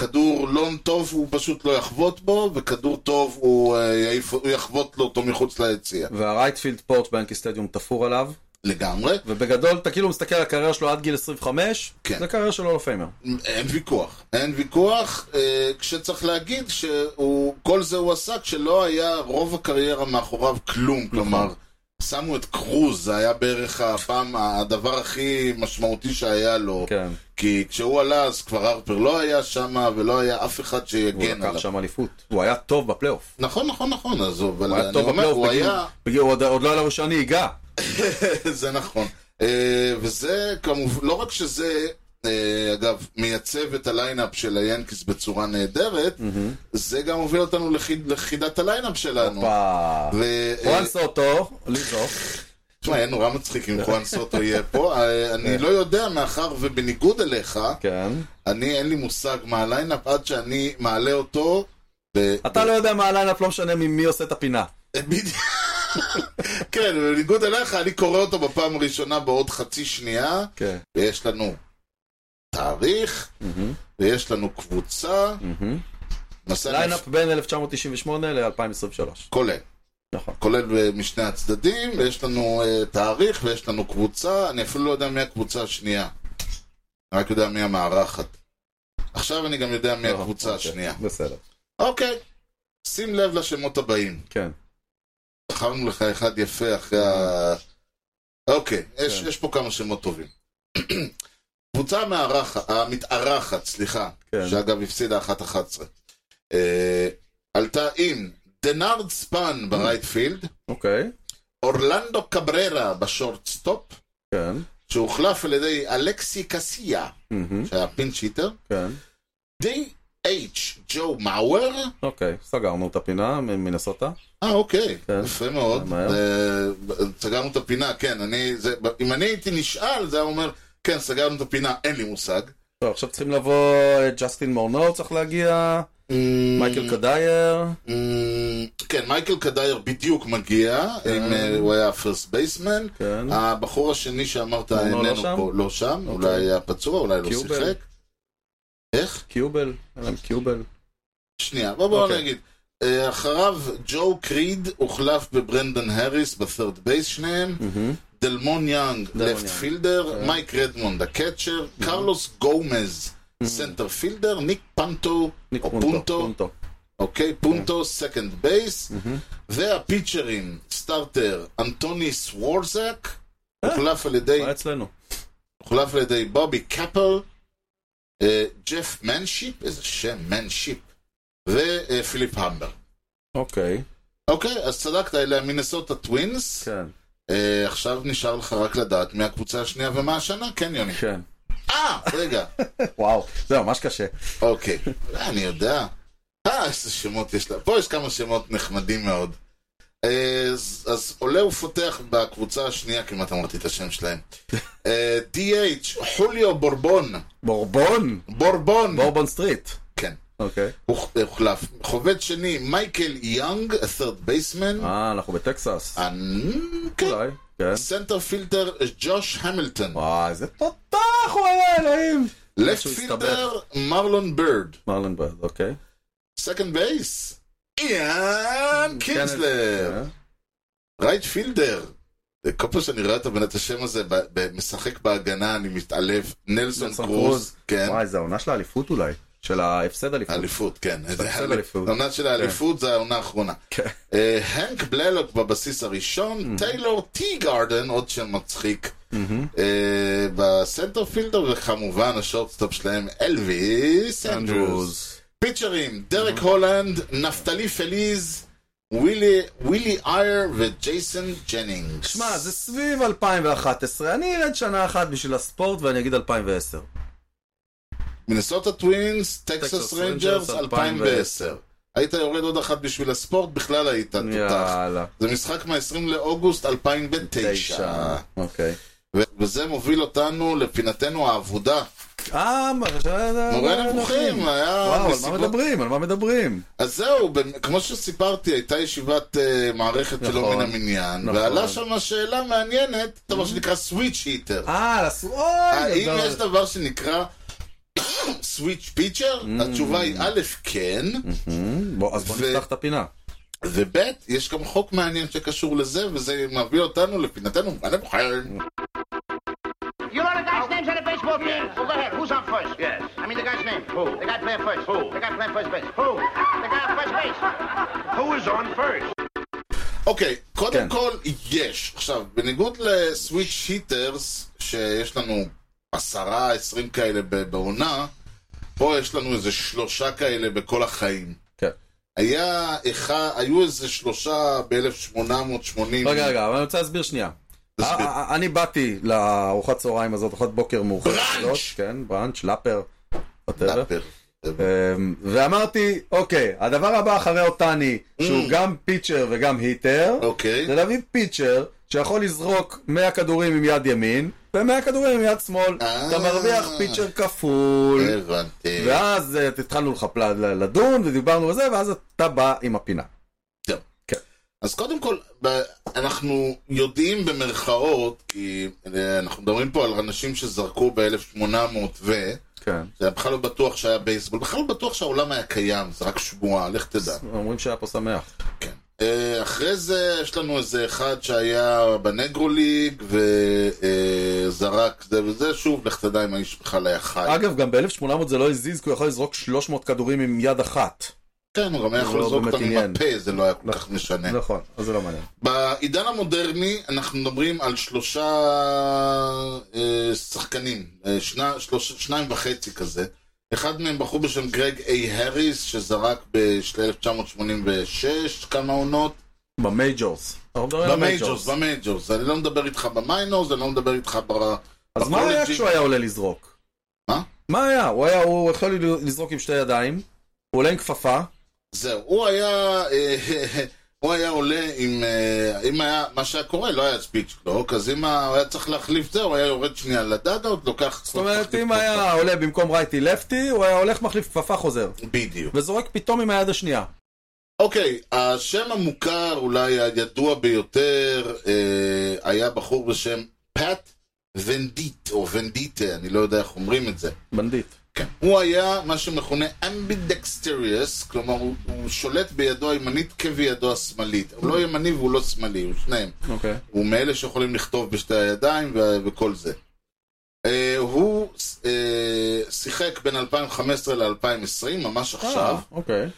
Speaker 1: כדור לא טוב הוא פשוט לא יחבוט בו, וכדור טוב הוא, אה, יעיף, הוא יחבוט לו אותו מחוץ ליציע.
Speaker 2: והרייטפילד פורץ' באנקי סטדיום תפור עליו,
Speaker 1: לגמרי,
Speaker 2: ובגדול, אתה כאילו מסתכל על הקריירה שלו עד גיל 25,
Speaker 1: כן.
Speaker 2: זה קריירה של הולו פיימר.
Speaker 1: אין ויכוח. אין ויכוח, אה, כשצריך להגיד שכל זה הוא עשה כשלא היה רוב הקריירה מאחוריו
Speaker 2: נכון.
Speaker 1: כלום. כלומר, שמו את קרוז, זה היה בערך הפעם, הדבר הכי משמעותי שהיה לו.
Speaker 2: כן.
Speaker 1: כי כשהוא עלה אז כבר הרפר לא היה שמה ולא היה אף אחד
Speaker 2: הוא
Speaker 1: שיגן
Speaker 2: לקח
Speaker 1: עליו.
Speaker 2: שם אליפות. הוא היה טוב בפלייאוף.
Speaker 1: נכון, נכון, נכון, עזוב,
Speaker 2: הוא
Speaker 1: אבל
Speaker 2: היה
Speaker 1: אני
Speaker 2: טוב
Speaker 1: אומר,
Speaker 2: בפלייאוף
Speaker 1: הוא
Speaker 2: בגיל...
Speaker 1: היה...
Speaker 2: בגיל... הוא עוד, עוד לא היה לו שאני ייגע.
Speaker 1: זה נכון. אה, וזה כמובן, לא רק שזה, אה, אגב, מייצב את הליינאפ של היאנקיס בצורה נהדרת, זה גם הוביל אותנו לחיד- לחידת הליינאפ שלנו.
Speaker 2: הופה.
Speaker 1: ו-
Speaker 2: חואן
Speaker 1: אה,
Speaker 2: סוטו, ליזו.
Speaker 1: תשמע, יהיה נורא מצחיק אם חואן סוטו יהיה פה. אה, אני לא יודע, מאחר ובניגוד אליך,
Speaker 2: כן.
Speaker 1: אני אין לי מושג מה הליינאפ עד שאני מעלה אותו. ב-
Speaker 2: אתה לא יודע מה הליינאפ, לא משנה ממי עושה את הפינה.
Speaker 1: אה, בדיוק. כן, בניגוד אליך, אני קורא אותו בפעם הראשונה בעוד חצי שנייה,
Speaker 2: כן.
Speaker 1: ויש לנו תאריך, ויש לנו קבוצה, מסע
Speaker 2: ליינאפ בין 1998 ל-2023.
Speaker 1: כולל,
Speaker 2: נכון.
Speaker 1: כולל אה, משני הצדדים, ויש לנו אה, תאריך, ויש לנו קבוצה, אני אפילו לא יודע מי הקבוצה השנייה, אני רק יודע מי המארחת. עכשיו אני גם יודע מי הקבוצה
Speaker 2: אוקיי,
Speaker 1: השנייה.
Speaker 2: בסדר.
Speaker 1: אוקיי, שים לב לשמות הבאים.
Speaker 2: כן.
Speaker 1: זכרנו לך אחד יפה אחרי ה... אוקיי, יש,
Speaker 2: כן.
Speaker 1: יש פה כמה שמות טובים. קבוצה המארחת, המתארחת, סליחה,
Speaker 2: כן.
Speaker 1: שאגב הפסידה 1-11, אה, עלתה עם דנארד ספן ברייט פילד,
Speaker 2: אוקיי.
Speaker 1: אורלנדו קבררה בשורט סטופ,
Speaker 2: כן.
Speaker 1: שהוחלף על ידי אלכסי קסיה,
Speaker 2: מהמם.
Speaker 1: שהיה פינצ'יטר,
Speaker 2: כן.
Speaker 1: די אייץ' ג'ו מאואר,
Speaker 2: אוקיי. סגרנו את הפינה מנסוטה.
Speaker 1: אה, אוקיי,
Speaker 2: כן.
Speaker 1: יפה מאוד.
Speaker 2: מהר.
Speaker 1: אה, סגרנו את הפינה, כן, אני, זה, אם אני הייתי נשאל, זה היה אומר, כן, סגרנו את הפינה, אין לי מושג.
Speaker 2: טוב, עכשיו צריכים לבוא, אה, ג'סטין מורנו צריך להגיע,
Speaker 1: Mm.
Speaker 2: מייקל קדייר,
Speaker 1: אמ, אה, כן, מייקל קדייר בדיוק מגיע, אם, אה, הוא היה הפרסט בייסמן.
Speaker 2: כן.
Speaker 1: הבחור השני שאמרת
Speaker 2: לא
Speaker 1: איננו
Speaker 2: שם?
Speaker 1: פה, לא שם,
Speaker 2: אוקיי.
Speaker 1: אולי היה פצוע, אולי לא
Speaker 2: קיובל.
Speaker 1: שיחק. איך?
Speaker 2: קיובל, היה להם קיובל.
Speaker 1: שנייה, בוא בוא
Speaker 2: אוקיי.
Speaker 1: נגיד. אה, אחריו ג'ו קריד הוחלף בברנדון האריס בת'רד בייס שניהם. דלמון יאנג,
Speaker 2: דלמון
Speaker 1: לפט
Speaker 2: יאנג. אוקיי. Mm-hmm.
Speaker 1: פילדר, מייק רדמונד, הקאצ'ר, קרלוס גומז, סנטר פילדר, ניק פנטו,
Speaker 2: ניק
Speaker 1: או
Speaker 2: פונטו.
Speaker 1: פונטו,
Speaker 2: פונטו.
Speaker 1: אוקיי, פונטו, סקנד בייס, והפיצ'רים, סטארטר, אנטוני סוורזק,
Speaker 2: אה?
Speaker 1: הוחלף על ידי-
Speaker 2: היה אצלנו.
Speaker 1: הוחלף על ידי בובי קפל, אה, ג'ף מנשיפ, איזה שם, מנשיפ, ופיליפ המבר.
Speaker 2: אוקיי.
Speaker 1: אוקיי, אז צדקת, אלה המינסוטה טווינס.
Speaker 2: כן.
Speaker 1: אה, עכשיו נשאר לך רק לדעת מי הקבוצה השנייה ומה השנה, כן יוני.
Speaker 2: כן.
Speaker 1: אה, רגע,
Speaker 2: וואו, זה ממש קשה.
Speaker 1: אוקיי, אה, אני יודע. אה, איזה שמות יש לה. פה יש כמה שמות נחמדים מאוד. אה, אז אז עולה ופותח בקבוצה השנייה, כמעט אמרתי את השם שלהם. אה, DH, חוליו בורבון.
Speaker 2: בורבון!
Speaker 1: בורבון.
Speaker 2: בורבון סטריט.
Speaker 1: כן,
Speaker 2: אוקיי.
Speaker 1: הוח- הוחלף. חובד שני, מייקל יאנג, third baseman.
Speaker 2: אה, אנחנו בטקסס.
Speaker 1: אה, כן.
Speaker 2: אולי. אה, כן.
Speaker 1: סנטר פילטר, ג'וש המילטון.
Speaker 2: וואי, איזה תותח הוא היה, אלוהים!
Speaker 1: לפט
Speaker 2: משהו
Speaker 1: פילדר, מרלון בירד.
Speaker 2: מרלן ברד, אוקיי.
Speaker 1: סקנד בייס, איאן
Speaker 2: Mm, כן,
Speaker 1: קינסלר.
Speaker 2: אה.
Speaker 1: רייט פילדר. כל פעם שאני רואה את הבן את השם הזה, ב- ב- משחק בהגנה, אני מתעלף. נלסון
Speaker 2: נלסון
Speaker 1: קרוז,
Speaker 2: קרוז.
Speaker 1: כן.
Speaker 2: וואי, זה העונה של האליפות אולי. של ההפסד אליפות.
Speaker 1: אליפות, כן. זה היה-
Speaker 2: האליפות.
Speaker 1: העונה של האליפות זה העונה האחרונה.
Speaker 2: כן.
Speaker 1: אה, הנק בללוק בבסיס הראשון, טיילור טי גארדן, עוד שם מצחיק, אה, בסנטר פילדר, וכמובן השורטסטופ שלהם, אלוויס אנדרוס.
Speaker 2: אנדרוס.
Speaker 1: פיצ'רים, דרק הולנד, נפתלי פליז, ווילי ווילי אייר וג'ייסון ג'נינגס.
Speaker 2: שמע, זה סביב 2011, אני ארד שנה אחת בשביל הספורט ואני אגיד 2010.
Speaker 1: מנסוטה טווינס, טקסס
Speaker 2: טקסס
Speaker 1: ריינג'רס,
Speaker 2: ריינג'רס,
Speaker 1: 2010. היית יורד עוד אחת בשביל הספורט, בכלל היית תותח.
Speaker 2: יאללה.
Speaker 1: זה משחק מה-20 לאוגוסט 2009.
Speaker 2: אוקיי.
Speaker 1: ו- וזה מוביל אותנו לפינתנו האבודה.
Speaker 2: אה, מה זה...
Speaker 1: מורה
Speaker 2: נכון.
Speaker 1: נבוכים, היה
Speaker 2: וואו, על מה
Speaker 1: מסיבות-
Speaker 2: מדברים? על מה מדברים?
Speaker 1: אז זהו, במ- כמו שסיפרתי, הייתה ישיבת אה, מערכת שלא
Speaker 2: נכון.
Speaker 1: מן המניין,
Speaker 2: נכון.
Speaker 1: ועלה שם שאלה מעניינת, דבר שנקרא סוויץ' היטר.
Speaker 2: אה, על הסו... אוי,
Speaker 1: האם
Speaker 2: גדול.
Speaker 1: יש דבר שנקרא
Speaker 2: Mm.
Speaker 1: סוויץ' פיצ'ר? התשובה היא א', כן,
Speaker 2: אה, בוא, אז בוא
Speaker 1: ו-
Speaker 2: נפתח את הפינה.
Speaker 1: וב' יש גם חוק מעניין שקשור לזה, וזה מביא אותנו לפינתנו, אני מוכן.
Speaker 5: You know the guy's names on the baseball team? Well, go ahead. Who's on first? Yes. I mean the guy's name. Who? The guy playing first. Who? The guy playing first base. Who? The guy on first base. Who is on first?
Speaker 1: אוקיי, קודם
Speaker 2: כן.
Speaker 1: כל, יש. עכשיו, בניגוד לסוויץ' היטרס, שיש לנו עשרה, עשרים כאלה ב- בעונה, פה יש לנו איזה שלושה כאלה בכל החיים.
Speaker 2: כן.
Speaker 1: היה אחד, היו איזה שלושה ב-1880.
Speaker 2: רגע, רגע, אבל אני רוצה להסביר שנייה.
Speaker 1: תסביר.
Speaker 2: אה, אה, אני באתי לארוחת צהריים הזאת, ארוחת בוקר מאוחרת.
Speaker 1: בראנץ'!
Speaker 2: הזאת, כן, בראנץ', לאפר. whatever.
Speaker 1: דאפר.
Speaker 2: אמ, ואמרתי, אוקיי, הדבר הבא אחרי אותני, שהוא גם פיצ'ר וגם היטר,
Speaker 1: Hmm. אוקיי.
Speaker 2: זה להביא פיצ'ר שיכול לזרוק 100 כדורים עם יד ימין, ו-100 כדורים עם יד שמאל.
Speaker 1: אה.
Speaker 2: אתה מרוויח פיצ'ר כפול.
Speaker 1: הבנתי.
Speaker 2: ואז אה, התחלנו לך לדון, ודיברנו על זה, ואז אתה בא עם הפינה.
Speaker 1: טוב.
Speaker 2: כן.
Speaker 1: אז קודם כל, ב- אנחנו יודעים במרכאות, כי אה, אנחנו מדברים פה על אנשים שזרקו ב-1800 ו...
Speaker 2: כן.
Speaker 1: זה בכלל לא בטוח שהיה בייסבול, בכלל לא בטוח שהעולם היה קיים, זה רק שמועה, לך תדע.
Speaker 2: אומרים שהיה פה שמח.
Speaker 1: כן. אה, אחרי זה יש לנו איזה אחד שהיה בנגרו ליג וזרק זה וזה, שוב, לך תדע אם האיש בכלל היה חי.
Speaker 2: אגב, גם ב-1800 זה לא הזיז, כי הוא יכול לזרוק 300 כדורים עם יד אחת.
Speaker 1: כן, הוא גם היה יכול
Speaker 2: לא
Speaker 1: לזרוק
Speaker 2: באמת
Speaker 1: אותם עם
Speaker 2: עניין.
Speaker 1: הפה, זה לא היה כל כך משנה.
Speaker 2: נכון, אז זה לא מעניין.
Speaker 1: בעידן המודרני אנחנו מדברים על שלושה אה, שחקנים, אה, שני, שלוש, שניים וחצי כזה. אחד מהם בחור בשם גרג איי האריס, שזרק ב-1986 כמה עונות.
Speaker 2: במייג'ורס. אנחנו מדברים על
Speaker 1: במייג'ורס, במייג'ורס. אני לא מדבר איתך במיינורס, אני לא מדבר איתך ב...
Speaker 2: אז מה היה כשהוא היה עולה לזרוק?
Speaker 1: מה?
Speaker 2: מה היה? הוא היה, הוא יכול לזרוק עם שתי ידיים, הוא עולה עם כפפה,
Speaker 1: זהו, הוא היה... אה, הוא היה עולה עם... אה, אם היה... מה שהיה קורה, לא היה ספיץ' קלוק, אז אם ה- הוא היה צריך להחליף זה, הוא היה יורד שנייה לדאגאוט, לוקח...
Speaker 2: זאת אומרת, אם היה עולה במקום רייטי לפטי, הוא היה הולך, מחליף כפפה, חוזר.
Speaker 1: בדיוק.
Speaker 2: וזורק פתאום עם היד השנייה.
Speaker 1: אוקיי, השם המוכר, אולי הידוע ביותר, אה, היה בחור בשם פאט ונדיט, או ונדיטה, אני לא יודע איך אומרים את זה.
Speaker 2: בנדיט.
Speaker 1: כן. הוא היה מה שמכונה אמבידקסטריוס, כלומר הוא, הוא שולט בידו הימנית כבידו השמאלית. הוא לא ימני והוא לא שמאלי, הוא שניהם.
Speaker 2: אוקיי.
Speaker 1: הוא מאלה שיכולים לכתוב בשתי הידיים ו- וכל זה. אה, הוא אה, שיחק בין 2015 ל-2020, ממש עכשיו.
Speaker 2: אוקיי.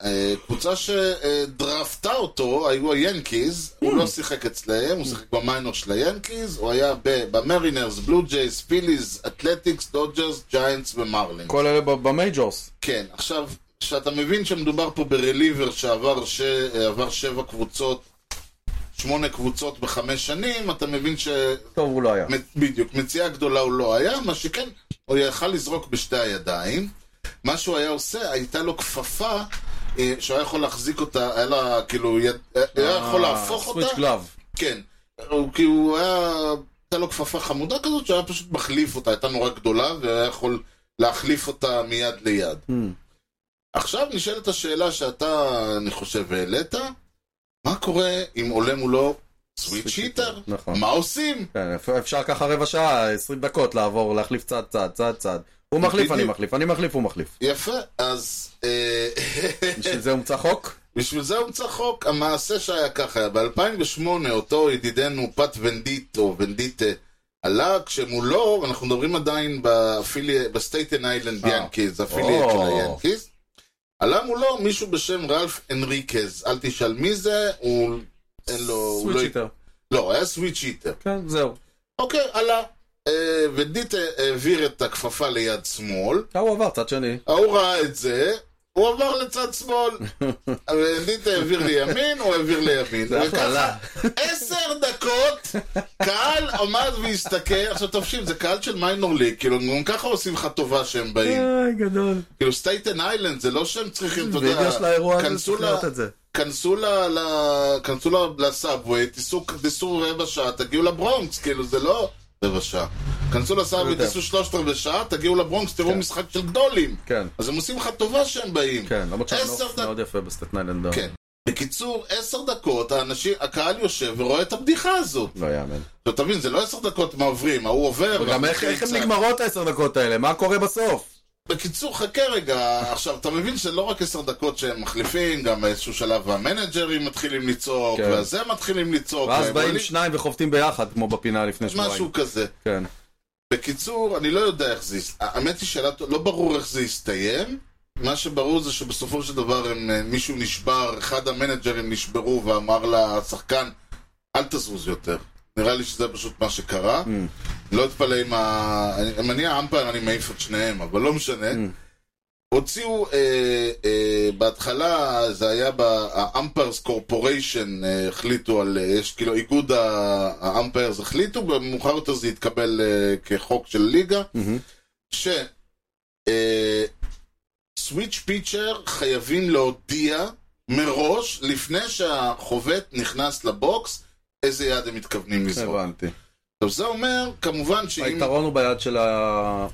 Speaker 1: הקבוצה שדרפתה אותו היו היאנקיז, הוא לא שיחק אצלהם, הוא שיחק במיינור של היאנקיז, הוא היה ב- במרינרס, בלו ג'ייס, פיליז, אתלטיקס, דודג'רס, ג'יינטס ומרלינס.
Speaker 2: כל אלה ב- במייג'ורס.
Speaker 1: כן, עכשיו, כשאתה מבין שמדובר פה ברליבר שעבר ש- עבר שבע קבוצות, שמונה קבוצות בחמש שנים, אתה מבין ש...
Speaker 2: טוב, הוא לא היה.
Speaker 1: בדיוק, מציאה גדולה הוא לא היה, מה שכן, הוא יכל לזרוק בשתי הידיים. מה שהוא היה עושה, הייתה לו כפפה אה, שהוא היה יכול להחזיק אותה, היה לה כאילו, יד, היה יכול להפוך אותה.
Speaker 2: אה, סוויץ' גלאב.
Speaker 1: כן. הוא כאילו היה, הייתה לו כפפה חמודה כזאת שהיה פשוט מחליף אותה, הייתה נורא גדולה והיה יכול להחליף אותה מיד ליד.
Speaker 2: Hmm,
Speaker 1: עכשיו נשאלת השאלה שאתה, אני חושב, העלית, מה קורה אם עולה מולו סוויץ' היטר?
Speaker 2: נכון.
Speaker 1: מה עושים?
Speaker 2: כן, אפ- אפשר ככה רבע שעה, 20 דקות לעבור, להחליף צד, צד, צד, צד. הוא מחליף, אני
Speaker 1: בדיוק.
Speaker 2: מחליף, אני מחליף, הוא מחליף.
Speaker 1: יפה, אז אה,
Speaker 2: בשביל זה הומצא חוק?
Speaker 1: בשביל זה הומצא חוק. המעשה שהיה ככה היה ב-2008, אותו ידידנו פט ונדיט או ונדיטה עלה, כשמולו, אנחנו מדברים עדיין באפילי- בסטייטן איילנד
Speaker 2: אה.
Speaker 1: ינקיז, הפיליאט של
Speaker 2: או.
Speaker 1: היאנקיז. עלה מולו מישהו בשם רלף אנריקז, אל תשאל מי זה, הוא... אין לו... הוא לא-
Speaker 2: סוויץ' היטר.
Speaker 1: לא, הוא היה סוויץ' היטר.
Speaker 2: כן, זהו.
Speaker 1: אוקיי, עלה. אה, ודיטה העביר את הכפפה ליד שמאל,
Speaker 2: אה, הוא עבר, צד שני.
Speaker 1: ההוא ראה את זה, הוא עבר לצד שמאל. ניטה העביר לימין, הוא העביר לימין.
Speaker 2: זה
Speaker 1: וככה,
Speaker 2: אחלה, לה.
Speaker 1: עשר דקות, קהל עמד והסתכל, עכשיו תקשיב, זה קהל של מיינור ליג, כאילו, גם ככה עושים לך טובה שהם באים.
Speaker 2: איי, גדול.
Speaker 1: כאילו, סטייטן איילנד, זה לא שהם צריכים, אתה יודע,
Speaker 2: והגיש לאירוע הזה,
Speaker 1: כנסו
Speaker 2: צריך
Speaker 1: ל-
Speaker 2: לראות את זה.
Speaker 1: כנסו ל- ל- כנסו ל- לסאבווי, תיסעו- תיסעו רבע שעה, תגיעו לברונקס, כאילו, זה לא רבע שעה. כנסו לסאבווי,
Speaker 2: יותר.
Speaker 1: תיסעו שלושת רבע שעה, תגיעו לברונקס, תראו משחק של גדולים.
Speaker 2: כן.
Speaker 1: אז הם עושים לך טובה שהם באים.
Speaker 2: כן, למרות
Speaker 1: עשר
Speaker 2: שהנוף
Speaker 1: דק-
Speaker 2: מאוד יפה בסטטן איילנד.
Speaker 1: כן. בקיצור, עשר דקות, האנשים, הקהל יושב ורואה את הבדיחה הזאת.
Speaker 2: לא יאמן.
Speaker 1: עכשיו, תבין, זה לא עשר דקות מעברים, ההוא עובר.
Speaker 2: וגם
Speaker 1: והוא
Speaker 2: איך איך
Speaker 1: קצת.
Speaker 2: הן נגמרות העשר דקות האלה? מה קורה בסוף?
Speaker 1: בקיצור, חכה רגע, עכשיו, אתה מבין שלא רק עשר דקות שהם מחליפים, גם באיזשהו שלב המנג'רים מתחילים לצעוק,
Speaker 2: כן.
Speaker 1: והזה מתחילים לצעוק,
Speaker 2: ואז
Speaker 1: והם
Speaker 2: באים
Speaker 1: עולים-
Speaker 2: שניים וחובטים ביחד, כמו בפינה לפני שבועיים.
Speaker 1: אוקיי, משהו כזה.
Speaker 2: כן.
Speaker 1: בקיצור, אני לא יודע איך זה... יס- האמת היא שאלה... לא ברור איך זה יסתיים. מה שברור זה שבסופו של דבר הם, אה, מישהו נשבר, אחד המנג'רים נשברו ואמר לשחקן, אל תזוז יותר. נראה לי שזה פשוט מה שקרה. לא אתפלא אם ה... אם אני האמפייר, אני מעיף את שניהם, אבל לא משנה.
Speaker 2: Mm,
Speaker 1: הוציאו, אה, אה, בהתחלה זה היה ב-Umpires Corporation אה, החליטו על, אה, יש כאילו איגוד ה-Umpires החליטו, ומאוחר יותר זה התקבל אה, כחוק של ליגה,
Speaker 2: mm-hmm.
Speaker 1: ש... אה, סוויץ' פיצ'ר חייבים להודיע מראש, לפני שהחובט נכנס לבוקס, איזה יד הם מתכוונים לזרוק.
Speaker 2: הבנתי.
Speaker 1: עכשיו זה אומר, כמובן שאם...
Speaker 2: היתרון הוא ביד של ה...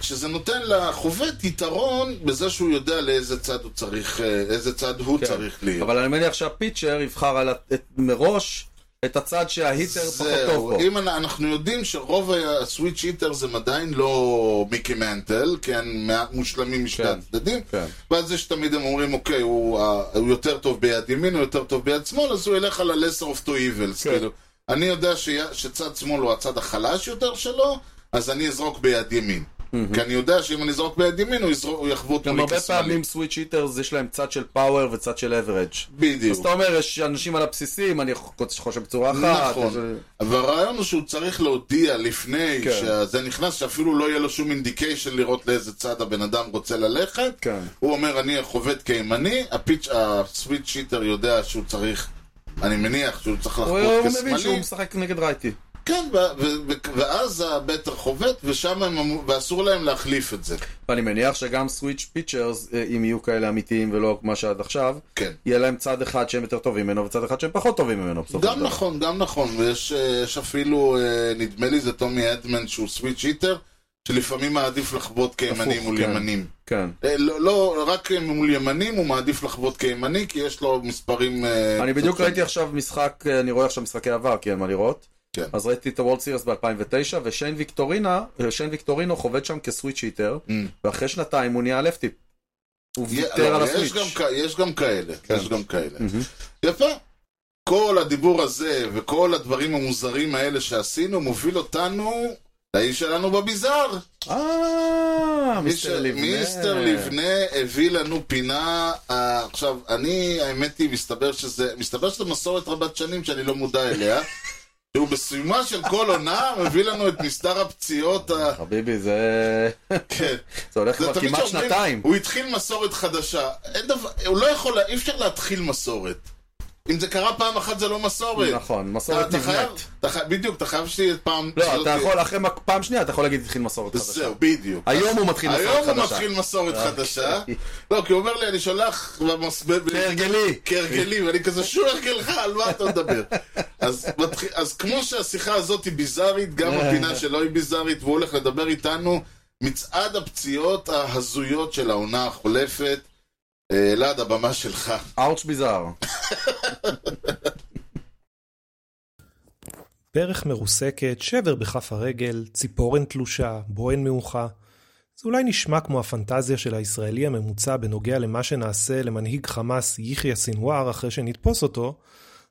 Speaker 1: שזה נותן לחובט יתרון בזה שהוא יודע לאיזה צד הוא צריך, אה, איזה צד הוא
Speaker 2: כן.
Speaker 1: צריך להיות.
Speaker 2: אבל אני מניח שהפיצ'ר יבחר על ה- את- מראש את הצד שההיטר פחות טוב בו.
Speaker 1: זהו, אם אנ- אנחנו יודעים שרוב הסוויץ' היטרס הם עדיין לא מיקי מנטל, כי הם מה- מושלמים משני
Speaker 2: כן.
Speaker 1: הצדדים,
Speaker 2: כן.
Speaker 1: ואז זה שתמיד הם אומרים, אוקיי, הוא ה- הוא יותר טוב ביד ימין, הוא יותר טוב ביד שמאל, אז הוא ילך על ה-lesser of two evils,
Speaker 2: כן.
Speaker 1: כאילו. אני יודע שיה- שצד שמאל הוא הצד החלש יותר שלו, אז אני אזרוק ביד ימין. כי אני יודע שאם אני אזרוק ביד ימין, הוא יזרוק- הוא יחבוט
Speaker 2: גם
Speaker 1: מולי
Speaker 2: הרבה
Speaker 1: כשמאלי.
Speaker 2: פעמים סוויץ' היטרס יש להם צד של פאוור וצד של אברג'. אז
Speaker 1: בדיוק.
Speaker 2: אתה אומר, יש אנשים על הבסיסים, אני חושב בצורה אחת.
Speaker 1: נכון,
Speaker 2: אז-
Speaker 1: אבל הרעיון הוא שהוא צריך להודיע לפני
Speaker 2: כן.
Speaker 1: שזה נכנס, שאפילו לא יהיה לו שום אינדיקיישן לראות לאיזה צד הבן אדם רוצה ללכת.
Speaker 2: כן.
Speaker 1: הוא אומר, אני חובט כימני, הפיץ', הסוויט שיטר יודע שהוא צריך, אני מניח שהוא צריך
Speaker 2: הוא
Speaker 1: לחבוט
Speaker 2: הוא מבין שהוא
Speaker 1: כשמאלי.
Speaker 2: משחק נגד רייטי.
Speaker 1: כן, ו- ו- ו- ואז הבטר חובט, ושם הם אמרו- ואסור להם להחליף את זה.
Speaker 2: ואני מניח שגם סוויץ' פיצ'רס, אה, אם יהיו כאלה אמיתיים ולא מה שעד עכשיו,
Speaker 1: כן.
Speaker 2: יהיה להם צד אחד שהם יותר טובים ממנו וצד אחד שהם פחות טובים ממנו בסופו של
Speaker 1: גם
Speaker 2: דבר.
Speaker 1: נכון, גם נכון, ויש אה, יש אפילו, אה, נדמה לי זה טומי אדמן שהוא סוויט שיטר, שלפעמים מעדיף לחבוט כימני
Speaker 2: הפוך,
Speaker 1: מול
Speaker 2: כן.
Speaker 1: ימנים.
Speaker 2: כן.
Speaker 1: אה, לא, לא, רק מול ימנים הוא מעדיף לחבוט כימני, כי יש לו מספרים... אה,
Speaker 2: אני
Speaker 1: קצת
Speaker 2: בדיוק
Speaker 1: שונים.
Speaker 2: ראיתי עכשיו משחק, אה, אני רואה עכשיו משחקי עבר, כי אין מה לראות.
Speaker 1: כן.
Speaker 2: אז ראיתי את הוולד סיריוס ב-2009, ושיין ויקטורינה, אה, שיין ויקטורינו חובד שם כסוויץ' היטר, ואחרי שנתיים הוא נהיה לפטי. הוא
Speaker 1: Mm. יה-
Speaker 2: ויתר
Speaker 1: לא,
Speaker 2: על
Speaker 1: יש
Speaker 2: הסוויץ'.
Speaker 1: גם כ- יש גם כאלה,
Speaker 2: כן.
Speaker 1: יש גם כאלה. יפה. כל הדיבור הזה וכל הדברים המוזרים האלה שעשינו מוביל אותנו לאיש שלנו בביזאר.
Speaker 2: אה,
Speaker 1: מי ש-
Speaker 2: מיסטר לבנה.
Speaker 1: מיסטר לבנה הביא לנו פינה, אה, עכשיו, אני, האמת היא, מסתבר שזה, מסתבר שזו מסורת רבת שנים שאני לא מודע אליה, שהוא בסיומה של כל עונה מביא לנו את מסתר הפציעות, ה-
Speaker 2: חביבי, זה...
Speaker 1: כן.
Speaker 2: זה הולך
Speaker 1: זה
Speaker 2: כבר
Speaker 1: תמיד
Speaker 2: אוקיי. כמעט
Speaker 1: שאומרים,
Speaker 2: שנתיים.
Speaker 1: הוא התחיל מסורת חדשה. אין דבר, הוא לא יכול, אי אפשר להתחיל מסורת. אם זה קרה פעם אחת זה לא מסורת.
Speaker 2: נכון,
Speaker 1: אתה-
Speaker 2: מסורת
Speaker 1: אתה חייב,
Speaker 2: נבנית.
Speaker 1: אתה חי- בדיוק, אתה חייב שיהיה פעם...
Speaker 2: לא,
Speaker 1: שלא
Speaker 2: אתה
Speaker 1: תהיה-
Speaker 2: יכול, אחרי מק- פעם שנייה אתה יכול להגיד התחיל מסורת חדשה.
Speaker 1: זהו, בדיוק.
Speaker 2: היום הוא מתחיל מסורת
Speaker 1: היום הוא
Speaker 2: חדשה.
Speaker 1: מתחיל מסורת חדשה.
Speaker 2: אוקיי.
Speaker 1: לא, כי הוא אומר לי, אני שולח במס- ב- ב-
Speaker 2: כהרגלי.
Speaker 1: כהרגלי, ואני כזה, שוב הרגלך, על מה אתה מדבר? אז מתחיל- אז כמו שהשיחה הזאת היא ביזארית, גם הפינה שלו היא ביזארית, והוא הולך לדבר איתנו מצעד הפציעות ההזויות של העונה החולפת. אה, אלעד, הבמה שלך.
Speaker 2: ארץ' ביזאר.
Speaker 6: ברך מרוסקת, שבר בכף הרגל, ציפורן תלושה, בוהן מעוכה. זה אולי נשמע כמו הפנטזיה של הישראלי הממוצע בנוגע למה שנעשה למנהיג חמאס יחיא סנוואר אחרי שנתפוס אותו,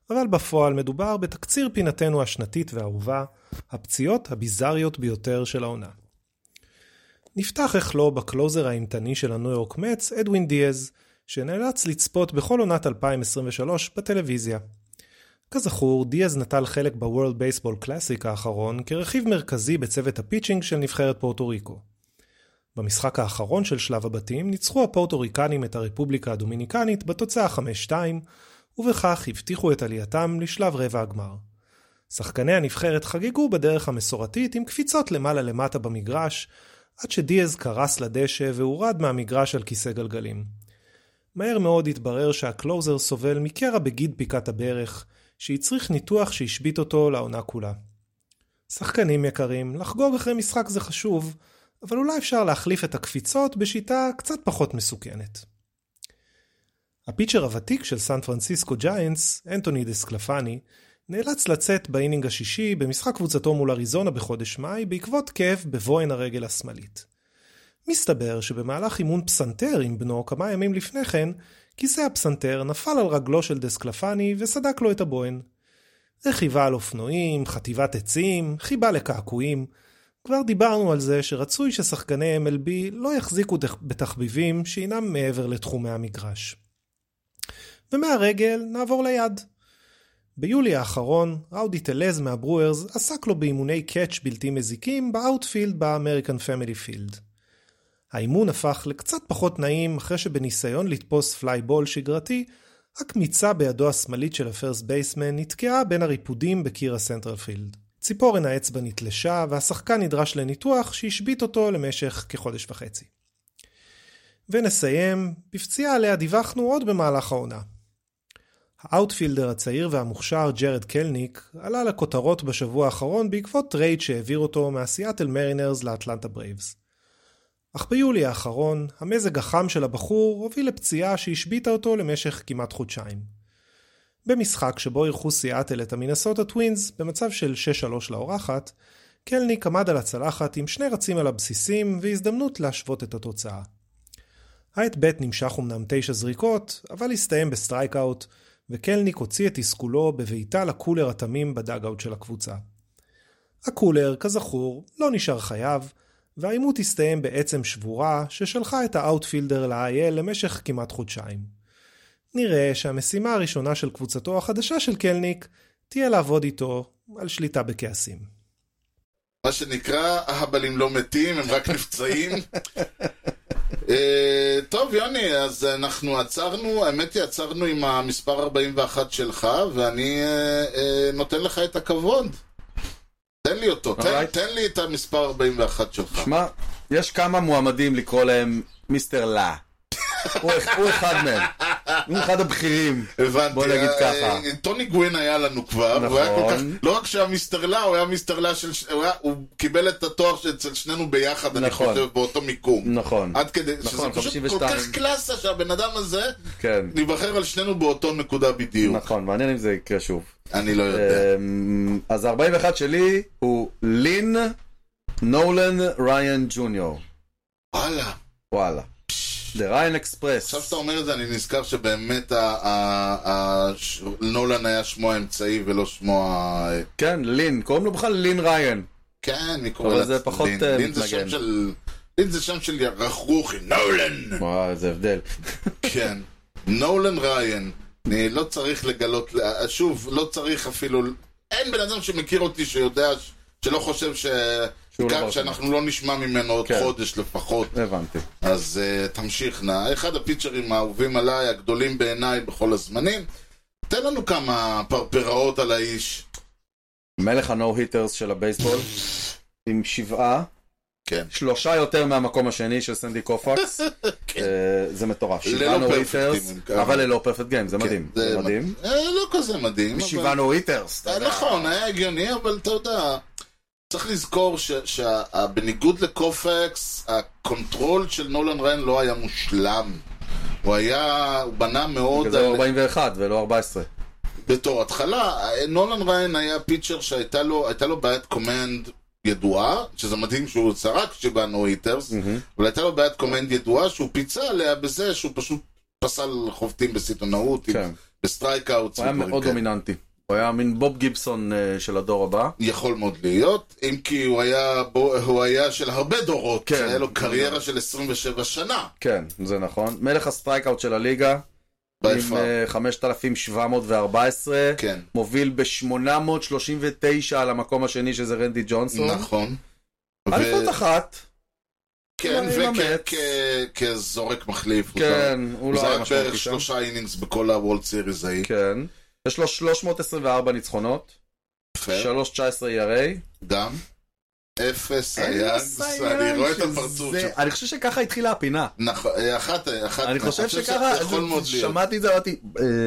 Speaker 6: אבל בפועל מדובר בתקציר פינתנו השנתית והאהובה, הפציעות הביזריות ביותר של העונה. נפתח איך לא בקלוזר האימתני של הניו יורק מצ, אדווין דיאז, שנאלץ לצפות בכל עונת 2023 בטלוויזיה. כזכור, דיאז נטל חלק ב-World Baseball Classic האחרון כרכיב מרכזי בצוות הפיצ'ינג של נבחרת פורטו ריקו. במשחק האחרון של שלב הבתים ניצחו הפורטוריקנים את הרפובליקה הדומיניקנית בתוצאה 5-2, ובכך הבטיחו את עלייתם לשלב רבע הגמר. שחקני הנבחרת חגגו בדרך המסורתית עם קפיצות למעלה למטה במגרש, עד שדיאז קרס לדשא והורד מהמגרש על כיסא גלגלים. מהר מאוד התברר שהקלוזר סובל מקרע בגיד פיקת הברך, שהצריך ניתוח שהשבית אותו לעונה כולה. שחקנים יקרים, לחגוג אחרי משחק זה חשוב, אבל אולי אפשר להחליף את הקפיצות בשיטה קצת פחות מסוכנת. הפיצ'ר הוותיק של סן פרנסיסקו ג'יינטס, אנטוני דסקלפני, נאלץ לצאת באינינג השישי במשחק קבוצתו מול אריזונה בחודש מאי בעקבות כאב בבוהן הרגל השמאלית. מסתבר שבמהלך אימון פסנתר עם בנו כמה ימים לפני כן, כיסא הפסנתר נפל על רגלו של דסקלפני וסדק לו את הבוהן. רכיבה על אופנועים, חטיבת עצים, חיבה לקעקועים. כבר דיברנו על זה שרצוי ששחקני MLB לא יחזיקו תח- בתחביבים שאינם מעבר לתחומי המגרש. ומהרגל נעבור ליד. ביולי האחרון, ראודי טלז מהברוארז עסק לו באימוני קאץ' בלתי מזיקים באאוטפילד באמריקן פמילי פילד. האימון הפך לקצת פחות נעים אחרי שבניסיון לתפוס פליי בול שגרתי, הקמיצה בידו השמאלית של הפרסט בייסמן נתקעה בין הריפודים בקיר הסנטרל פילד. ציפורן האצבע נתלשה והשחקן נדרש לניתוח שהשבית אותו למשך כחודש וחצי. ונסיים, בפציעה עליה דיווחנו עוד במהלך העונה. האאוטפילדר הצעיר והמוכשר ג'רד קלניק עלה לכותרות בשבוע האחרון בעקבות טרייד שהעביר אותו מהסיאטל מרינרס לאטלנטה ברייבס. אך ביולי האחרון, המזג החם של הבחור הוביל לפציעה שהשביתה אותו למשך כמעט חודשיים. במשחק שבו אירחו סיאטל את המינסוטה טווינס במצב של 6-3 לאורחת, קלניק עמד על הצלחת עם שני רצים על הבסיסים והזדמנות להשוות את התוצאה. האט ב' נמשך אמנם תשע זריקות, אבל הסתיים בסטרייק אאוט, וקלניק הוציא את תסכולו בבעיטה לקולר התמים בדאגאוט של הקבוצה. הקולר, כזכור, לא נשאר חייב, והעימות הסתיים בעצם שבורה ששלחה את האאוטפילדר ל-IL למשך כמעט חודשיים. נראה שהמשימה הראשונה של קבוצתו החדשה של קלניק תהיה לעבוד איתו על שליטה בכעסים.
Speaker 1: מה שנקרא, אהבלים לא מתים, הם רק נפצעים. אה, טוב, יוני, אז אנחנו עצרנו, האמת היא, עצרנו עם המספר 41 שלך, ואני אה, אה, נותן לך את הכבוד. תן לי אותו, תן,
Speaker 2: אורייט.
Speaker 1: תן לי את המספר 41 שלך.
Speaker 2: שמע, יש כמה מועמדים לקרוא להם מיסטר לה. הוא אח- הוא אחד מהם. הוא אחד הבכירים.
Speaker 1: הבנתי.
Speaker 2: בוא נגיד
Speaker 1: אה,
Speaker 2: ככה.
Speaker 1: אה, טוני גווין היה לנו כבר, והוא היה כל כך,
Speaker 2: נכון.
Speaker 1: לא רק שהיה מיסטרלה, הוא היה מיסטרלה של, ש- הוא היה- הוא קיבל את התואר שאצל שנינו ביחד, אני
Speaker 2: נכון.
Speaker 1: חושב, באותו מיקום.
Speaker 2: נכון.
Speaker 1: עד כדי, שזה
Speaker 2: נכון,
Speaker 1: פשוט כל
Speaker 2: 52.
Speaker 1: כך קלאסה שהבן אדם הזה,
Speaker 2: כן.
Speaker 1: ניבחר על שנינו באותו נקודה בדיוק.
Speaker 2: נכון, מעניין אם זה יקרה שוב.
Speaker 1: אני לא יודע.
Speaker 2: אמ, אז 41 שלי הוא לין נולן ריין ג'וניור.
Speaker 1: וואלה.
Speaker 2: וואלה. The ריין אקספרס.
Speaker 1: עכשיו שאתה אומר את זה, אני נזכר שבאמת ה- ה- ה- ש- נולן היה שמו האמצעי ולא שמו ה...
Speaker 2: כן, לין. קוראים לו בכלל לין ריין.
Speaker 1: כן, אני קורא
Speaker 2: אבל
Speaker 1: לה-
Speaker 2: זה פחות,
Speaker 1: לין.
Speaker 2: אה,
Speaker 1: לין זה
Speaker 2: מתנגן.
Speaker 1: שם של... לין זה שם של רכרוכי, נולן!
Speaker 2: וואי, איזה הבדל.
Speaker 1: כן. נולן ריין. אני לא צריך לגלות... שוב, לא צריך אפילו... אין בן אדם שמכיר אותי שיודע... ש- שלא חושב ש...
Speaker 2: שהוא לא
Speaker 1: גם
Speaker 2: ברשימה.
Speaker 1: שאנחנו לא נשמע ממנו עוד
Speaker 2: כן.
Speaker 1: חודש לפחות.
Speaker 2: הבנתי.
Speaker 1: אז uh, תמשיך נא. אחד הפיצ'רים האהובים עליי, הגדולים בעיניי בכל הזמנים. תן לנו כמה פרפראות על האיש.
Speaker 2: מלך הנו היטרס של הבייסבול. עם שבעה.
Speaker 1: כן.
Speaker 2: שלושה יותר מהמקום השני של סנדי קופקס. אה, זה מטורף. שבעה
Speaker 1: כן. ללא
Speaker 2: נו
Speaker 1: perfect
Speaker 2: היטרס.
Speaker 1: game, כן.
Speaker 2: אבל ללא פרפקט גיים, זה מדהים.
Speaker 1: זה
Speaker 2: זה
Speaker 1: מד-
Speaker 2: מדהים.
Speaker 1: אה, לא כזה מדהים.
Speaker 2: שבעה נו היטרס. אתה
Speaker 1: אה,
Speaker 2: יודע.
Speaker 1: נכון, היה הגיוני, אבל אתה יודע, צריך לזכור שבניגוד לקופקס, הקונטרול של נולן ריין לא היה מושלם. הוא היה, הוא בנה מאוד
Speaker 2: בגלל זה הוא
Speaker 1: על...
Speaker 2: 41 ולא 14.
Speaker 1: בתור התחלה, נולן ריין היה פיצ'ר שהייתה לו, הייתה לו בעיית קומנד ידועה, שזה מדהים שהוא צרק שבא נו היטרס, אבל הייתה לו בעיית קומנד ידועה שהוא פיצה עליה בזה שהוא פשוט פסל חובטים בסיטונאות, עם-
Speaker 2: כן.
Speaker 1: בסטרייקאוטס.
Speaker 2: הוא היה
Speaker 1: ודברים
Speaker 2: מאוד
Speaker 1: כאלה.
Speaker 2: דומיננטי. הוא היה מין בוב גיבסון אה, של הדור הבא.
Speaker 1: יכול מאוד להיות, אם כי הוא היה, בו, הוא היה של הרבה דורות,
Speaker 2: כן.
Speaker 1: היה לו קריירה של 27 שנה,
Speaker 2: כן, זה נכון. מלך הסטרייקאוט של הליגה, עם
Speaker 1: באיפה.
Speaker 2: אה, 5,714.
Speaker 1: כן.
Speaker 2: מוביל ב-839 על המקום השני שזה רנדי ג'ונסון.
Speaker 1: נכון.
Speaker 2: אליפות אחת.
Speaker 1: כן,
Speaker 2: עם המץ.
Speaker 1: וכזורק מחליף. הוא
Speaker 2: כן, הוא לא
Speaker 1: זה
Speaker 2: היה
Speaker 1: היה בערך
Speaker 2: משמעותי שם.
Speaker 1: שלושה אינינגס בכל הוולד סיריס ההיא.
Speaker 2: כן. יש לו 324 ניצחונות.
Speaker 1: יפה.
Speaker 2: 3.19 ERA.
Speaker 1: גם. אפס היה, אני רואה את הפרצוף
Speaker 2: שזה-
Speaker 1: שלך.
Speaker 2: אני חושב שככה התחילה הפינה.
Speaker 1: נכון, אחת, אחת.
Speaker 2: אני חושב
Speaker 1: שזה
Speaker 2: שככה,
Speaker 1: יכול מאוד להיות.
Speaker 2: שמעתי את זה, אמרתי,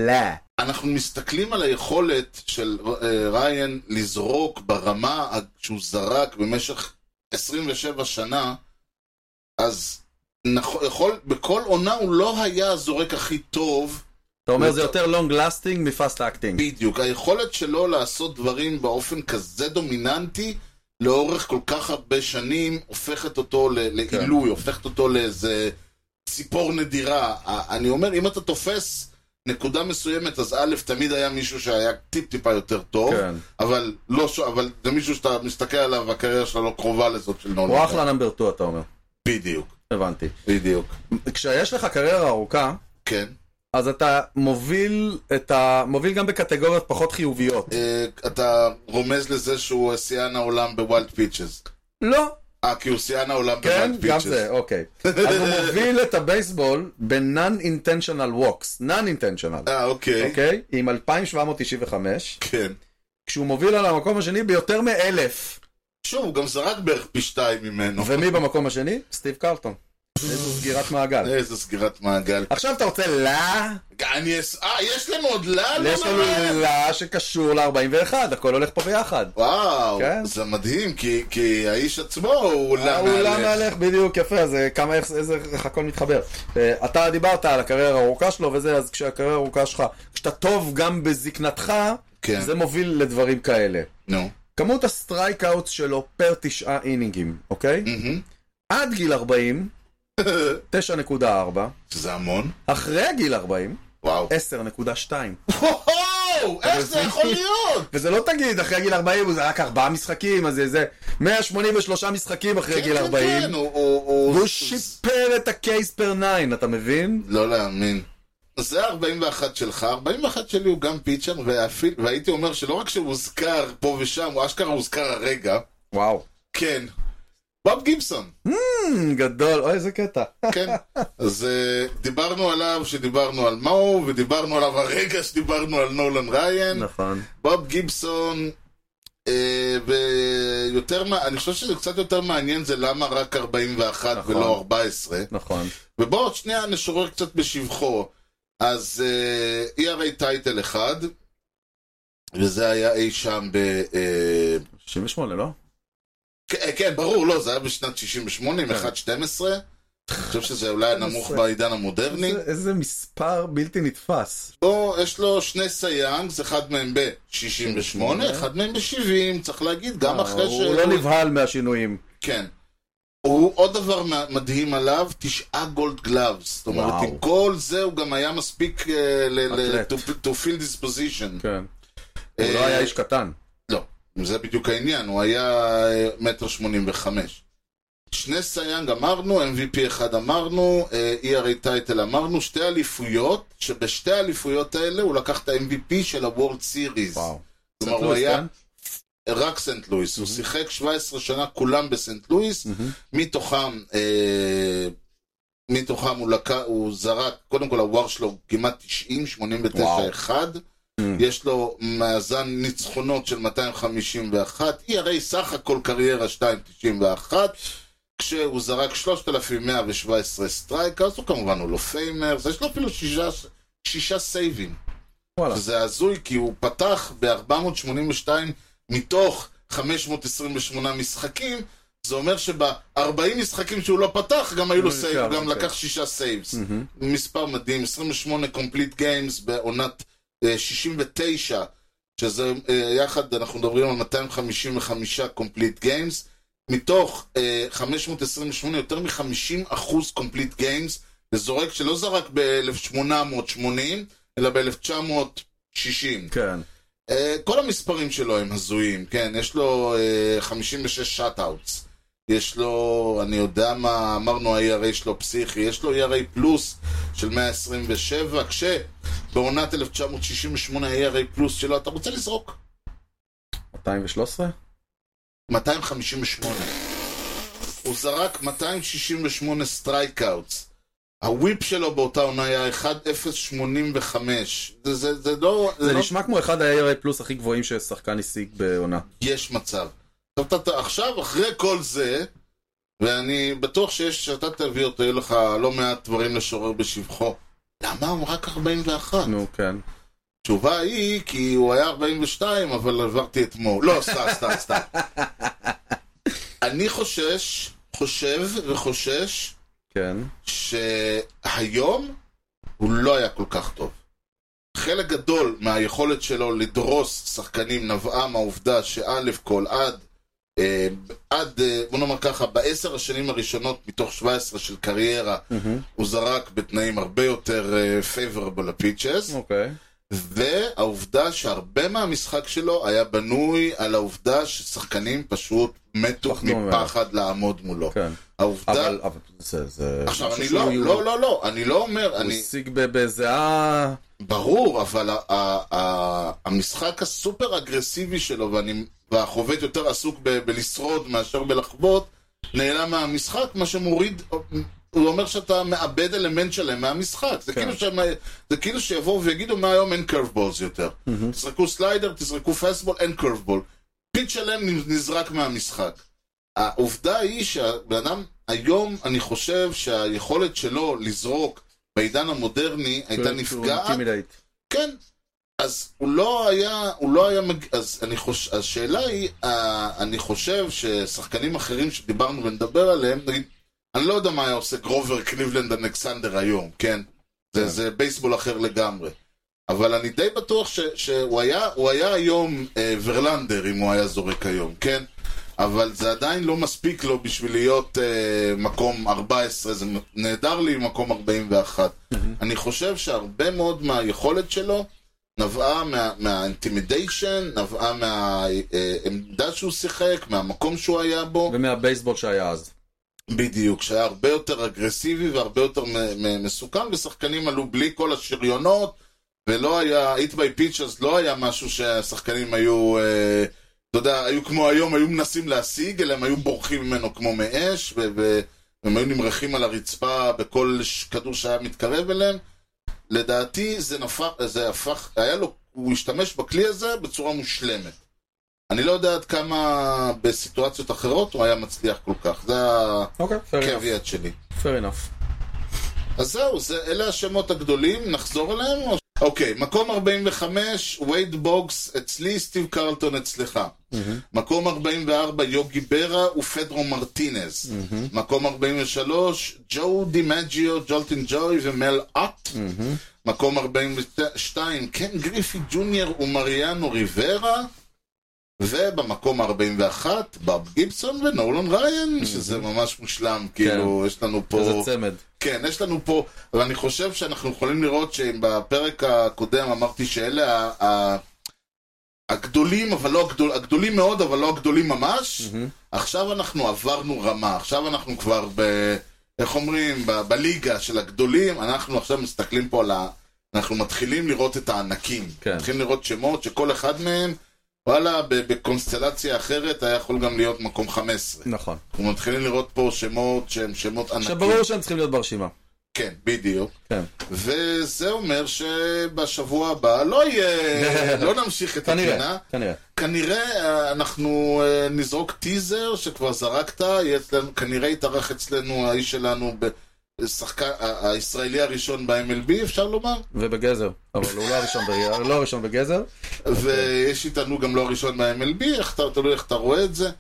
Speaker 2: לא.
Speaker 1: אנחנו מסתכלים על היכולת של אה, ריין לזרוק ברמה ה- שהוא זרק במשך 27 שנה, אז נכון, יכול, בכל עונה הוא לא היה הזורק הכי טוב,
Speaker 2: אתה אומר זה יותר long lasting מפאסט אקטינג.
Speaker 1: בדיוק. היכולת שלו לעשות דברים באופן כזה דומיננטי, לאורך כל כך הרבה שנים הופכת אותו ל- לעילוי, הופכת אותו לאיזה ציפור נדירה. ה- אני אומר, אם אתה תופס נקודה מסוימת, אז א', תמיד היה מישהו שהיה טיפ-טיפה יותר טוב,
Speaker 2: כן.
Speaker 1: אבל, לא, ש- אבל זה מישהו שאתה מסתכל עליו והקריירה שלו לא קרובה לזאת של נולד.
Speaker 2: הוא אחלה נאמבר 2 אתה אומר.
Speaker 1: בדיוק,
Speaker 2: הבנתי.
Speaker 1: בדיוק.
Speaker 2: כשיש לך קריירה ארוכה,
Speaker 1: כן.
Speaker 2: אז אתה מוביל, את ה... מוביל גם בקטגוריות פחות חיוביות.
Speaker 1: אה, אתה רומז לזה שהוא שיאן העולם בווילד פיצ'ס.
Speaker 2: לא,
Speaker 1: אה, כי הוא שיאן העולם
Speaker 2: כן,
Speaker 1: בווילד
Speaker 2: גם
Speaker 1: פיצ'ס.
Speaker 2: זה, אוקיי. אז הוא מוביל את הבייסבול ב-non-intentional walks, non-intentional,
Speaker 1: אה, אוקיי.
Speaker 2: אוקיי? עם 2,795,
Speaker 1: כן.
Speaker 2: כשהוא מוביל על המקום השני ביותר מאלף.
Speaker 1: שוב, הוא גם זרק בערך פי שתיים ממנו.
Speaker 2: ומי במקום השני? סטיב קרלטון. איזו סגירת מעגל.
Speaker 1: איזה סגירת מעגל.
Speaker 2: עכשיו אתה רוצה לה,
Speaker 1: אני אס... אה, יש לנו עוד לה? לא
Speaker 2: יש לנו
Speaker 1: נורא.
Speaker 2: לה שקשור ל-41, הכל הולך פה ביחד.
Speaker 1: וואו,
Speaker 2: כן. אה,
Speaker 1: זה מדהים, כי, כי האיש עצמו הוא לה
Speaker 2: העולם
Speaker 1: מעלה.
Speaker 2: מהלך, בדיוק, יפה, זה כמה, איך, איזה, איך הכל מתחבר. אה, אתה דיברת על הקריירה הארוכה שלו וזה, אז כשהקריירה הארוכה שלך, כשאתה טוב גם בזקנתך,
Speaker 1: כן.
Speaker 2: זה מוביל לדברים כאלה.
Speaker 1: נו.
Speaker 2: כמות הסטרייקאוט שלו פר תשעה אינינגים, אוקיי?
Speaker 1: מהמם.
Speaker 2: עד גיל 40, 9.4,
Speaker 1: שזה המון.
Speaker 2: אחרי גיל 40,
Speaker 1: וואו.
Speaker 2: אה, 10.2.
Speaker 1: וואו,
Speaker 2: אה,
Speaker 1: איך זה יכול להיות?
Speaker 2: וזה לא תגיד, אחרי גיל 40 הוא זרק ארבעה משחקים, אז זה- זה 183 משחקים אחרי
Speaker 1: כן,
Speaker 2: אה, גיל
Speaker 1: כן,
Speaker 2: 40.
Speaker 1: כן, הוא- הוא... הוא-
Speaker 2: והוא שיפר את הקייס פר 9, אתה מבין?
Speaker 1: לא להאמין. זה 41 שלך, 41 שלי הוא גם פיצ'ר, ואפילו, והייתי אומר שלא רק שהוא הוזכר פה ושם, הוא אשכרה הוזכר הרגע,
Speaker 2: וואו.
Speaker 1: כן. בוב גיבסון,
Speaker 2: גדול, אוי איזה קטע.
Speaker 1: כן. אז אה, דיברנו עליו שדיברנו על מאו, ודיברנו עליו הרגע שדיברנו על נולן ריין.
Speaker 2: נכון.
Speaker 1: בוב גיבסון, אה, ויותר, מה- אני חושב שזה קצת יותר מעניין זה למה רק 41
Speaker 2: נכון.
Speaker 1: ולא 14.
Speaker 2: נכון.
Speaker 1: ובואו עוד שנייה נשורר קצת בשבחו. אז uh, ERA טייטל אחד, וזה היה אי שם ב... אה,
Speaker 2: 68, לא?
Speaker 1: כן, כן, ברור, לא, זה היה בשנת 68, עם
Speaker 2: כן.
Speaker 1: 1.12. אני חושב שזה אולי הנמוך בעידן המודרני.
Speaker 2: איזה- איזה מספר בלתי נתפס.
Speaker 1: פה יש לו שני סייאנגס, אחד מהם ב-68, אחד מהם ב-70, צריך להגיד, גם אחרי ש...
Speaker 2: הוא לא נבהל מהשינויים.
Speaker 1: כן. הוא עוד דבר מה- מדהים עליו, תשעה גולד גלאבס. זאת אומרת,
Speaker 2: וואו.
Speaker 1: עם כל זה הוא גם היה מספיק אה, ל- ל-
Speaker 2: אתלט.
Speaker 1: to to fill this position.
Speaker 2: כן. הוא לא
Speaker 1: אה,
Speaker 2: היה איש קטן.
Speaker 1: לא, זה בדיוק העניין, הוא היה אה, מטר שמונים וחמש. שני סייאנג אמרנו, MVP אחד אמרנו, אה, ERA טייטל אמרנו, שתי אליפויות, שבשתי האליפויות האלה הוא לקח את ה-MVP של ה-World Series.
Speaker 2: וואו.
Speaker 1: כלומר, הוא היה רק סנט לואיס, הוא שיחק 17 שנה כולם בסנט לואיס, מתוכם, אה, מתוכם הוא, לק... הוא זרק, קודם כל הוואר שלו הוא כמעט 90, 89,
Speaker 2: וואו.
Speaker 1: 1, יש לו מאזן ניצחונות של 251, ERA סך הכל קריירה 291, כשהוא זרק 3,117 סטרייק, אז הוא כמובן הוא לא פיימר, אז יש לו אפילו שישה, שישה סייבים.
Speaker 2: וואלה.
Speaker 1: זה הזוי, כי הוא פתח ב-482 מתוך 528 משחקים, זה אומר שב-40 משחקים שהוא לא פתח, גם היו לו
Speaker 2: הוא
Speaker 1: סייב,
Speaker 2: נשאר,
Speaker 1: הוא גם
Speaker 2: אוקיי.
Speaker 1: לקח שישה סייבס. מספר מדהים, 28 קומפליט גיימס בעונת אה, 69, שזה אה, יחד, אנחנו מדברים על 255 קומפליט גיימס, מתוך אה, 528, יותר מ-50 אחוז קומפליט גיימס, וזורק שלא זרק ב-1880, אלא ב-1960.
Speaker 2: כן.
Speaker 1: אה, כל המספרים שלו הם הזויים, כן, יש לו אה, 56 שאט-אוטס, יש לו, אני יודע מה, אמרנו ה-ERA שלו פסיכי, יש לו ERA פלוס של 127, כשבעונת 1968 ה-ERA E פלוס שלו, אתה רוצה לזרוק?
Speaker 2: 213?
Speaker 1: 258. הוא זרק 268 סטרייקאוטס. הוויפ שלו באותה עונה היה 1.085. זה, זה, זה לא...
Speaker 2: זה
Speaker 1: לא-
Speaker 2: נשמע כמו אחד ה-ARA פלוס הכי גבוהים ששחקן השיג בעונה.
Speaker 1: יש מצב. עכשיו, אתה- אתה- עכשיו, אחרי כל זה, ואני בטוח שיש, שאתה תביא אותו, יהיו לך לא מעט דברים לשורר בשבחו. למה הוא רק 41?
Speaker 2: נו, כן.
Speaker 1: התשובה היא, כי הוא היה 42, אבל עברתי אתמול. לא, סתם, סתם, סתם. אני חושש, חושב וחושש,
Speaker 2: כן.
Speaker 1: שהיום הוא לא היה כל כך טוב. חלק גדול מהיכולת שלו לדרוס שחקנים נבעה מהעובדה שא' כל עד אה, עד, אה, בוא נאמר ככה, בעשר השנים הראשונות מתוך 17 של קריירה, הוא זרק בתנאים הרבה יותר אה, פייבורבל לפיצ'ס.
Speaker 2: אוקיי.
Speaker 1: והעובדה שהרבה מהמשחק שלו היה בנוי על העובדה ששחקנים פשוט מתו
Speaker 2: פחדו ממנו.
Speaker 1: מפחד לעמוד מולו.
Speaker 2: כן.
Speaker 1: העובדה...
Speaker 2: אבל, אבל זה, זה...
Speaker 1: עכשיו,
Speaker 2: משהו
Speaker 1: אני
Speaker 2: שהוא-
Speaker 1: לא, לא, לא, לא, אני לא אומר,
Speaker 2: הוא
Speaker 1: אני...
Speaker 2: השיג ב- בזיעה...
Speaker 1: ברור, אבל ה- ה- ה- המשחק הסופר אגרסיבי שלו, ואני- והחובט יותר עסוק ב- בלשרוד מאשר בלחבוט, נעלם מהמשחק, מה שמוריד... הוא אומר שאתה מאבד אלמנט שלם מהמשחק. זה,
Speaker 2: כן.
Speaker 1: כאילו שהם, זה כאילו שיבואו ויגידו מהיום אין קרבבולס יותר. תזרקו סליידר, תזרקו פסטבול, אין קרבבול. פיץ שלם נזרק מהמשחק. העובדה היא שהבן אדם, היום אני חושב שהיכולת שלו לזרוק בעידן המודרני הייתה
Speaker 2: כן, שהוא
Speaker 1: נפגעת
Speaker 2: intimidate.
Speaker 1: כן. אז הוא לא היה, הוא לא היה, מג... אז אני חוש... השאלה היא, אה, אני חושב ששחקנים אחרים שדיברנו ונדבר עליהם, נגיד, אני לא יודע מה היה עושה גרובר קליבלנד אלכסנדר היום, כן? זה, זה בייסבול אחר לגמרי. אבל אני די בטוח ש, שהוא היה, הוא היה היום אה, ורלנדר, אם הוא היה זורק היום, כן? אבל זה עדיין לא מספיק לו בשביל להיות אה, מקום 14, זה נהדר לי מקום 41. אני חושב שהרבה מאוד מהיכולת שלו נבעה מה- מהאינטימידיישן, נבעה מהעמדה שהוא שיחק, מהמקום שהוא היה בו,
Speaker 2: ומהבייסבול שהיה אז.
Speaker 1: בדיוק, שהיה הרבה יותר אגרסיבי והרבה יותר מ- מ- מסוכן, ושחקנים עלו בלי כל השריונות, ולא היה, hit by pitches לא היה משהו שהשחקנים היו, אה, אתה יודע, היו כמו היום, היו מנסים להשיג, אלא הם היו בורחים ממנו כמו מאש, ו- ו- והם היו נמרחים על הרצפה בכל ש- כדור שהיה מתקרב אליהם. לדעתי זה נפח, זה הפך, היה לו, הוא השתמש בכלי הזה בצורה מושלמת. אני לא יודע עד כמה בסיטואציות אחרות הוא היה מצליח כל כך. זה ה...
Speaker 2: אוקיי, fair enough.
Speaker 1: קוויאט שלי.
Speaker 2: fair enough.
Speaker 1: אז זהו, זה, אלה השמות הגדולים, נחזור אליהם? או... אוקיי, מקום 45, וייד בוגס אצלי, סטיב קרלטון אצלך. מקום 44, יוגי ברה ופדרו מרטינז. מקום 43, ג'ו דימג'יו, ג'ולטין ג'וי ומל אט. מקום 42, קן גריפי ג'וניור ומריאנו ריברה. ובמקום 41, בב גיבסון ונולן ריין, שזה ממש מושלם, כאילו, יש לנו פה...
Speaker 2: איזה צמד.
Speaker 1: כן, יש לנו פה, אבל אני חושב שאנחנו יכולים לראות שאם בפרק הקודם אמרתי שאלה ה- ה- הגדולים, אבל לא הגדול, הגדולים מאוד, אבל לא הגדולים ממש, עכשיו אנחנו עברנו רמה, עכשיו אנחנו כבר ב... איך אומרים? ב- בליגה של הגדולים, אנחנו עכשיו מסתכלים פה על ה... אנחנו מתחילים לראות את הענקים.
Speaker 2: כן.
Speaker 1: מתחילים לראות שמות שכל אחד מהם, וואלה, ב- בקונסטלציה אחרת היה יכול גם להיות מקום 15.
Speaker 2: נכון.
Speaker 1: אנחנו מתחילים לראות פה שמות שהם שמות ענקים.
Speaker 2: שברור שהם צריכים להיות ברשימה.
Speaker 1: כן, בדיוק.
Speaker 2: כן.
Speaker 1: וזה אומר שבשבוע הבא לא יהיה, לא נמשיך את הפינה.
Speaker 2: כנראה, כנראה.
Speaker 1: כן. כנראה אה, אנחנו אה, נזרוק טיזר שכבר זרקת, יהיה אצלנו- כנראה יתארח אצלנו האיש שלנו, ב- שחקן- ה- הישראלי הראשון ב-MLB, אפשר לומר?
Speaker 2: ובגזר. אבל הוא לא הראשון בגזר. לא הראשון בגזר.
Speaker 1: ויש איתנו גם לא הראשון ב-MLB, איך אתה- תלוי איך אתה רואה את זה.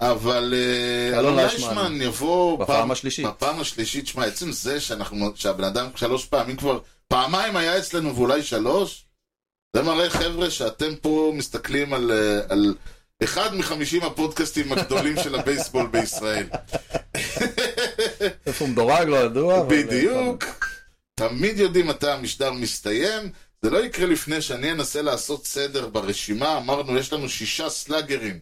Speaker 1: אבל אה,
Speaker 2: אלון
Speaker 1: אלון
Speaker 2: ליישמן.
Speaker 1: ליישמן יבוא
Speaker 2: בפעם
Speaker 1: פעם-
Speaker 2: השלישית.
Speaker 1: בפעם השלישית, שמע, עצם זה שאנחנו, שהבן אדם שלוש פעמים כבר, פעמיים היה אצלנו ואולי שלוש, זה מראה חבר'ה שאתם פה מסתכלים על, אה, על אחד מחמישים הפודקאסטים הגדולים של הבייסבול בישראל.
Speaker 2: איפה הוא מדורג, לא ידוע. אבל-
Speaker 1: בדיוק. תמיד יודעים מתי המשדר מסתיים. זה לא יקרה לפני שאני אנסה לעשות סדר ברשימה. אמרנו, יש לנו שישה סלאגרים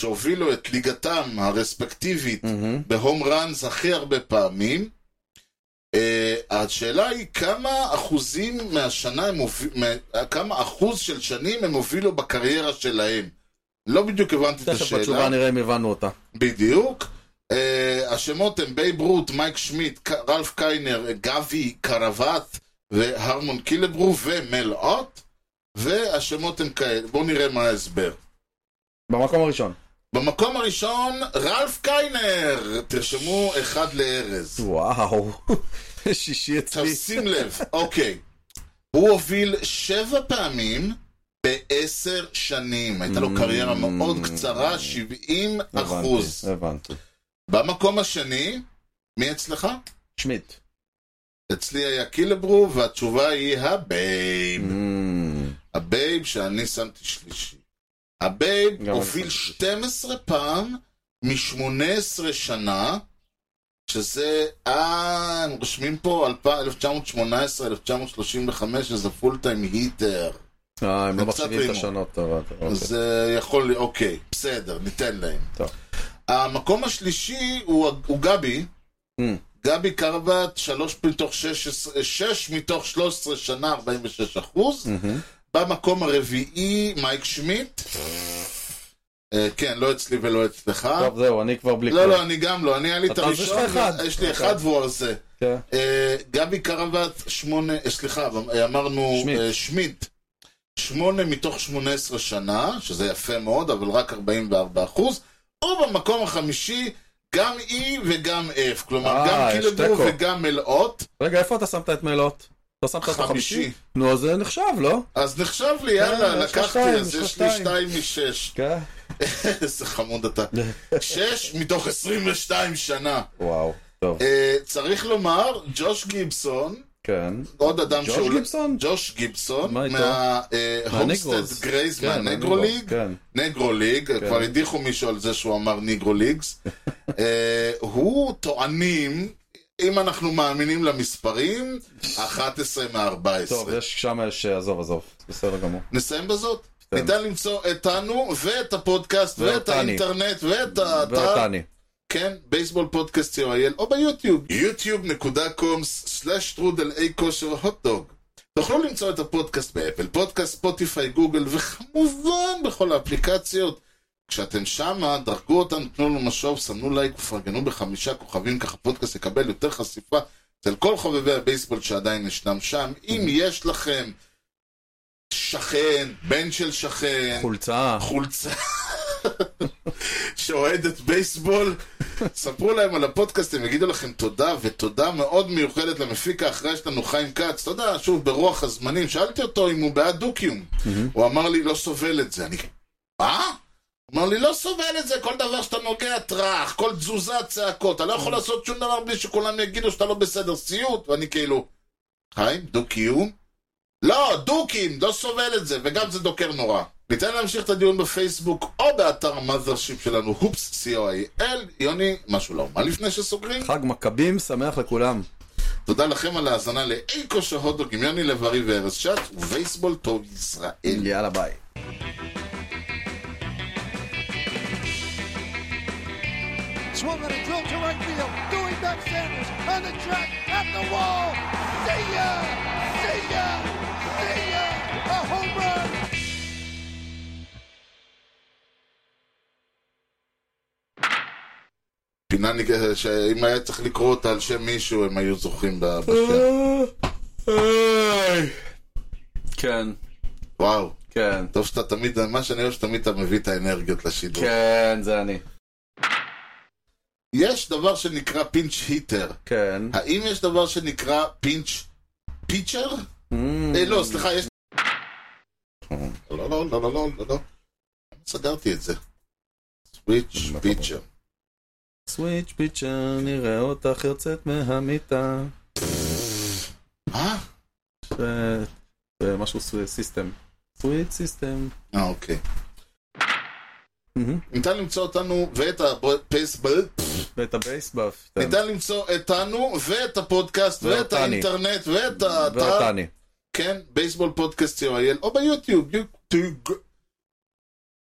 Speaker 1: שהובילו את ליגתם הרספקטיבית בהום ראנס הכי הרבה פעמים. Uh, השאלה היא כמה אחוזים מהשנה הם הוביל, מה, כמה אחוז של שנים הם הובילו בקריירה שלהם. לא בדיוק הבנתי את השאלה.
Speaker 2: תכף בתשובה נראה אם הבנו אותה.
Speaker 1: בדיוק. Uh, השמות הם בייב רוט, מייק שמיט, ק- רלף קיינר, גבי קרבט והרמון קילברו ומלאות. והשמות הם כאלה, בואו נראה מה ההסבר.
Speaker 2: במקום הראשון.
Speaker 1: במקום הראשון, רלף קיינר! תרשמו אחד לארז.
Speaker 2: וואו. שישי
Speaker 1: עכשיו
Speaker 2: אצלי.
Speaker 1: שים לב, אוקיי. הוא הוביל שבע פעמים בעשר שנים. הייתה לו קריירה מאוד קצרה, 70 אחוז.
Speaker 2: הבנתי, הבנתי.
Speaker 1: במקום השני, מי אצלך?
Speaker 2: שמיט.
Speaker 1: אצלי היה קילברו, והתשובה היא הבייב.
Speaker 2: אמ,
Speaker 1: הבייב שאני שמתי שלישי. הבייב
Speaker 2: גם
Speaker 1: הוביל
Speaker 2: אני.
Speaker 1: 12 פעם מ-18 שנה, שזה, אה, הם רושמים פה 1918-1935, שזה פול טיים היטר.
Speaker 2: אה, הם לא
Speaker 1: קצת
Speaker 2: מחשיבים את
Speaker 1: רימו.
Speaker 2: השנות, אבל... אוקיי.
Speaker 1: זה יכול, להיות- אוקיי, בסדר, ניתן להם.
Speaker 2: טוב.
Speaker 1: המקום השלישי הוא, הוא גבי.
Speaker 2: Mm.
Speaker 1: גבי קרבט, שלוש מתוך שש עשרה- שש מתוך 13 שנה, 46 אחוז.
Speaker 2: מהמם.
Speaker 1: במקום הרביעי, מייק שמיט. אה, כן, לא אצלי ולא אצלך.
Speaker 2: טוב, זהו, אני כבר בלי
Speaker 1: לא,
Speaker 2: כלום.
Speaker 1: לא, אני גם לא, אני היה לי את
Speaker 2: אתה- אז יש לך
Speaker 1: הראשון,
Speaker 2: אחד.
Speaker 1: יש לי אחד והוא הזה.
Speaker 2: כן.
Speaker 1: אה, גבי קרבט, שמונה, אה, סליחה, אה, אמרנו
Speaker 2: שמיט.
Speaker 1: אה, שמיט. שמונה מתוך 18 שנה, שזה יפה מאוד, אבל רק 44 אחוז. או במקום החמישי, גם E וגם F. כלומר,
Speaker 2: אה,
Speaker 1: גם
Speaker 2: יש
Speaker 1: קילגרו
Speaker 2: תיקו.
Speaker 1: וגם מלאות.
Speaker 2: רגע, איפה אתה שמת את מלוט? אתה שמת אותו
Speaker 1: חמישי.
Speaker 2: חמישי? נו, אז זה נחשב, לא?
Speaker 1: אז נחשב לי, יאללה,
Speaker 2: יש לך
Speaker 1: לקחתי,
Speaker 2: שתיים,
Speaker 1: אז
Speaker 2: יש לך
Speaker 1: יש לי
Speaker 2: שתיים.
Speaker 1: שתיים משש.
Speaker 2: כן.
Speaker 1: איזה חמוד אתה. שש מתוך 22 שנה.
Speaker 2: וואו. טוב,
Speaker 1: אה, צריך לומר, ג'וש גיבסון,
Speaker 2: כן.
Speaker 1: עוד אדם
Speaker 2: ג'וש
Speaker 1: שעולה-
Speaker 2: גיבסון?
Speaker 1: ג'וש גיבסון,
Speaker 2: מה איתו?
Speaker 1: מההומסטד
Speaker 2: מהנגרוס.
Speaker 1: גרייז,
Speaker 2: כן,
Speaker 1: מהנגרו
Speaker 2: מהנגרוס,
Speaker 1: ליג,
Speaker 2: כן.
Speaker 1: נגרו ליג, כבר הדיחו מישהו על זה שהוא אמר ניגרו ליגס. אה, הוא טוענים, אם אנחנו מאמינים למספרים, 11
Speaker 2: טוב,
Speaker 1: מ-14.
Speaker 2: יש שם יש... עזוב, עזוב. בסדר גמור.
Speaker 1: נסיים בזאת.
Speaker 2: כן.
Speaker 1: ניתן למצוא אותנו, ואת הפודקאסט, ואת
Speaker 2: ואותני.
Speaker 1: האינטרנט, ואת האתר,
Speaker 2: ואותני.
Speaker 1: כן, בייסבול פודקאסט co.il, או ביוטיוב, yוטיוב.com/טרודל אי כושר הוטדוג. תוכלו למצוא את הפודקאסט באפל, פודקאסט, ספוטיפיי, גוגל, וכמובן בכל האפליקציות. כשאתם שמה, דרגו אותנו, תנו לנו משוב, סמנו לייק ופרגנו בחמישה כוכבים, ככה הפודקאסט יקבל יותר חשיפה אצל כל חובבי הבייסבול שעדיין ישנם שם. אם יש לכם שכן, בן של שכן,
Speaker 2: חולצה.
Speaker 1: חולצה שאוהדת בייסבול. ספרו להם על הפודקאסט, הם יגידו לכם תודה, ותודה מאוד מיוחדת למפיק האחראי שלנו, חיים כץ. אתה יודע, שוב, ברוח הזמנים, שאלתי אותו אם הוא בעד דו-קיום. הוא אמר לי, לא סובל את זה. אני, מה? הוא אמר לי, לא סובל את זה, כל דבר שאתה נוגע טראח, כל תזוזה צעקות, אתה לא יכול לעשות שום דבר בלי שכולם יגידו שאתה לא בסדר, סיוט, ואני כאילו, חיים, דו-קיום? לא, דוקים, לא סובל את זה, וגם זה דוקר נורא. ניתן להמשיך את הדיון בפייסבוק או באתר המאזרשיפ שלנו, הופס, co.il. יוני, משהו לא. מה לפני שסוגרים?
Speaker 2: חג מכבים שמח לכולם.
Speaker 1: תודה לכם על ההאזנה לאי כושר הודו, עם יוני לב-ארי וארז שץ, ובייסבול טוב ישראל.
Speaker 2: יאללה ביי.
Speaker 1: אה,
Speaker 4: Swung on a drill to right field. Doing back Sanders on the track at the wall. See ya! See ya! See ya! A home run!
Speaker 1: פינה נג- שאם היה צריך לקרוא אותה על שם מישהו, הם היו זוכים ב- בשם.
Speaker 2: כן,
Speaker 1: וואו,
Speaker 2: כן,
Speaker 1: טוב שאתה תמיד, מה שאני אוהב שתמיד אתה מביא את האנרגיות לשידור.
Speaker 2: כן, זה אני.
Speaker 1: יש דבר שנקרא פינץ' היטר.
Speaker 2: כן.
Speaker 1: האם יש דבר שנקרא פינץ' פיצ'ר?
Speaker 2: Mm.
Speaker 1: אה, לא, סליחה, יש... לא, לא, לא, לא, לא, לא, לא. סגרתי את זה. סוויץ' פיצ'ר.
Speaker 2: סוויץ' פיצ'ר, נראה אותך יוצאת מהמיטה.
Speaker 1: אה?
Speaker 2: זה- זה משהו סו- סיסטם. סוויץ' סיסטם.
Speaker 1: אה, אוקיי.
Speaker 2: Mm-hmm.
Speaker 1: ניתן למצוא אותנו ואת הפייסבול,
Speaker 2: ואת הבייסבאף.
Speaker 1: ניתן למצוא אותנו ואת הפודקאסט ואת
Speaker 2: ואותני.
Speaker 1: האינטרנט ואת האתר,
Speaker 2: ואותני.
Speaker 1: כן, בייסבול פודקאסט co.il או ביוטיוב, יוטיוב,